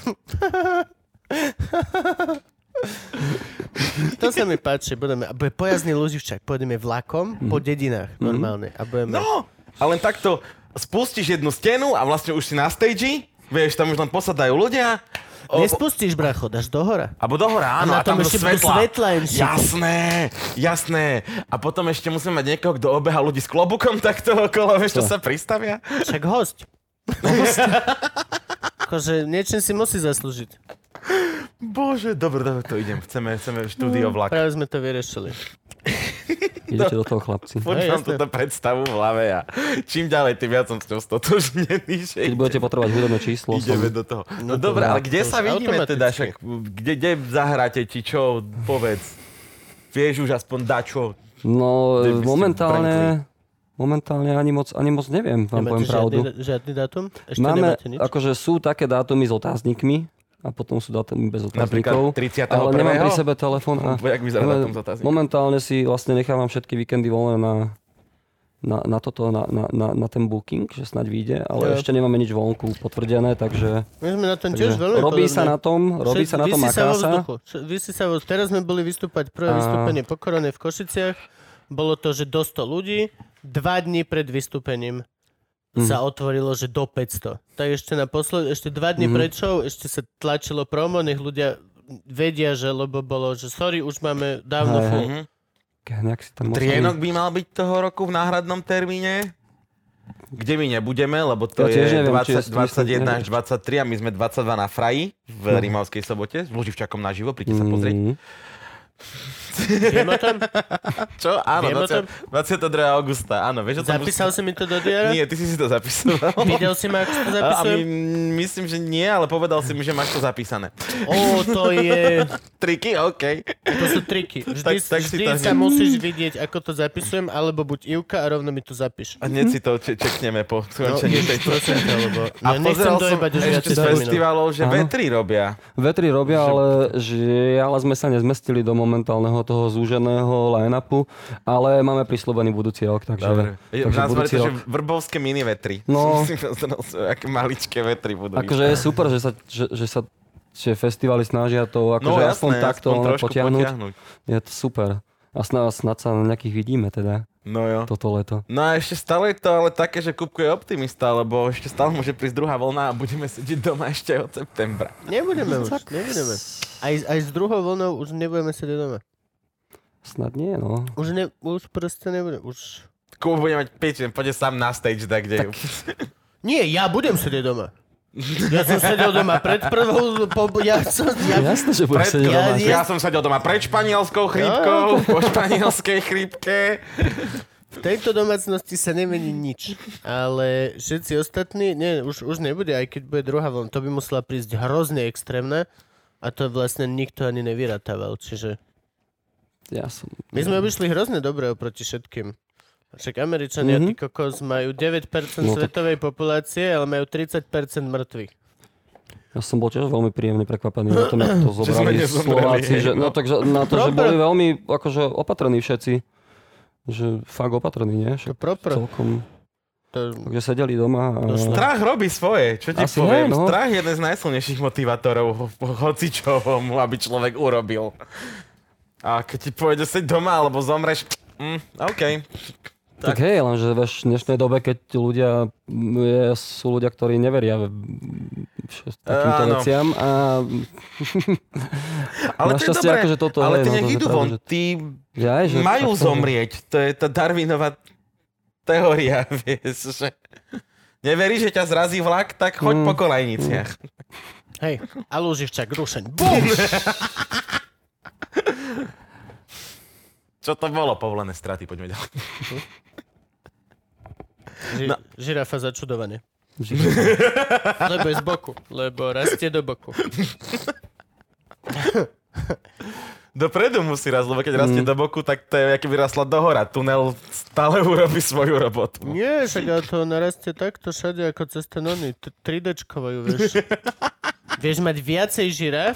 to sa mi páči, budeme, a bude pojazdný Luživčak, pôjdeme vlakom
Mhm.
po dedinách normálne a budeme...
No, a len takto spustíš jednu stenu a vlastne už si na stage, vieš, tam už len posadajú ľudia. O-
Nespustíš, bracho, dáš do hora.
Abo do hora, áno,
na
a, tam
tom
do
ešte budú
svetla.
svetlá im šiť.
jasné, jasné. A potom ešte musíme mať niekoho, kto obeha ľudí s klobukom takto okolo, vieš, čo sa pristavia.
Však host. Akože niečím si musí zaslúžiť.
Bože, dobre, dobre, to idem. Chceme, chceme štúdio vlak.
Práve sme No, to vyriešili.
Idete do toho, chlapci.
Furt
Hej,
mám
jasné.
túto predstavu v hlave a čím ďalej, tým viac som s ňou stotožnený. Že
Keď budete potrebovať hudobné číslo, som
ideme do toho. No, dobre, ale kde
to
sa
už
vidíme teda?
automaticky.
Však, kde, kde zahráte ti čo? Povedz. Vieš už aspoň dačo.
No,
Kde by ste
momentálne, momentálne ani moc, ani moc neviem, vám poviem
Nemáte
pravdu.
žiadny, žiadny dátum? Ešte
Máme,
nemáte nič?
akože sú také dátumy s otáznikmi, a potom sú dátumy bez otáznikov.
Napríklad 31.
Ale nemám pri sebe telefón. A
Jak vyzerá
ale
dátum s otáznikom?
Momentálne si vlastne nechávam všetky víkendy voľné na, na, na toto, na, na, na, na ten booking, že snaď vyjde, ale
Ja.
ešte nemáme nič vonku potvrdené, takže,
My sme na tom tiež
takže
veľmi
robí sa
podobne.
na tom, robí sa na tom,
Vysí
aká
vo
sa.
vzduchu. Čo- Vysí sa vo... Teraz sme boli vystúpať prvé
A-
vystúpenie po korone v Košiciach. Bolo to, že do 100 ľudí. Dva dní pred vystúpením
Mhm.
sa otvorilo, že do 500. Tak ešte na posled... ešte dva
Mhm.
dní pred show, ešte sa tlačilo promo, nech ľudia vedia, že lebo bolo, že sorry, už máme dávno
Hej,
full.
Mhm.
Nejak si tam
Trienok by mal byť toho roku v náhradnom termíne? Kde my nebudeme, lebo to
Ja tiež
je
neviem, či je
20,
s tým
21
myslím,
až 23 a Mhm. Mm. my sme 22 na Fraji v Rímavskej sobote s Luživčakom naživo, príďte sa pozrieť.
Mm.
Viem o tom?
Čo? Áno,
Viem o tom.
20, 22. augusta. Áno, vieš o tom?
Zapísal si mi to do diara?
Nie, ty si si to zapísal.
Videl si ma, ako si to
A my,
zapisujem?
myslím, že nie, ale povedal si mi, že máš to zapísané.
Ó, to je...
Triky, OK.
To sú triky. Vždy,
Tak- tak si
vždy
to
sa
hneď-
musíš vidieť, ako to zapisujem, alebo buď Ivka a rovno mi to zapíš.
A hneď si to če- čekneme po skončení
Ježiš,
tejto.
prosím ťa, lebo...
A
Ja No, nechcem
pozeral som
dojebať už
ešte
viacej
z
termínov.
festivalov, že
Áno.
V3 robia.
Vetri robia, ale žiaľ sme sa nezmestili do momentálneho toho zúženého line-upu, ale máme prislúbený budúci rok, takže,
Dobre. Je-
takže
Nazvali
budúci
to, že
rok.
vrbovské mini V3.
No.
Som si pozeral, že aké maličké V3 budú.
Akože je super, že sa, že, že sa že festivaly snažia to akože
No
aspoň
jasné,
takto
aspoň
ono
trošku
potiahnuť.
potiahnuť.
Je to super. A snad, snad sa na nejakých vidíme teda
No jo.
toto leto.
No a ešte stále je to ale také, že Kupko je optimista, lebo ešte stále môže prísť druhá vlna a budeme sedieť doma ešte aj od septembra.
Nebudeme už, nebudeme. Aj, aj s druhou vlnou už nebudeme sedieť doma.
Snad nie, no.
Už, ne, už proste nebudem, už...
Kubo bude mať pičen, pôjde sám na stage, tak kde
Nie, ja budem sedieť doma. Ja som sedel doma pred prvou, po, ja som, ja,
Jasné, že budeš sedieť
ja-
doma.
ja-
Ja som sedel doma pred španielskou chrípkou, po španielskej chrípke.
v tejto domácnosti sa nemení nič. Ale všetci ostatní, nie, už, už nebude, aj keď bude druhá vlna. To by musela prísť hrozne extrémna a to vlastne nikto ani nevyratával. Čiže
Ja som...
my sme obišli hrozne dobre oproti všetkým. Však Američania, mm-hmm. ty kokos, majú 9%
No tak-
svetovej populácie, ale majú 30% mŕtvych.
Ja som bol tiež veľmi príjemne prekvapený na tom, ako to
sme
zobrali
nezomreli,
Slováci.
hej,
Že, no takže na to, že
Dobre.
boli veľmi akože opatrení všetci. Že fakt opatrení, nie?
To
Však
propr.
celkom.
To,
Takže sedeli doma a...
Strach robí svoje, čo ti
No. Asi
poviem.
hej, no.
Strach je jeden z najsilnejších motivátorov ho- hocičovomu, aby človek urobil. A keď ti povede seď doma, alebo zomreš, mm, OK.
Tak, tak hej, lenže vieš, v dnešnej dobe, keď ľudia, m, je, sú ľudia, ktorí neveria v- vš- takýmto
Áno.
veciam a
Ale to je
Našťastie
dobré,
akože toto,
ale
hej,
ty
no,
nech
to je
idú
pravda,
von,
že-
tí
že aj, že...
majú
tak to-
zomrieť. To je tá Darwinová teória, vieš, že neveríš, že ťa zrazí vlak, tak
Mm.
choď po kolejniciach.
hej, a lúživčak, rušeň. Bum!
Čo to bolo, povolené straty, poďme ďalej.
Ži-
No.
Žirafa začudovanie.
že-
Lebo je z boku. Lebo rastie do boku.
Dopredu musí raz, lebo keď rastie do boku, tak to je, aký vyrastla do hora. Tunel stále urobí svoju robotu.
Nie, však ale to narastie takto všade ako cez ten ony. 3Dčkovajú, vieš. Vieš mať viacej žiraf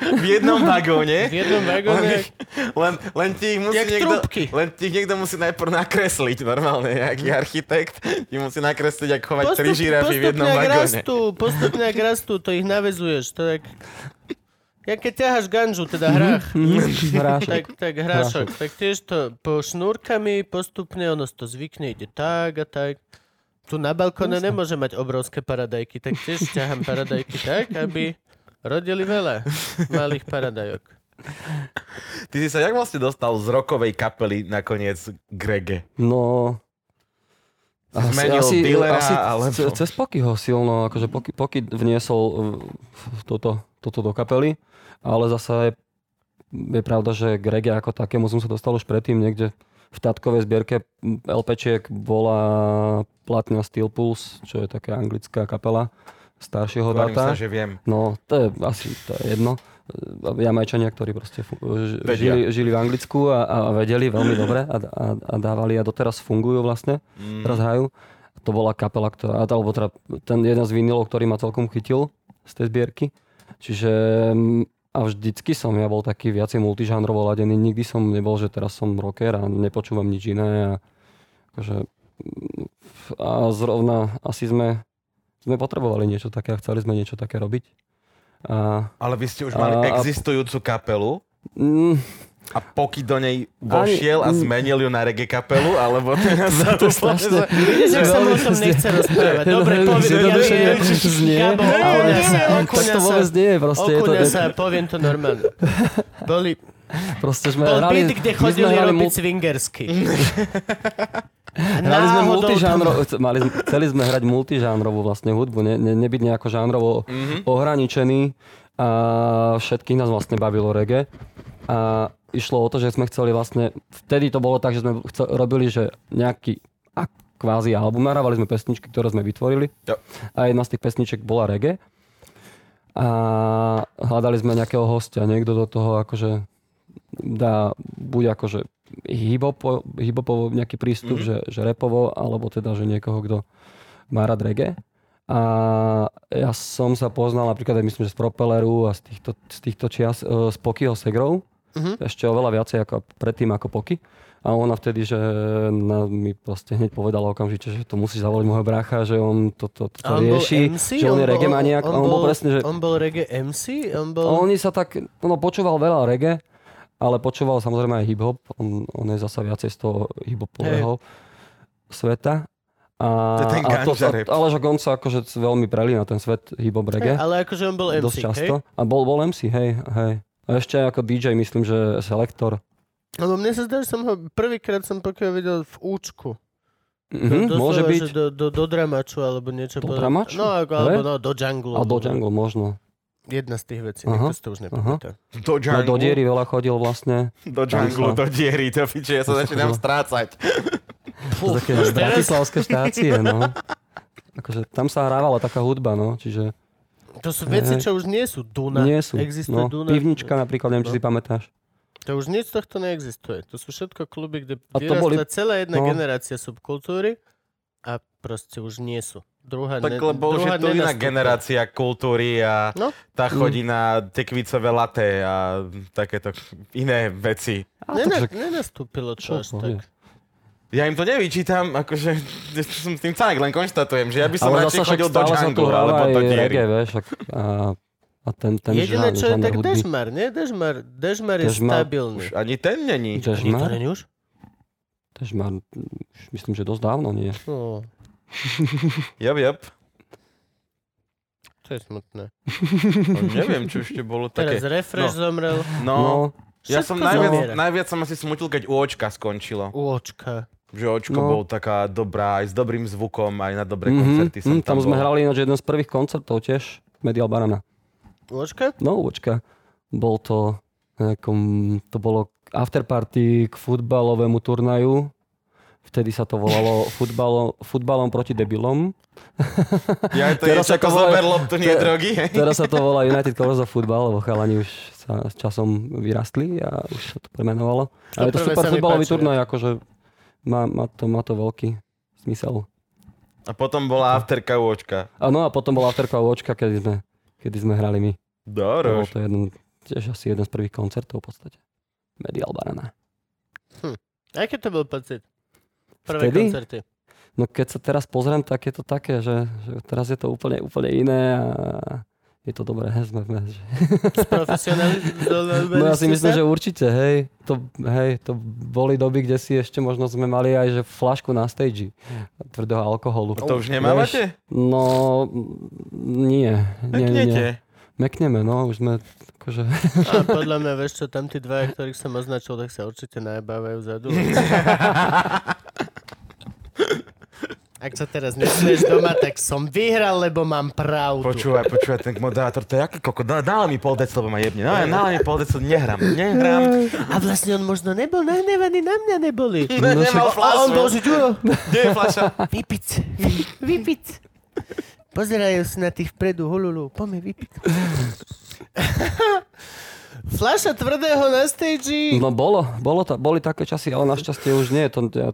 V jednom
v
vagóne,
jednom
len,
vagóne.
len, len ti ich musí
Jak
niekto,
trúbky.
len ti ich niekto musí najprv nakresliť normálne, nejaký architekt ti musí nakresliť, ako chovať tri žirafy v
postupne
jednom
ak
vagóne.
rastú, postupne ak rastú, to ich navezuješ. To tak... Ja keď ťaháš ganžu, teda hrách,
Hrášek.
tak, tak hrášok, tak tiež to po šnúrkami postupne ono si to zvykne, ide tak a tak. Tu na balkóne nemôže mať obrovské paradajky, tak tiež ťahám paradajky tak, aby rodili veľa malých paradajok.
Ty si sa jak vlastne dostal z rokovej kapely nakoniec k reggae?
No...
Zmenil dealera,
asi
alebo-
ce- cez Pokyho silno, akože Poky, Poky vniesol eh, toto, toto do kapely, ale zasa je, je pravda, že k reggae ako takému som sa dostal už predtým niekde v tatkovej zbierke LPčiek bola platňa Steel Pulse, čo je taká anglická kapela staršieho
Hovorím
data.
sa, že viem.
No, to je asi to je jedno. E, Jamajčania, ktorí proste fu- ž-
Vedia.
žili, žili v Anglicku a, a vedeli veľmi dobre a, a, a dávali a doteraz fungujú vlastne, mm. teraz hrajú. To bola kapela, ktorá, alebo teda ten jeden z vinilov, ktorý ma celkom chytil z tej zbierky. Čiže mm, a vždycky som ja bol taký viacej multižánrovo ladený. Nikdy som nebol, že teraz som rocker a nepočúvam nič iné. A, akože, mm, a zrovna asi sme, sme potrebovali niečo také a chceli sme niečo také robiť. A,
Ale vy ste už mali
A- a-
existujúcu kapelu
mm,
a poky do nej vošiel a
Ani-
zmenil ju na reggae kapelu, alebo teraz sa to
strašne.
Vidíš, ak sa mu o tom
Veľmi-
nechce rozprávať. Dobre,
Veľmi
poviem, ja
zjednodušene
viem.
znie,
Gabo,
ale-
okúňa sa,
Tak
okúňa
to
sa.
vôbec nie je, proste je to...
Okúňa sa, poviem to normálne. Boli,
Proste sme
bol
hrali...
byt, kde
my sme
chodili
hrali
robiť
mul-
swingersky.
Hrali sme
Náhodou tam-
multižánro, mali, sme- chceli sme hrať multižánrovú vlastne hudbu, ne, ne, nebyť nejako žánrovo
Mhm.
mm-hmm. ohraničený a všetkých nás vlastne bavilo reggae. A išlo o to, že sme chceli vlastne, vtedy to bolo tak, že sme chcel, robili, že nejaký a kvázi album, nahrávali sme pesničky, ktoré sme vytvorili.
Jo.
A jedna z tých pesniček bola reggae. A hľadali sme nejakého hostia, niekto do toho akože dá buď akože hip-hopo, hip-hopovo nejaký
Mhm.
prístup, mm-hmm. že, že repovo, alebo teda, že niekoho, kto má rád reggae. A ja som sa poznal napríklad aj myslím, že z Propelleru a z týchto, z týchto čias, e, z Pokyho Segrov,
Mhm.
mm-hmm. ešte oveľa viacej ako predtým ako Poky. A ona vtedy, že na, mi proste hneď povedala okamžite, že to musíš zavoliť môjho brácha, že on toto to, to,
A on bol
rieši,
MC?
že on, je reggae maniak. On, on, bol presne, že
On bol reggae MC? On bol...
oni sa tak, no počúval veľa reggae, ale počúval samozrejme aj hip-hop, on, on je zasa viacej z toho hip-hopového sveta. A,
To je ten
a to,
ganja
a,
rap.
ale že on sa akože veľmi prelína ten svet hip-hop reggae,
Ale akože on bol MC,
dosť často.
hej?
A bol, bol MC, hej, hej. A ešte ako DJ, myslím, že selektor.
Lebo mne sa zdá, že som ho prvýkrát som pokiaľ videl v účku.
Mhm,
Doslova,
môže byť.
Že do, do, do dramaču alebo niečo.
Do
podobné.
dramaču?
No, ako, alebo
Hej?
no, do džunglu.
A do jungle možno.
Jedna z tých vecí,
Aha,
nikto si to už nepamätá.
Do
No,
džunglu.
do diery veľa chodil vlastne.
Do
Tam
džunglu,
sa-
do diery, do piče, ja sa začínam strácať.
To také bratislavské štácie, no. Akože tam sa hrávala taká hudba, no. Čiže
To sú veci, čo už nie sú Duna.
nie sú.
Existuje
No,
Duna.
pivnička napríklad, neviem, či
No.
si pamätáš.
To už nič z tohto neexistuje. To sú všetko kluby, kde
A to
vyrastla
boli-
celá jedna
no.
generácia subkultúry a proste už nie sú. Druhá
Tak
ne,
lebo už je
druhá
tu iná
no.
nenastúpila.
generácia kultúry a
No.
tá chodí na tekvicové laté a takéto iné veci.
A to,
Nena,
že...
nenastúpilo to
Čo
až
to je?
tak.
Ja im to nevyčítam, akože ja som s tým celé len konštatujem, že ja by som
Ale
radšej
zasa však
chodil do
stále sa tu
džunglu
hráva
alebo
aj
do diery.
reggae, vieš. ak- A, a ten, ten
Jediné,
žáner,
čo je
žáner
tak
hudby.
Dežmar, nie? Dežmar, Dežmar je
Dežmar
stabilný.
Už ani ten není.
Nie, to
Dežmar?
není už?
Dežmar, už myslím, že dosť dávno nie.
No,
Jop, jop.
to je smutné.
No, neviem, čo ešte bolo
Teraz
také.
refresh zomrel.
No,
No,
ja som
všetko
najviac,
zomiera.
najviac som asi smutil, keď u očka skončilo.
U očka.
Že očko
No.
bol taká dobrá, aj s dobrým zvukom, aj na dobré koncerty
mhm,
som
mhm, tam sme
bol.
hrali ináč jeden z prvých koncertov tiež, Medial Banana.
U očka?
No, počka. Bol to nejakom, to bolo afterparty k futbalovému turnaju. Vtedy sa to volalo futbalo, futbalom proti debilom.
Ja to
Teraz
je,
sa
ako
to volá-
zober loptu, nie
Te-
drogy. hej.
Teraz sa to volá United Colors of Football, lebo chalani už sa s časom vyrastli a už sa to premenovalo.
To
Ale je
No
to
prvé
super
sa mi
futbalový
páči.
turnaj, akože má, má, to, má to veľký zmysel.
A potom bola afterka u očka.
A no a potom bola afterková očka, kedy sme, kedy sme hrali my. To bol
Dorož.
to jeden, tiež asi jeden z prvých koncertov v podstate. Medial Banana.
Aký to bol pocit? Prvé
Vtedy?
koncerty.
No keď sa teraz pozriem, tak je to také, že, že teraz je to úplne, úplne iné a je to dobré. Sme, sme, že...
Profesionálne.
No ja si myslím, že určite, hej to, hej, to boli doby, kde si ešte možno sme mali aj že flašku na stage tvrdého alkoholu.
To už nemávate?
No, m, nie. No, nie, nie, nie.
Peknete.
Mekneme, no, už sme akože...
A podľa mňa, vieš čo, tam tí dvaja, ktorých som označil, tak sa určite najbávajú vzadu. Ak sa teraz nesmieš doma, tak som vyhral, lebo mám pravdu.
Počúvaj, počúvaj, ten moderátor, to je aký kokot. Dá, dále mi pol dec, lebo ma jebne. No, dále mi pol dec, nehrám, nehrám.
A vlastne on možno nebol nahnevaný, na mňa neboli.
No,
Nemal
A on
flašu.
bol, že Ďuro,
Kde je flaša?
vypiť, vypiť. Pozerajú sa na tých vpredu, hululu, poďme vypiť. Flaša tvrdého na stage.
No bolo, bolo to, boli také časy, ale našťastie už nie. To, ja,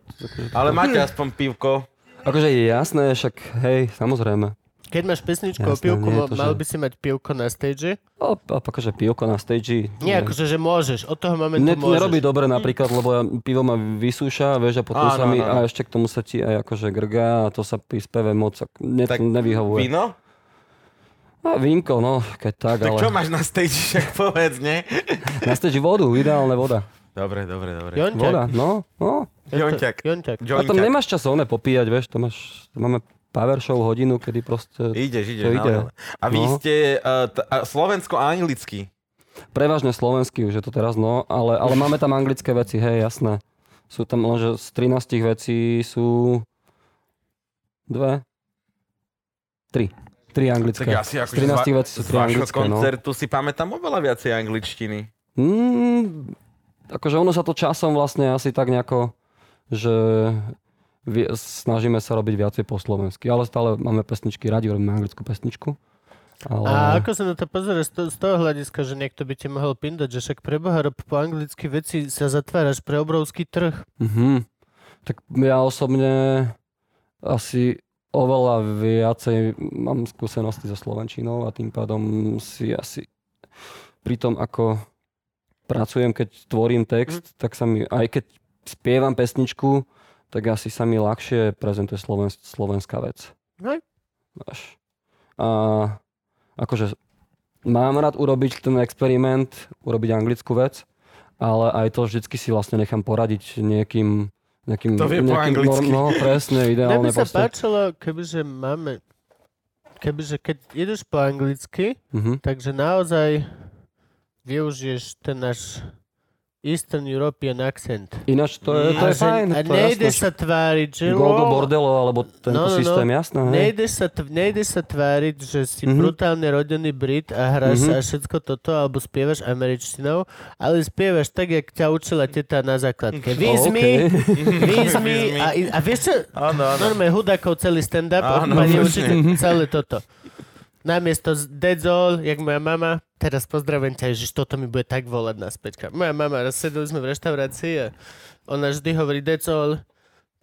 Ale máte aspoň pivko.
akože je jasné, však hej, samozrejme.
Keď máš pesničku o
Jasné,
pivku,
nie je
mo-
to, že-
mal by si mať pivko na stage.
O, o, akože pivko na stage.
Nie, akože, že môžeš. Od toho momentu
Mne to
môžeš.
nerobí dobre napríklad, lebo ja, pivo ma vysúša, vieš, a potom sa mi, a ešte k tomu sa ti aj akože grga a to sa pri speve moc ak- ne,
Tak
nevyhovuje.
Víno?
A vínko, no, keď tak,
Tak
ale
čo máš na stage, však povedz, nie?
na stage vodu, ideálne voda.
Dobre, dobre, dobre.
Jonťak.
Voda, no, no.
Jonťak.
Jonťak.
A tam
Joinťak.
nemáš čas oné popíjať, vieš, to máš, to máme power show hodinu, kedy proste
Ideš, ideš.
To
na
ide.
level. A vy
No.
ste uh, t- a slovensko-anglicky.
prevažne slovenský už je to teraz, no, ale, ale máme tam anglické veci, hej, jasné. Sú tam lenže z 13 vecí sú dve, tri. Tri anglické.
Tak ja si
Z
akože
13
va-
vecí sú
z
tri
vášho
anglické, no.
koncertu si pamätám oveľa viacej angličtiny.
Mm, akože ono sa to časom vlastne asi tak nejako, že vi- snažíme sa robiť viacej po slovensky, ale stále máme pesničky radi, robíme anglickú pesničku.
A
Ale...
ako sa na to pozera z, to, z toho hľadiska, že niekto by ti mohol pindať, že však preboha rob po anglicky veci sa zatváraš pre obrovský trh.
Mhm. Tak ja osobne asi oveľa viacej mám skúsenosti so Slovenčinou a tým pádom si asi pri tom, ako pracujem, keď tvorím text, tak sa mi, aj keď spievam pesničku, tak asi sa mi ľahšie prezentuje sloven, slovenská vec.
Hej.
Až. A akože mám rád urobiť ten experiment, urobiť anglickú vec, ale aj to vždycky si vlastne nechám poradiť niekým, nejakým...
Kto vie po
nejakým
anglicky.
No, presne,
Mne by
ideálne.
sa páčilo, kebyže máme... Kebyže keď ideš po anglicky,
Mhm.
takže naozaj využiješ ten náš Eastern European accent.
Ináč to je, to
a
je
že-
fajn.
a
to je
nejdeš
jasné.
sa tváriť, že...
Google
"Wow,
Bordelo, alebo tento
No, no, no.
systém, jasné. hej.
Nejdeš sa, tv- nejdeš sa tváriť, že si
Mhm.
mm-hmm. brutálne rodený Brit a hráš
Mhm.
mm-hmm. a všetko toto, alebo spievaš američtinou, ale spievaš tak, jak ťa učila teta na základke. Vizmi,
OK.
vizmi a, i- a vieš čo?
Áno, áno.
Normálne hudákov celý stand-up,
Áno,
pani
presne.
učiteľ, celé toto. Namiesto z that's all, jak moja mama, teraz pozdravím ťa, že toto mi bude tak volať naspäť. Moja mama, raz sedeli sme v reštaurácii a ona vždy hovorí that's all,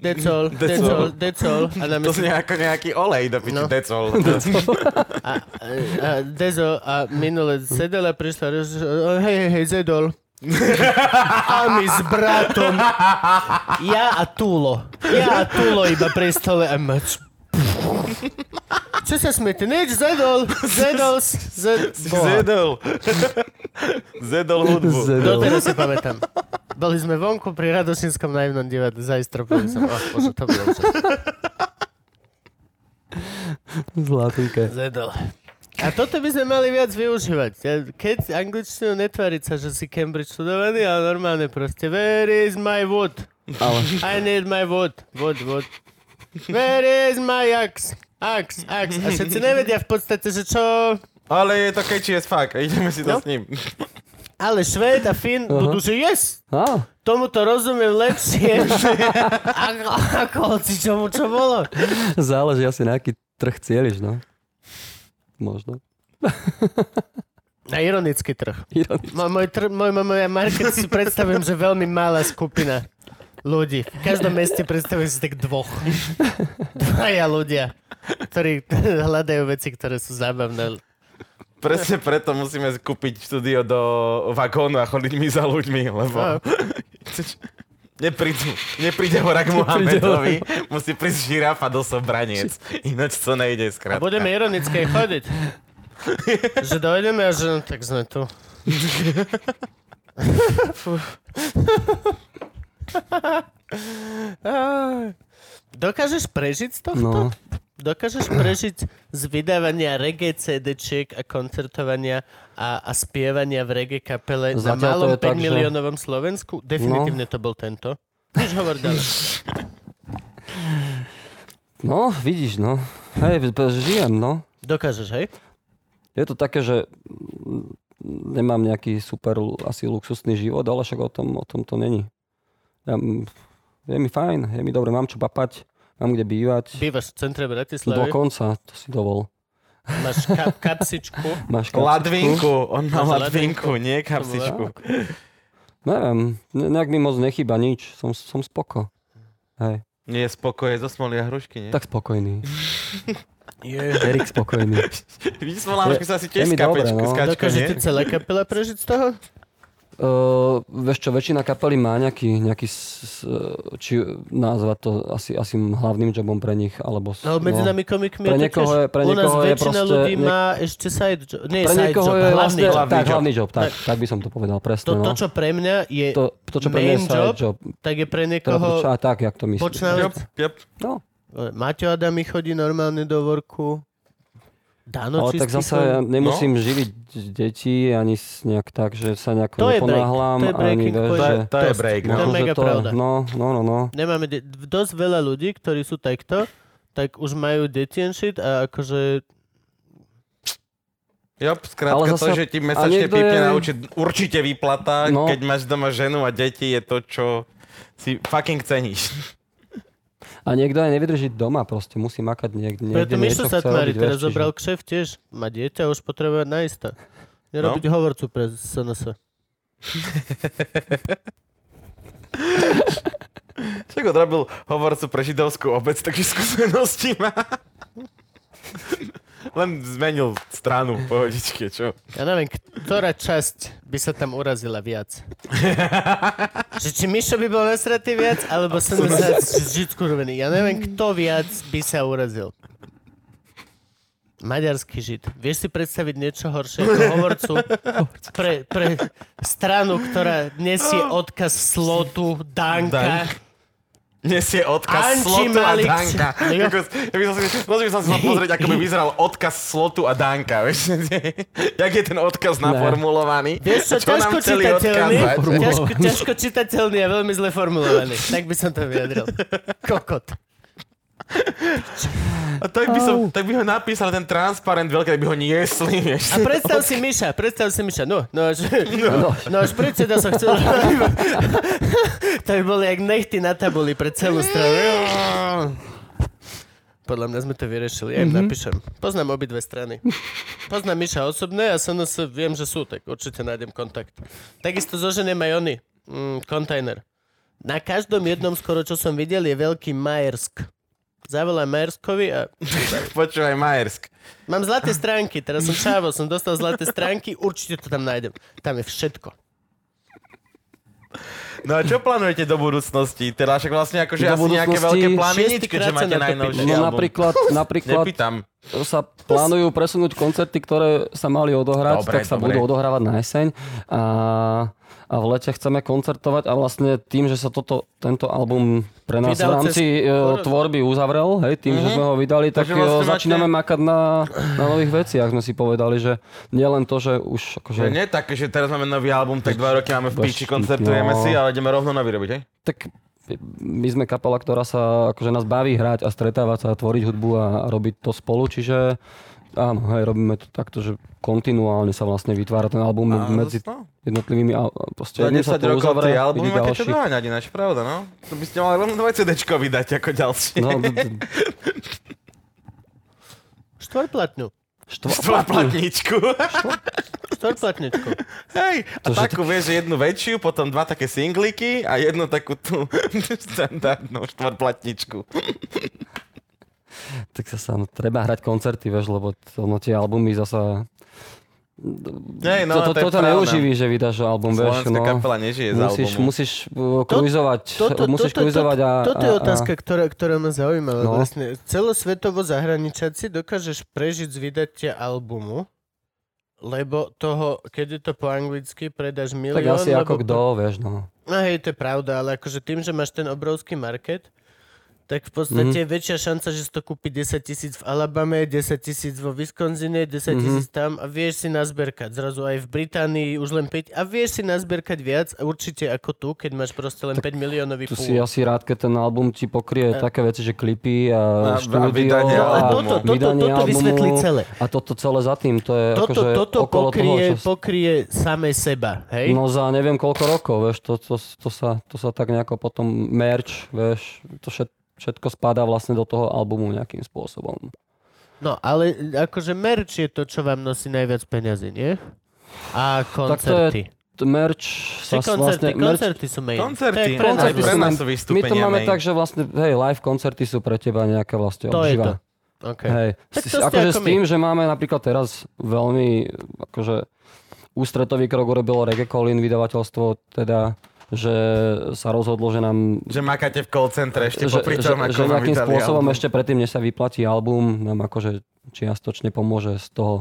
that's all, that's all, that's all.
To
A namiesto
znie ako nejaký olej do piči, no.
No.
decol.
a, e, a, Dezo a minule sedela, prišla, roz- o, hej, hej, hej, Zedol. A my s bratom. Ja a Tulo. Ja a Tulo iba pri stole a mač. Čo sa smete? Nič, Zedol. Zedol. s- Zed... Boha.
Zedol. Zedol hudbu.
Zedol.
Doteraz si pamätám. Boli sme vonku pri Radosinskom naivnom divadle. Zaistropovali som. Oh, bože, to bolo čo.
Zlatinké.
Zedol. A toto by sme mali viac využívať. Ja- Keď angličtinu netvariť sa, že si Cambridge študovaný, ale normálne proste Where is my wood?
Ale
I need my wood. Wood, wood. Where is my axe? Axe, axe. A všetci nevedia v podstate, že čo...
Ale je to catchy as fuck. Ideme si to
No.
s ním.
Ale Švéd a Finn
Aha.
budú, že yes,
Á,
tomu to rozumiem lepšie, ako, ako hoci čomu, čo bolo.
záleží asi na aký trh cieliš, no. Možno.
Na ironický trh.
Ironicky.
Mo- Môj, tr- môj, môj, môj market si predstavujem, že veľmi malá skupina ľudí. V každom meste predstavujem si tak dvoch. Dvaja ľudia, ktorí hľadajú veci, ktoré sú zábavné.
Presne preto musíme kúpiť štúdio do vagónu a chodiť my za ľuďmi, lebo...
No.
Nepríde, nepríde horak Muhammedovi, musí prísť žirafa do sobraniec. Ináč to nejde
A
skrátka.
budeme ironické chodiť. Že dojdeme a že no, tak sme tu. Fú. Á, Dokážeš prežiť z tohto?
No.
Dokážeš prežiť z vydávania reggae CD-čiek a koncertovania a, a spievania v reggae kapele
Zatiaľ to
na malom
je tak, že-
5 miliónovom Slovensku? Definitívne to bol tento. Nič hovor ďalej.
No, vidíš, no. Hej, p- žijem, no.
Dokážeš, hej?
Je to také, že mm, nemám nejaký super lu- asi luxusný život, ale však o tom, o tom to není. Ja, mm, je mi fajn, je mi dobre, mám čo papať, mám kde bývať.
Bývaš v centre Bratislavy,
Dokonca, to si dovol.
máš ka- kapsičku.
Máš kapsičku?
Ladvinku, on má
Máš
ladvinku, nie kapsičku.
Neviem, ne- nejak mi moc nechýba nič, som, som spoko. Hej,
Nie spokoje zo smoly a hrušky, nie?
tak spokojný.
Yeah.
Erik spokojný.
Vidíš, smolášky sa asi
je
tiež
mi dobre,
skačku,
no.
skačku,
Dokáže
nie?
ti celá kapela prežiť z toho?
Uh, vieš čo, väčšina kapely má nejaký, nejaký s, s, či nazvať to asi, asi hlavným jobom pre nich, alebo... s-
No, medzi nami komikmi je
Pre
to
niekoho
tiež-
je- pre
U nás
niekoho je
väčšina
proste
ľudí
niek-
má ešte side job. Nie,
pre
side
niekoho
job,
je
hlavný
vlastne,
job.
tak, hlavný job, tak, tak by som to povedal, presne,
To,
no.
to, čo pre mňa je,
to, to, čo pre mňa je
main
side
job,
job,
tak je pre
teda
niekoho...
prečo, a tak, jak to myslíš.
Bočná vec.
Jop, jop.
No,
Maťo Adami chodí normálne do worku. Dano no,
ale tak
čistý no.
zase
chodí.
ja nemusím živiť deti ani s nejak tak, že sa nejak
To je break.
neponáhľam,
To je
ani
breaking
vieš,
point.
To
že...
je- To je break,
To
no.
je
akože
mega pravda.
No, no, no, no.
Nemáme de- dosť veľa ľudí, ktorí sú takto, tak už majú deti and shit a akože
Jo,
Ale
skrátka to,
zasa-
že ti
a
mesačne
niekto
pípne
je-
na účet, určite vyplata,
No.
keď máš doma ženu a deti, je to, čo si fucking ceníš.
A niekto aj nevydrží doma, proste musí makať niekde. niekde
Preto Mišo
niečo chce
sa tmári,
robiť, vieš,
teraz
čiže-
zobral kšef tiež. Má dieťa, už potrebuje naisto. Nerobiť hovorcu pre SNS.
Však odrobil hovorcu pre židovskú obec, takže skúsenosti má. Len zmenil stranu, pohodičke, čo?
Ja neviem, ktorá časť by sa tam urazila viac. že či Mišo by bol nasratý viac, alebo SNS žid skurvený. Ja neviem, kto viac by sa urazil. Maďarský žid. Vieš si predstaviť niečo horšie ako hovorcu pre, pre stranu, ktorá nesie odkaz slotu, danka.
Nesie odkaz
Anči
slotu a
Malik.
Danka.
No jo.
Ako, ja by som si, možno by som si mal pozrieť, ako by vyzeral odkaz slotu a Danka. Vieš, jak je ten odkaz naformulovaný.
Vieš čo, ťažko Hm. čitateľný,
odkázať?
ťažko, ťažko čitateľný a veľmi zle formulovaný. Tak by som to vyjadril. Kokot.
A tak by, som, tak by ho napísal ten transparent veľký, tak by ho niesli, vieš.
A predstav si Miša, predstav si Miša, no, nož, nož predseda sa chcel... to by boli jak nechty na tabuli pre celú stranu. Podľa mňa sme to vyriešili, ja im napíšem. Poznám obidve strany. Poznám Miša osobne a SNS viem, že sú, tak určite nájdem kontakt. Takisto zoženiem aj oni. Mm, kontajner. Na každom jednom skoro, čo som videl, je veľký Majersk. Zavolám Majerskovi a
Počúvaj, Majersk.
Mám zlaté stránky, teraz som čavo, som dostal zlaté stránky, určite to tam nájdem. Tam je všetko.
No a čo plánujete do budúcnosti? Teda však vlastne akože
Do
asi nejaké
budúcnosti
veľké plány, nič,
šestikrát
keďže
sa
máte
nakopí.
najnovší
No
album.
napríklad, napríklad
Nepýtam.
sa plánujú presunúť koncerty, ktoré sa mali odohrať,
Dobre,
tak sa
dobre.
budú odohrávať na jeseň. A, a v lete chceme koncertovať a vlastne tým, že sa toto, tento album pre nás
Vydal
v rámci
cez-
e, tvorby uzavrel, hej, tým, že sme ho vydali, tak
Mhm. Takže vlastne
e,
máte-
začíname makať na, na nových veciach. Sme si povedali, že nielen to, že už akože...
Že nie tak, že teraz máme nový album, tak dva roky máme v piči,
Baš-
koncertujeme
no.
si, ale ideme rovno nový robiť, hej?
tak my sme kapela, ktorá sa akože nás baví hrať a stretávať sa a tvoriť hudbu a robiť to spolu, čiže áno, hej, robíme to takto, že kontinuálne sa vlastne vytvára ten album
Áno,
medzi
zas no.
jednotlivými al- proste
Za
jedným
10
sa to
rokov
uzavre,
tie albumy
ide
máte čo
ďalší.
doháňať ináč, pravda, no? To by ste mali len dve CDčko vydať ako ďalšie.
No, d- d-
Štvorplatňu.
štvo-
Štvorplatničku.
Štvorplatničku.
Hej, a
To, že
takú, vieš, že jednu väčšiu, potom dva také singliky a jednu takú tú standardnú štvorplatničku.
tak sa no, treba hrať koncerty, vieš, lebo to, no, tie albumy zasa...
Hej, no,
to,
to je
to, to,
pravda.
neuživí, že vydáš album, vieš,
Slovenská
no.
kapela nežije z
musíš,
albumu.
musíš uh, kruizovať, musíš kruizovať a...
toto je
a- a-
otázka, ktorá, ktorá ma zaujíma. No.
No.
Vlastne, celosvetovo zahraničáci dokážeš prežiť z vydatia albumu, lebo toho, keď je to po anglicky, predáš
Tak
milión.
asi
lebo
ako kto, vieš, no.
No hej, to je pravda, ale akože tým, že máš ten obrovský market, tak v podstate
Mhm.
mm-hmm. je väčšia šanca, že si to kúpi 10 tisíc v Alabame, 10 tisíc vo Wisconsine, 10
Mhm.
tisíc mm-hmm. tam a vieš si nazberkať. Zrazu aj v Británii už len 5 a vieš si nazberkať viac a určite ako tu, keď máš proste len 5 miliónový
Tu
púl.
si asi rád, keď ten album ti
E-
pokrie také veci, že klipy a,
A- a
štúdio
vydanie
a,
albumu.
Toto- toto-
vydanie
toto
albumu
vysvetlí celé.
A toto celé za tým, to je
toto,
akože
toto
okolo
pokrie,
toho, čo...
pokrie same seba, hej?
No za neviem koľko rokov, vieš, to, to, to, sa, to sa tak nejako potom merch, vieš, to všet, všetko spadá vlastne do toho albumu nejakým spôsobom.
No, ale akože merch je to, čo vám nosí najviac peňazí, nie? A
Tak to je
koncerty.
t- merch
Či
sa s-
koncerty,
vlastne... merch,
koncerty sú main. To
Koncerty,
je pre
no,
nás
koncerty pre
main.
main.
nás sú
my to
vystúpenia.
máme
main.
tak, že vlastne, hej, live koncerty sú pre teba nejaká vlastne
To je
obživa.
to. Okay.
Hej,
Tak
s-
to ste
akože
ako
s
my.
tým, že máme napríklad teraz veľmi akože ústretový krok urobilo Reggae Colin vydavateľstvo, teda že sa rozhodlo, že nám
Že makáte v call centre ešte
že,
popri tom, ako
že
vám
nejakým
vydali
spôsobom
album.
ešte predtým, než sa vyplatí album, nám akože čiastočne pomôže z toho,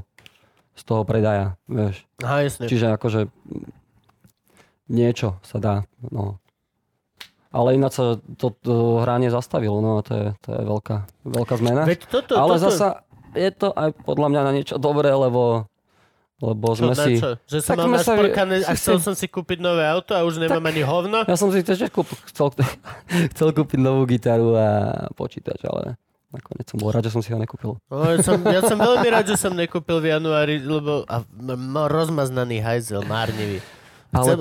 z toho predaja, vieš.
Aha, jasne.
Čiže akože mm, niečo sa dá, no. Ale ináč sa to, to hranie zastavilo, no a to je, to je veľká, veľká zmena.
Veď toto,
Ale
toto,
zasa je to aj podľa mňa na niečo dobré, lebo, lebo
Čo,
sme
na
si...
čo? Že som
Tak
mal
sme sa-
našporkané a
si-
chcel som si kúpiť nové auto a už nemám ani hovno.
Ja som si tiež kúp, chcel, chcel kúpiť novú gitaru a počítač, ale Nakoniec som bol rád, že som si ho nekúpil.
No, ja, som, ja som veľmi rád, že som nekúpil v januári, lebo a, m- m- rozmaznaný hajzel, márnivý.
Ale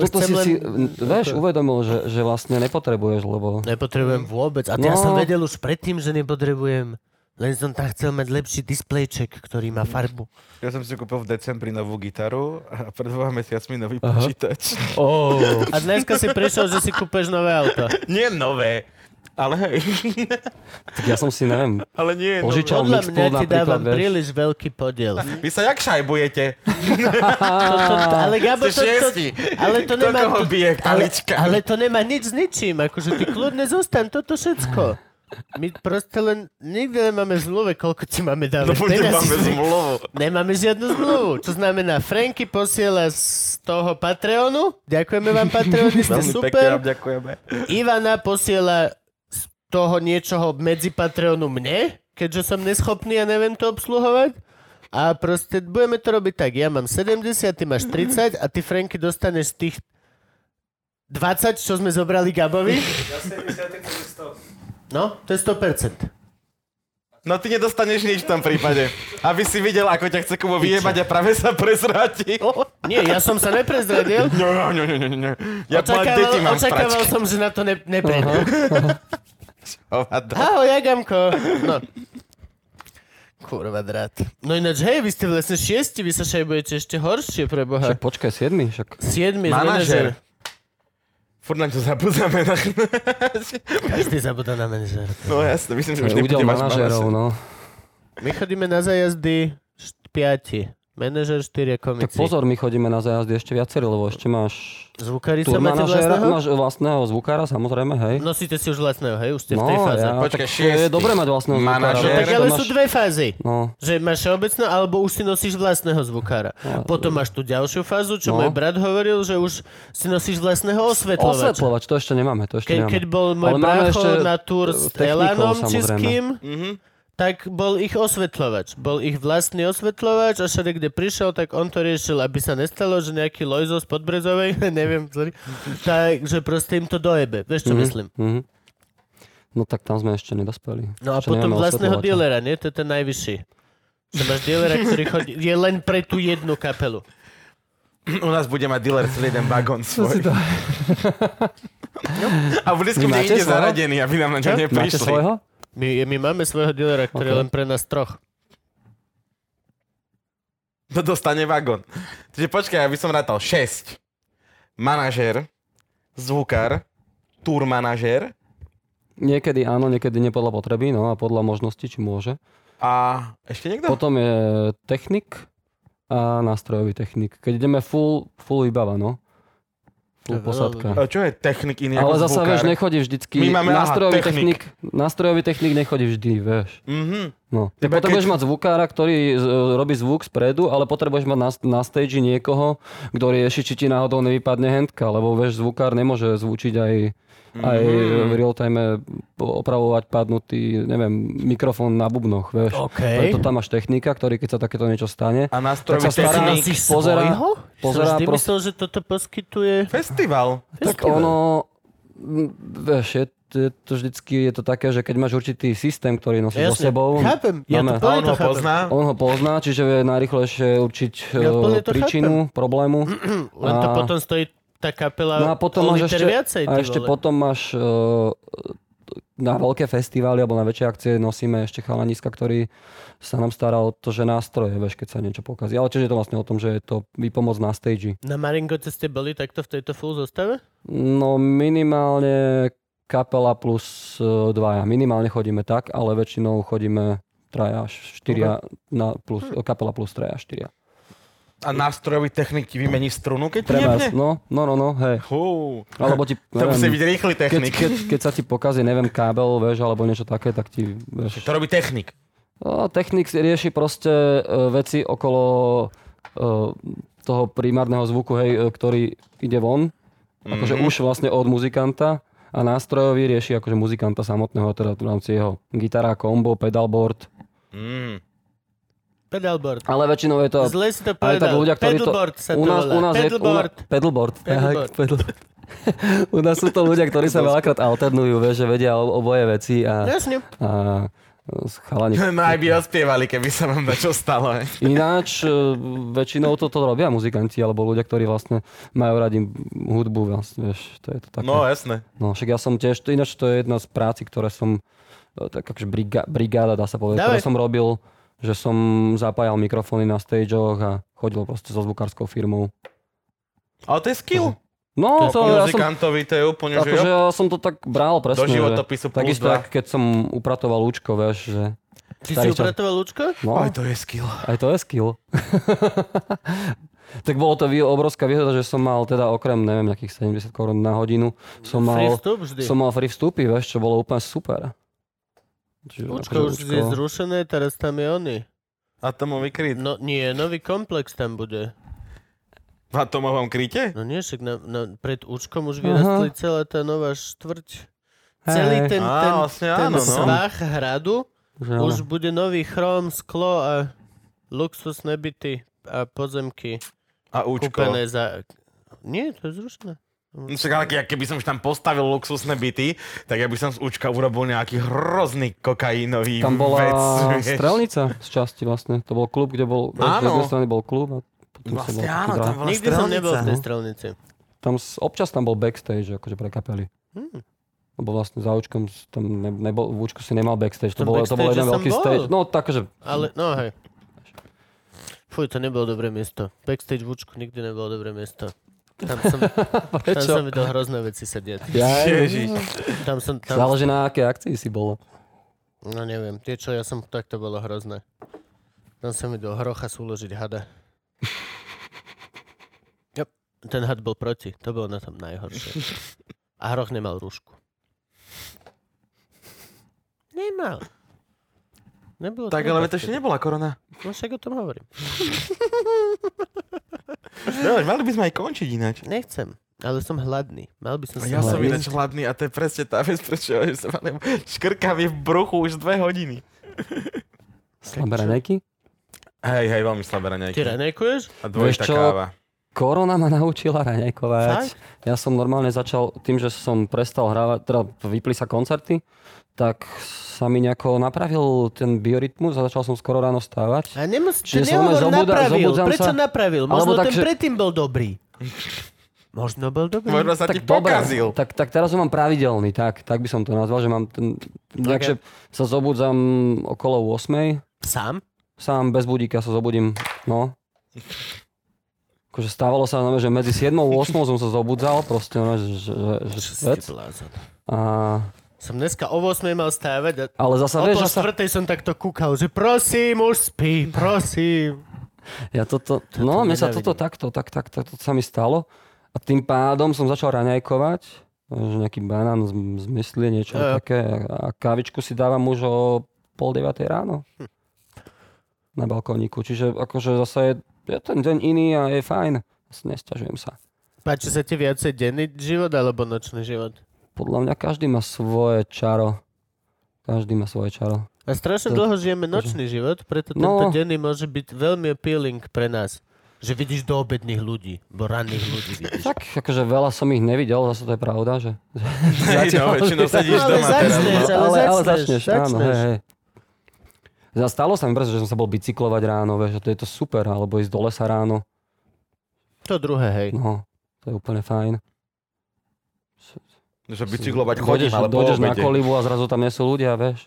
Chcem-
toto
chcem
si
len-
si, vieš, uvedomil, že, že vlastne nepotrebuješ, lebo...
Nepotrebujem vôbec. A to ja
No.
som vedel už predtým, že nepotrebujem. Len som tam chcel mať lepší displejček, ktorý má farbu.
Ja som si kúpil v decembri novú gitaru a pred dvoma mesiacmi nový Aha. počítač.
Oh.
A dneska si prišiel, že si kúpeš nové auto.
Nie nové, ale hej.
Tak ja som si, neviem,
Ale nie je nové.
požičal
No, Podľa mňa
Mixpool
ti
napríklad,
dávam
vieš.
príliš veľký podiel.
Vy sa jak šajbujete?
To, to, to, ale Gabo, to,
Ste
to,
šiesti.
ale to
Kto
nemá...
koho
To,
bije
ale,
paličkami?
ale to nemá nič s ničím. Akože ty kľudne zostan, toto všetko. My proste len nikdy nemáme v zmluve, koľko ti máme dávať.
Lebo No, nemáme
Peňazí.
zmluvu.
Nemáme žiadnu zmluvu. Čo znamená, Franky posiela z toho Patreonu. Ďakujeme vám, Patreoni, ste
Veľmi pekne
super.
vám ďakujeme.
Ivana posiela z toho niečoho medzi Patreonu mne, keďže som neschopný a neviem to obsluhovať. A proste budeme to robiť tak. Ja mám 70, ty máš 30 a ty, Franky, dostaneš z tých 20, čo sme zobrali Gabovi. No, to je 100%.
No ty nedostaneš nič v tom prípade. Aby si videl, ako ťa chce Kubo vyjebať a práve sa prezrátil.
Nie, ja som sa neprezradil.
No, no, no, no, no. Ja plán deti
Očakával,
mám v
očakával
pračke.
som, že na to ne, nepríde.
Hovado.
Ahoj, Agamko. No. Kurva drát. No ináč, hej, vy ste vlastne šiesti, vy sa šajbujete ešte horšie, pre
Však
boha.
počkaj, siedmi, však...
Siedmi, z
Manažer.
manažera.
Furt nám to zabudáme. Na...
Každý zabudá na manažera.
No jasne, myslím, že
To
už
je údel
nebude mať
manažerov,
manažer.
no.
My chodíme na zajazdy št- piati. Manažer, štyria
Tak
komici.
pozor, my chodíme na zajazdy ešte viacerí, lebo ešte máš
Zvukári sa
tour
máte
manažéra,
vlastného?
máš vlastného zvukára, samozrejme, hej.
Nosíte si už vlastného, hej? Už ste v
No,
tej fáze. No,
ja,
Počkaj,
tak to
šiestý.
je dobré mať vlastného zvukára.
Manažér.
lebo
Tak
Že
ale
to
sú
máš-
dve fázy.
No,
Že máš všeobecnú, alebo už si nosíš vlastného zvukára. Potom máš tú ďalšiu fázu, čo
No.
môj brat hovoril, že už si nosíš vlastného osvetľovača.
osvetľovač, to ešte nemáme, to ešte
Ke,
nemáme.
keď bol môj
Ale máme ešte
brácho na túr s
s technikou,
Elanom či s
samozrejme.
kým, tak bol ich osvetľovač. Bol ich vlastný osvetľovač a všade, kde prišiel, tak on to riešil, aby sa nestalo, že nejaký Lojzo z Podbrezovej, neviem, sorry, takže proste im to dojebe. Vieš, čo myslím?
Mhm. No tak tam sme ešte nedospeli.
No a
ešte
potom
nemáme
vlastného
osvetľovača.
dealera, nie? To je ten najvyšší. Že máš dealera, ktorý chodí, je len pre tú jednu kapelu.
U nás bude mať dealer celý jeden vagón svoj. A vždycky
Vy
bude
máte
inde
svojho?
zaradený, aby nám na ňo
Máte
neprišli.
svojho?
My, my máme svojho dealera, ktorý okay. je
Ok.
len pre nás troch.
To dostane vagón. Takže počkaj, aby som rátal. 6. Manažer, zvukár, tour manažer
Niekedy áno, niekedy nie podľa potreby, no a podľa možnosti, či môže.
a ešte niekto?
Potom je technik a nástrojový technik. Keď ideme full, full výbava, no. Full
To je veľa
posádka.
A čo je technik iný
Ale
ako
zasa,
zvukár?
vieš, nechodí vždycky.
My máme, aha,
nástrojový
technik.
Nástrojový technik nechodí vždy, vieš.
Mhm.
No. Ty
Tebe
potrebuješ
keď-
mať zvukára, ktorý z- robí zvuk spredu, ale potrebuješ mať na, na stage niekoho, kto rieši, či ti náhodou nevypadne hentka, lebo vieš, zvukár nemôže zvučiť aj, aj
Mhm.
v real time opravovať padnutý, neviem, mikrofón na bubnoch, vieš.
OK.
Preto tam máš technika, ktorý keď sa takéto niečo
A
stane, tak
nástrojový
sa stará,
technik.
Nosíš
pozerá,
svojho?
pozerá
Som vždy
proste
myslel, že toto poskytuje...
Festival.
tak
Festival.
ono, m, vieš, je, to- je to vždycky je to také, že keď máš určitý systém, ktorý nosíš so
Jasne,
sebou,
chápem, ja to
máme,
A
plne
on ho
chápem.
pozná.
on ho pozná, čiže vie najrychlejšie určiť
Ja
eh,
plne to
príčinu problému.
Len to
A-
potom stojí tá kapela
No a potom
o
máš
liter
ešte,
viacej.
a
ty
ešte
vole.
potom máš eh, na veľké festivály alebo na väčšie akcie nosíme ešte chalaniska, ktorý sa nám stará o to, že nástroje, vieš, keď sa niečo pokazí. Ale čiže je to vlastne o tom, že je to výpomoc na stage.
Na Maringote ste boli takto v tejto full zostave?
No minimálne kapela plus e, dvaja. Minimálne chodíme tak, ale väčšinou chodíme traja, až štyria, na plus, kapela plus traja, štyria.
A nástrojový technik ti vymení strunu, keď ti
Treba,
jebne?
no, no, no, no, hej.
Hú.
Alebo ti,
To musí
neviem,
byť rýchly
keď,
technik.
keď, keď, sa ti pokazí, neviem, kábel, vieš, alebo niečo také, tak ti, vieš.
To robí technik.
No, A technik rieši proste e, veci okolo e, toho primárneho zvuku, hej, e, ktorý ide von, akože už vlastne od muzikanta a nástrojový rieši akože muzikanta samotného, teda v rámci jeho gitara, kombo, pedalboard,
Mm.
Pedalboard.
ale väčšinou je to...
Zle si to povedal.
Ale tak ľudia, ktorí to...
Pedalboard sa
u
to
nás,
volá.
u nás je, u na,
Pedalboard.
pedalboard.
Pedalboard.
Tak, pedalboard. u nás sú to ľudia, ktorí sa veľakrát alternujú, vieš, že vedia o- oboje veci a,
Jasne.
a s chalani.
No aj by ospievali, keby sa vám dačo stalo. hej.
Ináč e, väčšinou toto robia muzikanti alebo ľudia, ktorí vlastne majú radi hudbu. Vlastne, vieš, to je to také.
No jasné.
No však ja som tiež, to ináč to je jedna z práci, ktoré som, e, tak akože briga, brigáda dá sa povedať, ktoré
Dávaj.
som robil, že som zapájal mikrofóny na stageoch a chodil proste so zvukárskou firmou.
Ale to je skill.
No,
To
to, ja som,
muzikantovi to je úplne, že
akože
jo,
ja som to tak bral
do
presne. že,
životopisu plus
takisto,
dva.
ak keď som upratoval lúčko, vieš, že...
Ty si
Starý čas.
upratoval lúčko?
No,
Aj to je skill.
Aj to je skill. tak bolo to vý- obrovská výhoda, že som mal teda okrem, neviem, nejakých 70 korún na hodinu, som
Free
mal,
vstup vždy.
som mal free vstupy, vieš, čo bolo úplne super. Čiže
Lúčko už
akože
je
Lúčko-
zrušené, teraz tam je oný.
Atomový kryt.
No nie, nový komplex tam bude.
V atomovom kryte?
No nie, však na, na, pred Účkom už
Aha.
vyrastli celá tá nová štvrť.
Hej,
Celý
hej.
ten,
Á,
ten,
vlastne
ten
áno, no.
svah hradu
že áno.
už bude nový chrom, sklo a luxusné byty a pozemky
A účko.
kúpené za... Nie, to je zrušné.
No Však ale ke- keby som už tam postavil luxusné byty, tak ja by som z účka urobil nejaký hrozný kokainový
Tam bola
vec. vieš.
strelnica z časti vlastne. To bol klub, kde bol, vieš, z
Áno.
jednej strany bol klub a potom sa
Vlastne
bol
áno, tam bola
Nikdy som nebol
no.
v tej
strelnica.
strelnici.
tam s- občas tam bol backstage, akože pre kapely.
Hm.
Lebo vlastne za Učkom s- tam ne, nebol, v Učku si nemal backstage, to
Tam
bolo, to
backstage
bolo jeden
som
veľký
bol.
stage. No tak, že
Ale, no hej. Fuj, to nebolo dobré miesto. Backstage v Účku nikdy nebolo dobré miesto. Tam som, tam
Prečo?
som videl hrozné veci sedieť.
Ja,
Ježiš.
Tam som, tam
záleží na aké akcii si bol.
No neviem, tie čo ja som, tak to bolo hrozné. Tam sa mi do hrocha súložiť hada. Yep. Ten had bol proti, to bolo na tom najhoršie. A hroch nemal rúšku. Nemal. Nebolo
Tak
treba
ale to ešte
vtedy.
nebola korona.
No však o tom hovorím.
No, mali by sme aj končiť ináč.
Nechcem, ale som hladný. Mal by som
A
No
sa
ja som
Hladný.
ináč hladný a to je presne tá vec, prečo ja sa mám škrkami v bruchu už dve hodiny.
Slabé raňajky?
Hej, hej, veľmi slabé
Ty
raňajky.
ranejkuješ?
A dvojitá
Vieš čo?
káva.
Korona ma naučila raňajkovať. Ja som normálne začal tým, že som prestal hrávať, teda vypli sa koncerty, tak sa mi nejako napravil ten biorytmus a začal som skoro ráno stávať.
A nemus, ty
Čiže
nehovor
som len zobuda-
napravil.
zobudzam
Prečo
sa-
napravil?
Alebo
Možno
tak,
ten
že-
predtým bol dobrý. Možno bol dobrý.
Možno sa ti pokazil.
tak, tak teraz ho mám pravidelný, tak, tak by som to nazval, že mám ten, nejak,
Ok.
že sa zobudzam okolo 8.
Sám?
Sám bez budíka sa zobudím, no. Akože stávalo sa, normálne, že medzi 7 a 8 som sa zobudzal, proste, normálne, že, že, že, že
Čo si
vec.
ty blázon?
A,
Som dneska o 8 mal stávať a
ale zasa,
o
vieš,
pol
že sa,
štvrtej som takto kúkal, že prosím, už spí, prosím.
ja toto, no, mne sa
nenávidím.
toto takto, tak, tak, tak, to sa mi stalo. A tým pádom som začal raňajkovať, že nejaký banán z, z mysli, niečo
Jo, jo.
také. A, a kávičku si dávam už o pol deviatej ráno.
Hm.
Na balkóniku, čiže akože zase je, je ten deň iný a je fajn. Asi Nesťažujem sa.
Páči sa ti viacej denný život alebo nočný život?
Podľa mňa každý má svoje čaro. Každý má svoje čaro.
A strašne
To-
dlho žijeme nočný život, preto tento
No.
denný môže byť veľmi appealing pre nás. Že vidíš do obedných ľudí, bo ranných ľudí vidíš.
Tak, akože veľa som ich nevidel, zase to je pravda, že...
Hej, no, väčšinou sedíš
No, ale
doma teraz.
začneš,
no.
ale
ale, ale
začneš,
začneš, áno,
začneš.
hej, hej. Za- Stalo sa mi brzo, že som sa bol bicyklovať ráno, vieš, že to je to super, alebo ísť do lesa ráno,
To druhé, hej.
no, to je úplne fajn.
no. Že bicyklovať chodím,
Dojdeš-
ale po
dojdeš na
obede.
kolibu a zrazu tam nie sú ľudia, vieš.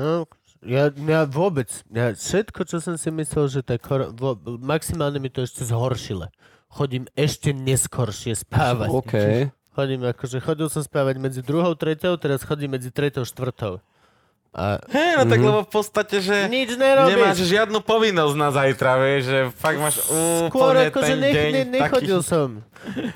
No, ja, ja vôbec, ja všetko, čo som si myslel, že tá kor- vo, maximálne mi to ešte zhoršilo. Chodím ešte neskoršie spávať.
OK.
Chodím, akože chodil som spávať medzi druhou, tretou, teraz chodím medzi tretou, štvrtou. A
Hej, no
Mhm.
tak lebo v podstate, že...
nič
Nemáš
nerobíš.
žiadnu povinnosť na zajtra, vieš, že fakt máš
Skôr
úplne
akože
ten
ne,
deň
ne, nechodil
taký...
som.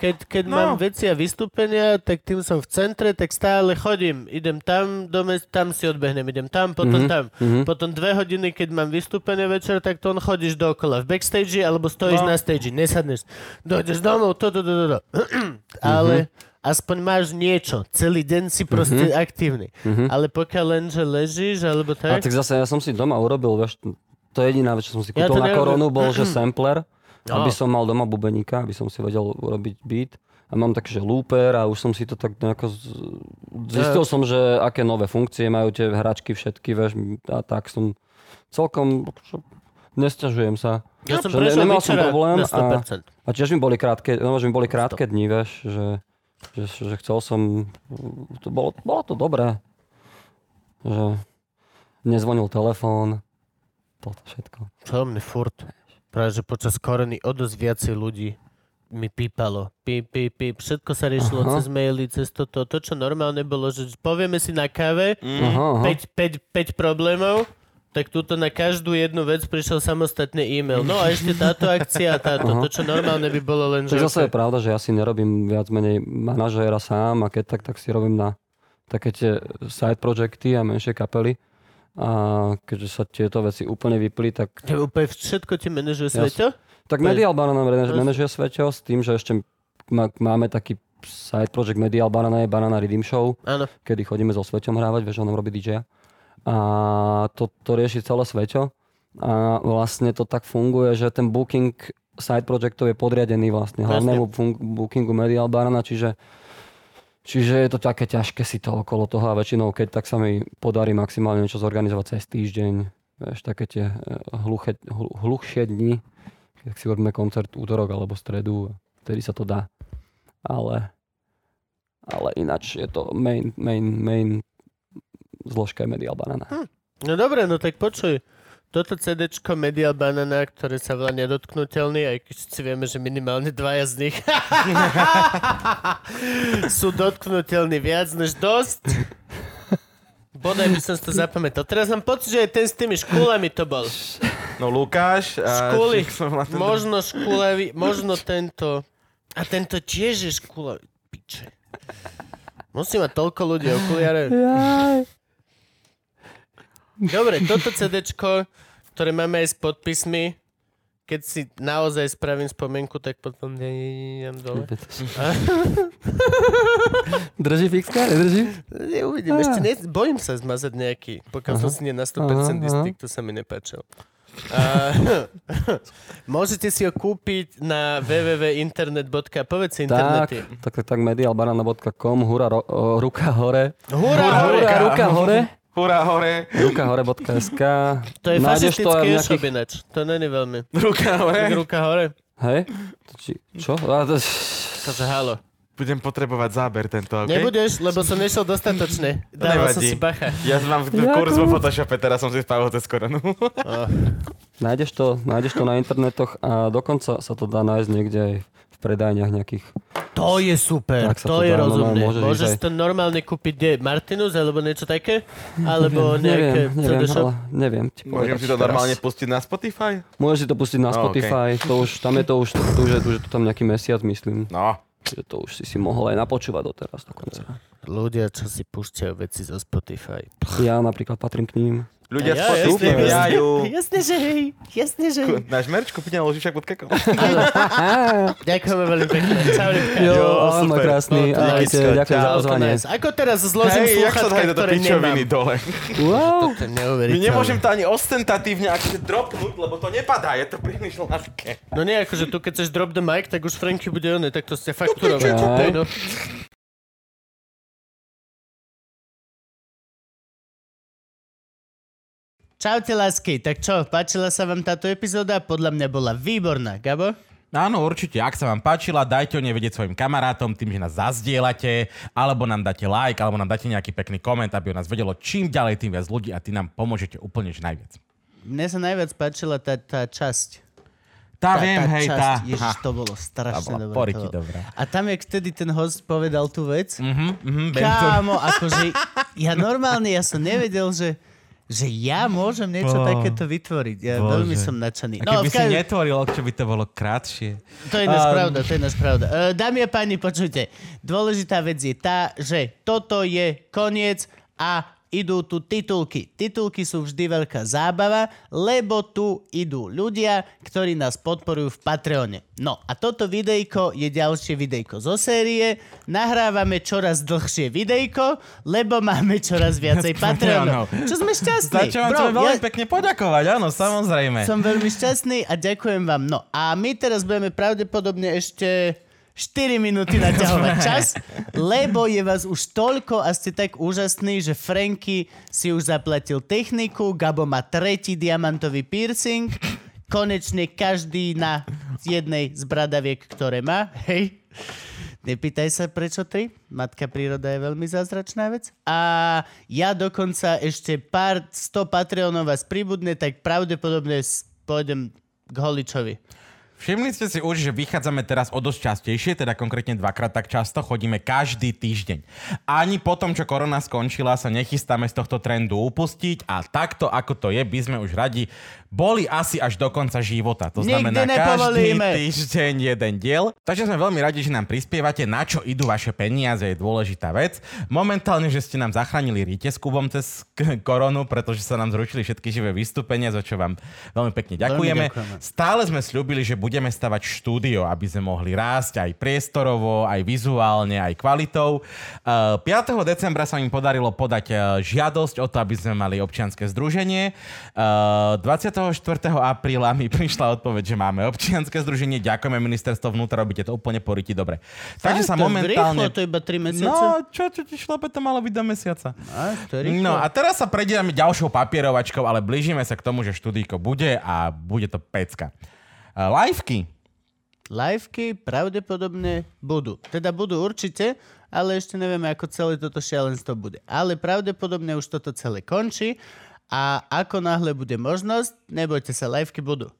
Keď, keď no.
No.
mám veci a vystúpenia, tak tým som v centre, tak stále chodím. Idem tam, do mes- tam si odbehnem, idem tam, potom mm-hmm. tam.
Mhm.
Potom dve hodiny, keď mám vystúpenie večer, tak to on chodíš dokola. V backstage alebo stojíš
No.
no. na stage, nesadneš. Dojdeš domov, to, to, to, to, to.
Mhm.
Ale aspoň máš niečo. Celý deň si proste mm-hmm. aktívny. Mm-hmm. Ale pokiaľ len, že ležíš, alebo
Mhm. A
tak...
tak zase ja som si doma urobil, vieš, to jediná vec, čo som si
Ja to
kúpil na
nerobím.
koronu, bol, že sampler,
No.
aby som mal doma bubeníka, aby som si vedel urobiť beat. a mám taký, že looper a už som si to tak nejako... z- Zistil som, že aké nové funkcie majú tie hračky všetky, vieš, a tak som celkom... Nesťažujem sa.
Ja som
Že
prešiel
nemal som
Witchera
problém
na
a-
100%.
A tiež mi boli krátke, no, že mi boli krátke dni, vieš, že, že, že chcel som, to bolo, bolo to dobré, že nezvonil telefón, toto všetko.
Veľmi furt. Práve, že počas korony o dosť viacej ľudí mi pípalo. Píp, píp, píp. Všetko sa riešilo
Aha.
cez maily, cez toto. To, čo normálne bolo, že povieme si na káve
Aha, Mm. aha.
5, 5, 5 problémov, tak túto na každú jednu vec prišiel samostatný e-mail. No a ešte táto akcia a táto.
Aha.
To, čo normálne by bolo len, že...
Tak zase je pravda, že ja si nerobím viac menej manažéra sám a keď tak, tak si robím na také tie side projecty a menšie kapely. A keďže sa tieto veci úplne vypli, tak,
To je úplne všetko ti manažuje
Jasne.
sveto?
tak
To je-
Medial Banana
to
manaž-
je-
manažuje Sveťo s tým, že ešte ma- máme taký side project Medial Banana je Banana Redeem Show,
Áno.
kedy chodíme so Sveťom hrávať, vieš, on nám robí DJ. A to, to rieši celé Sveťo. A vlastne to tak funguje, že ten booking side projectov je podriadený vlastne hlavnému fun- bookingu Medial Barana, čiže Čiže je to také ťažké si to okolo toho a väčšinou, keď tak sa mi podarí maximálne niečo zorganizovať cez týždeň, vieš, také tie eh, hluché, hlu- hluchšie dni, keď si robíme koncert útorok alebo stredu, vtedy sa to dá. Ale, ale ináč je to main, main, main zložka je Medial Banana.
No dobre, no tak počuj. Toto CDčko Media Banana, ktoré sa volá Nedotknutelný, aj keď si vieme, že minimálne dvaja z nich sú dotknutelní viac než dosť. Bodaj by som si to zapamätal. Teraz mám pocit, že aj ten s tými škúlami to bol.
No Lukáš a...
Škúly.
som na ten-
Možno škúlavý, možno tento. A tento tiež je škúlavý. Piče. Musí mať toľko ľudí okuliare. Dobre, toto CDčko, ktoré máme aj s podpismi, keď si naozaj spravím spomienku, tak potom idem dole.
Drží fixka, nedrží?
Uvidím, ešte ne, bojím sa zmazať nejaký, pokiaľ som si nie na 100%
Ah. aha,
istý,
aha.
to sa mi nepáčil. A- môžete si ho kúpiť na www.internet.com. Povedz si
Tak,
internety.
tak, tak, tak medialbanana.com, hura, ro, o, ruka hore.
Hurá!
Hura,
Ruka.
ruka hore.
Hurá hore.
Ruka hore.sk.
To je fašistický
nejakých...
e-shop ináč. To není veľmi.
Ruka hore.
Tak ruka hore.
Hej? To Či, čo? A, to,
Takže halo.
Budem potrebovať záber tento, OK?
Nebudeš, lebo som nešiel dostatočne. Dával som
nevadí.
si bacha.
Ja mám ten kurz vo Photoshope, teraz som si spravil cez koronu.
nájdeš, to, nájdeš to na internetoch a dokonca sa to dá nájsť niekde aj v predajniach nejakých.
To je super,
Tak sa
to,
to
je
dá, no, no,
rozumné.
môžeš ísť
Môžeš
aj-
to normálne kúpiť, kde Martinus, alebo niečo také? Alebo nejaké
neviem, neviem,
Photoshop?
ale neviem. Ti
Môžem
povedať
si to
teraz.
normálne pustiť na Spotify?
Môžeš si to pustiť na
No,
Spotify, to už, tam je to už, to už, je, to už je to tam nejaký mesiac, myslím.
No.
Čiže to už si si mohol aj napočúvať doteraz dokonca.
Ľudia, čo si púšťajú veci zo Spotify.
Ja napríklad patrím k ním.
Ľudia
Ja,
ja, Spotify
jasne,
vyajú.
Jasne, že hej, jasne, že hej.
Náš merč kúpiť na loživšak.com.
Ďakujeme veľmi pekne. Čau, Rybka.
Jo,
ahoj,
ahoj,
môj
môj
super.
krásny.
No, to je
Ahojte,
Kicka.
ďakujem za
Čau,
pozvanie.
Tomáš. Ako teraz zložím
Hej, jak sa
sluchatka,
dajú do
ktoré
pičoviny
nemám.
dole?
Wow.
To je
My
neuveriteľné.
nemôžem to ani ostentatívne akože dropnúť, lebo to nepadá, je to príliš ľahké.
No nie, akože tu keď chceš drop the mic, tak už Franky bude oné, tak to ste fakturovať.
čo, čo, čo.
No.
Čaute lásky, tak čo, páčila sa vám táto epizóda? Podľa mňa bola výborná, Gabo?
No Áno, určite. Ak sa vám páčila, dajte o nej vedieť svojim kamarátom tým, že nás zazdielate, alebo nám dáte like, alebo nám dáte nejaký pekný koment, aby o nás vedelo čím ďalej, tým viac ľudí a ty nám pomôžete úplne že najviac.
Mne sa najviac páčila tá, tá časť.
Tá,
Tá,
viem,
tá
hej,
časť,
tá.
Ježiš,
Ha.
to bolo strašne
bola
dobré. to
poriky
bolo.
dobrá.
A tam, jak vtedy ten host povedal tú vec,
Mhm, mhm, viem to.
kámo, akože ja normálne, ja som nevedel, že že ja môžem niečo
Bo-
takéto vytvoriť. Ja
Bože.
veľmi som nadšený. No,
No,
A keby
v
si
každom-
netvoril, čo by to bolo krátšie.
To je náš
Um,
pravda, to je náš pravda. Uh, dámy a páni, počujte, dôležitá vec je tá, že toto je koniec a idú tu titulky. Titulky sú vždy veľká zábava, lebo tu idú ľudia, ktorí nás podporujú v Patreone. No a toto videjko je ďalšie videjko zo série. Nahrávame čoraz dlhšie videjko, lebo máme čoraz viacej Patreonov.
Patreonov.
Čo sme šťastní.
Za čo vám
Bro,
chceme veľmi
ja-
pekne poďakovať, áno, samozrejme.
som veľmi šťastný a ďakujem vám. No a my teraz budeme pravdepodobne ešte
4 minúty naťahovať čas, lebo je vás už toľko a ste tak úžasní, že Franky si už zaplatil techniku, Gabo má tretí diamantový piercing, konečne každý na jednej z bradaviek, ktoré má. Hej. Nepýtaj sa, prečo tri. Matka príroda je veľmi zázračná vec. A ja dokonca ešte pár 100 Patreonov vás pribudne, tak pravdepodobne s- pôjdem k Holičovi.
Všimli ste si už, že vychádzame teraz o dosť častejšie, teda konkrétne dvakrát tak často, chodíme každý týždeň. Ani po tom, čo korona skončila, sa nechystáme z tohto trendu upustiť a takto, ako to je, by sme už radi boli asi až do konca života. To
Nikdy
znamená každý
nepovolíme.
týždeň jeden diel. Takže sme veľmi radi, že nám prispievate, na čo idú vaše peniaze, je dôležitá vec. Momentálne, že ste nám zachránili rite s Kubom cez k- koronu, pretože sa nám zrušili všetky živé vystúpenia, za čo vám veľmi pekne ďakujeme.
ďakujeme.
Stále sme slúbili, že budeme stavať štúdio, aby sme mohli rásť aj priestorovo, aj vizuálne, aj kvalitou. Eh, 5. decembra sa im podarilo podať eh, žiadosť o to, aby sme mali občianske združenie. Eh, 24. apríla mi prišla odpoveď, že máme občianske združenie. Ďakujeme ministerstvo vnútra, robíte to úplne poriti dobre.
Fakt,
Takže sa
to je
momentálne...
Rýchlo, to je iba 3 mesiace.
No, čo, čo ti šlape, to malo byť do mesiaca.
A, to je rýchlo.
No a teraz sa predielame ďalšou papierovačkou, ale blížime sa k tomu, že študíko bude a bude to pecka. Uh, liveky.
Liveky pravdepodobne budú. Teda budú určite, ale ešte nevieme, ako celé toto šialenstvo bude. Ale pravdepodobne už toto celé končí a ako náhle bude možnosť, nebojte sa, liveky budú.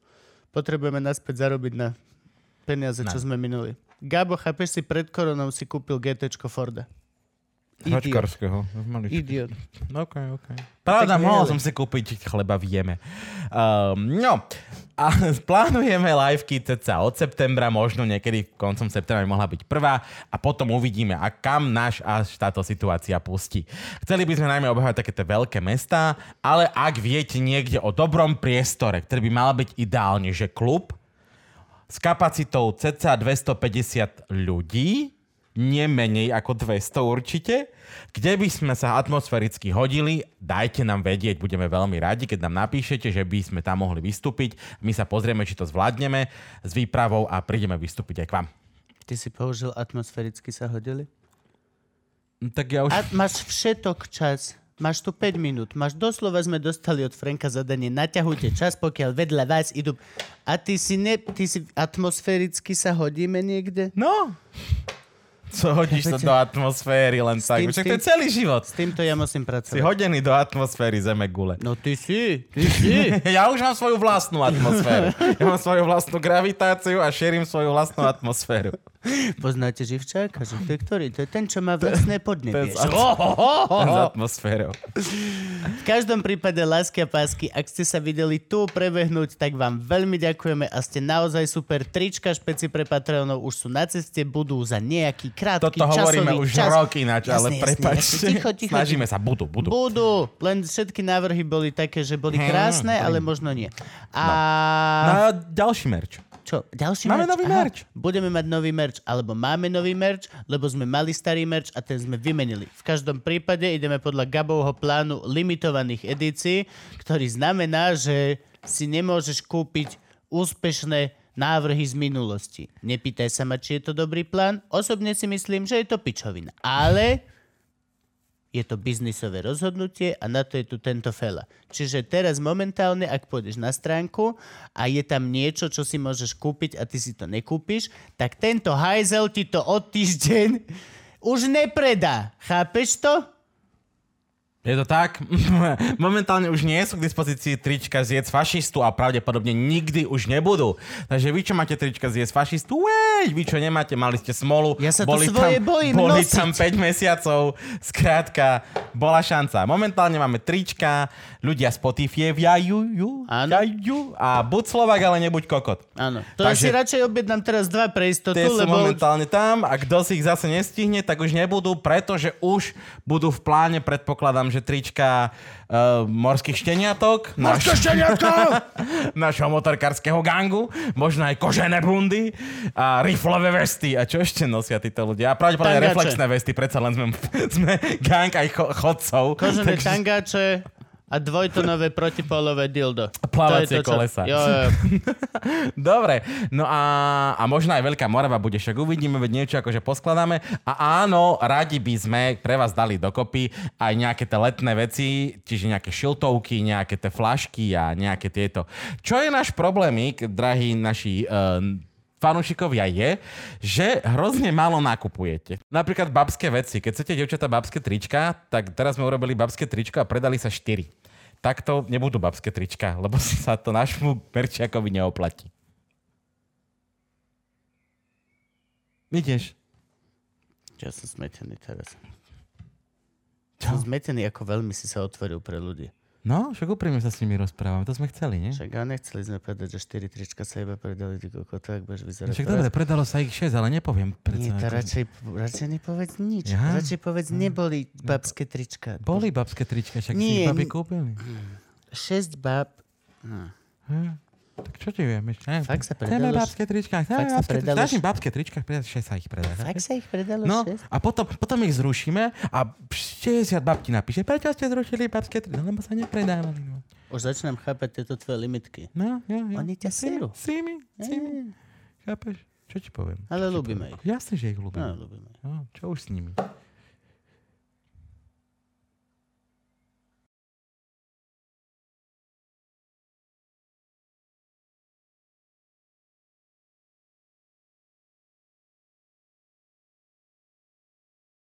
Potrebujeme naspäť zarobiť na peniaze, čo sme minuli. Gabo, chápeš si, pred koronou si kúpil GT Forda.
E
Idiot. Idiot.
Okay, okay.
Tak
Pravda, mohol
mieli.
som si kúpiť chleba v jeme. Um, no, a plánujeme liveky ceca od septembra, možno niekedy koncom septembra by mohla byť prvá a potom uvidíme, a kam náš až táto situácia pustí. Chceli by sme najmä obehať takéto veľké mestá, ale ak viete niekde o dobrom priestore, ktorý by mal byť ideálne, že klub, s kapacitou cca 250 ľudí, nie menej ako 200 určite. Kde by sme sa atmosféricky hodili, dajte nám vedieť, budeme veľmi radi, keď nám napíšete, že by sme tam mohli vystúpiť. My sa pozrieme, či to zvládneme s výpravou a prídeme vystúpiť aj k vám.
Ty si použil atmosféricky sa hodili? Mm,
Tak ja už...
A máš všetok čas. Máš tu 5 minút. Máš doslova sme dostali od Franka zadanie. Naťahujte čas, pokiaľ vedľa vás idú. A ty si, ne, ty si atmosféricky sa hodíme niekde?
No! Co hodíš to do atmosféry len tak?
tým-
Však
s
to je
tým-
celý život.
S týmto ja musím
Si
pracovať.
hodený do atmosféry zeme gule.
No ty si, ty si.
Ja už mám svoju vlastnú atmosféru. Ja mám svoju vlastnú gravitáciu a šerím svoju vlastnú atmosféru.
Poznáte živčáka, že to je ktorý? To je ten, čo má vlastné podnebie.
Bez, atmo- bez atmosférou.
V každom prípade, lásky a pásky, ak ste sa videli tu prebehnúť, tak vám veľmi ďakujeme a ste naozaj super. Trička špeci pre Patreonov už sú na ceste, budú za nejaký krátky
Toto
časový
hovoríme už
čas.
rok ináč,
Jasne,
ale
jasne,
prepačte.
jasne. Ticho, ticho,
Snažíme sa, budú, budú.
Budú, len všetky návrhy boli také, že boli
Hmm,
krásne, ale možno nie.
No.
A
Na ďalší merč.
čo, ďalší
Máme
merch?
nový
Aha,
merch.
Budeme mať nový merch, alebo máme nový merch, lebo sme mali starý merch a ten sme vymenili. V každom prípade ideme podľa Gabovho plánu limitovaných edícií, ktorý znamená, že si nemôžeš kúpiť úspešné návrhy z minulosti. Nepýtaj sa ma, či je to dobrý plán. Osobne si myslím, že je to pičovina. Ale je to biznisové rozhodnutie a na to je tu tento fela. Čiže teraz momentálne, ak pôjdeš na stránku a je tam niečo, čo si môžeš kúpiť a ty si to nekúpiš, tak tento hajzel ti to od týždeň už nepredá. Chápeš to?
Je to tak? Momentálne už nie sú k dispozícii trička z jedz fašistu a pravdepodobne nikdy už nebudú. Takže vy, čo máte trička z jedz fašistu, uej, vy, čo nemáte, mali ste smolu.
Ja sa to svoje
tam,
bojím
Boli
nosiť.
tam 5 mesiacov, skrátka, bola šanca. Momentálne máme trička, ľudia spotifievajú ju,
Áno.
jajú, a buď Slovak, ale nebuď kokot.
Áno. To Takže...
Takže-
si radšej objednám teraz dva pre istotu,
Tie sú
lebo...
momentálne tam a kto si ich zase nestihne, tak už nebudú, pretože už budú v pláne, predpokladám, že trička uh, morských šteniatok, náš, našho motorkárskeho gangu, možno aj kožené bundy a riflové vesty. A čo ešte nosia títo ľudia? A pravdepodobne
Tangače.
reflexné vesty, predsa len sme, sme gang aj cho, chodcov.
Kožené tangáče A dvojtonové protipolové dildo. To je to,
Plávacie
čo-
kolesa.
Jo, jo.
Dobre, no a, a možno aj Veľká Morava bude, však uvidíme, veď niečo akože poskladáme. A áno, radi by sme pre vás dali dokopy aj nejaké tie letné veci, čiže nejaké šiltovky, nejaké tie flašky a nejaké tieto. Čo je náš problémik, drahí naši uh, fanúšikovia je, že hrozne málo nakupujete. Napríklad babské veci. Keď chcete, devčata, babské trička, tak teraz sme urobili babské trička a predali sa 4. Takto nebudú babské trička, lebo sa to našmu merčiakovi neoplatí. Ideš.
Ja som smetený teraz. Som zmetený, ako veľmi si sa otvoril pre ľudí.
No, však úprimne sa s nimi rozprávame, to sme chceli, nie?
Však ale nechceli sme povedať, že 4 trička sa iba predali, ty koko, tak budeš vyzerať.
Však
teraz.
dobre, predalo sa ich 6, ale nepoviem.
Nie,
predsa,
to
ako-
radšej, radšej nepovedz nič.
Ja?
Radšej povedz,
No
neboli babské trička.
Boli babské trička, však si
Nie,
ich
n-
baby kúpili.
6 bab,
Tak čo ti vieme?
Fakt sa
Chceme
predalo-
babské trička. Chceme
fakt sa
babské trička.
predalo-
Našim babské trička, predá- 6 sa ich predá.
fakt sa ich predalo
No
6?
a potom, potom ich zrušíme a 60 babti napíše, prečo ste zrušili babské trička, lebo sa nepredávali. No,
Už začnem chápať tieto tvoje limitky.
no jo, jo.
Oni ťa serú.
Sími, sími. Chápeš? Čo ti poviem?
Ale ľúbime ich.
Jasne, že ich ľúbim.
No, ľúbime ich.
No, čo už s nimi?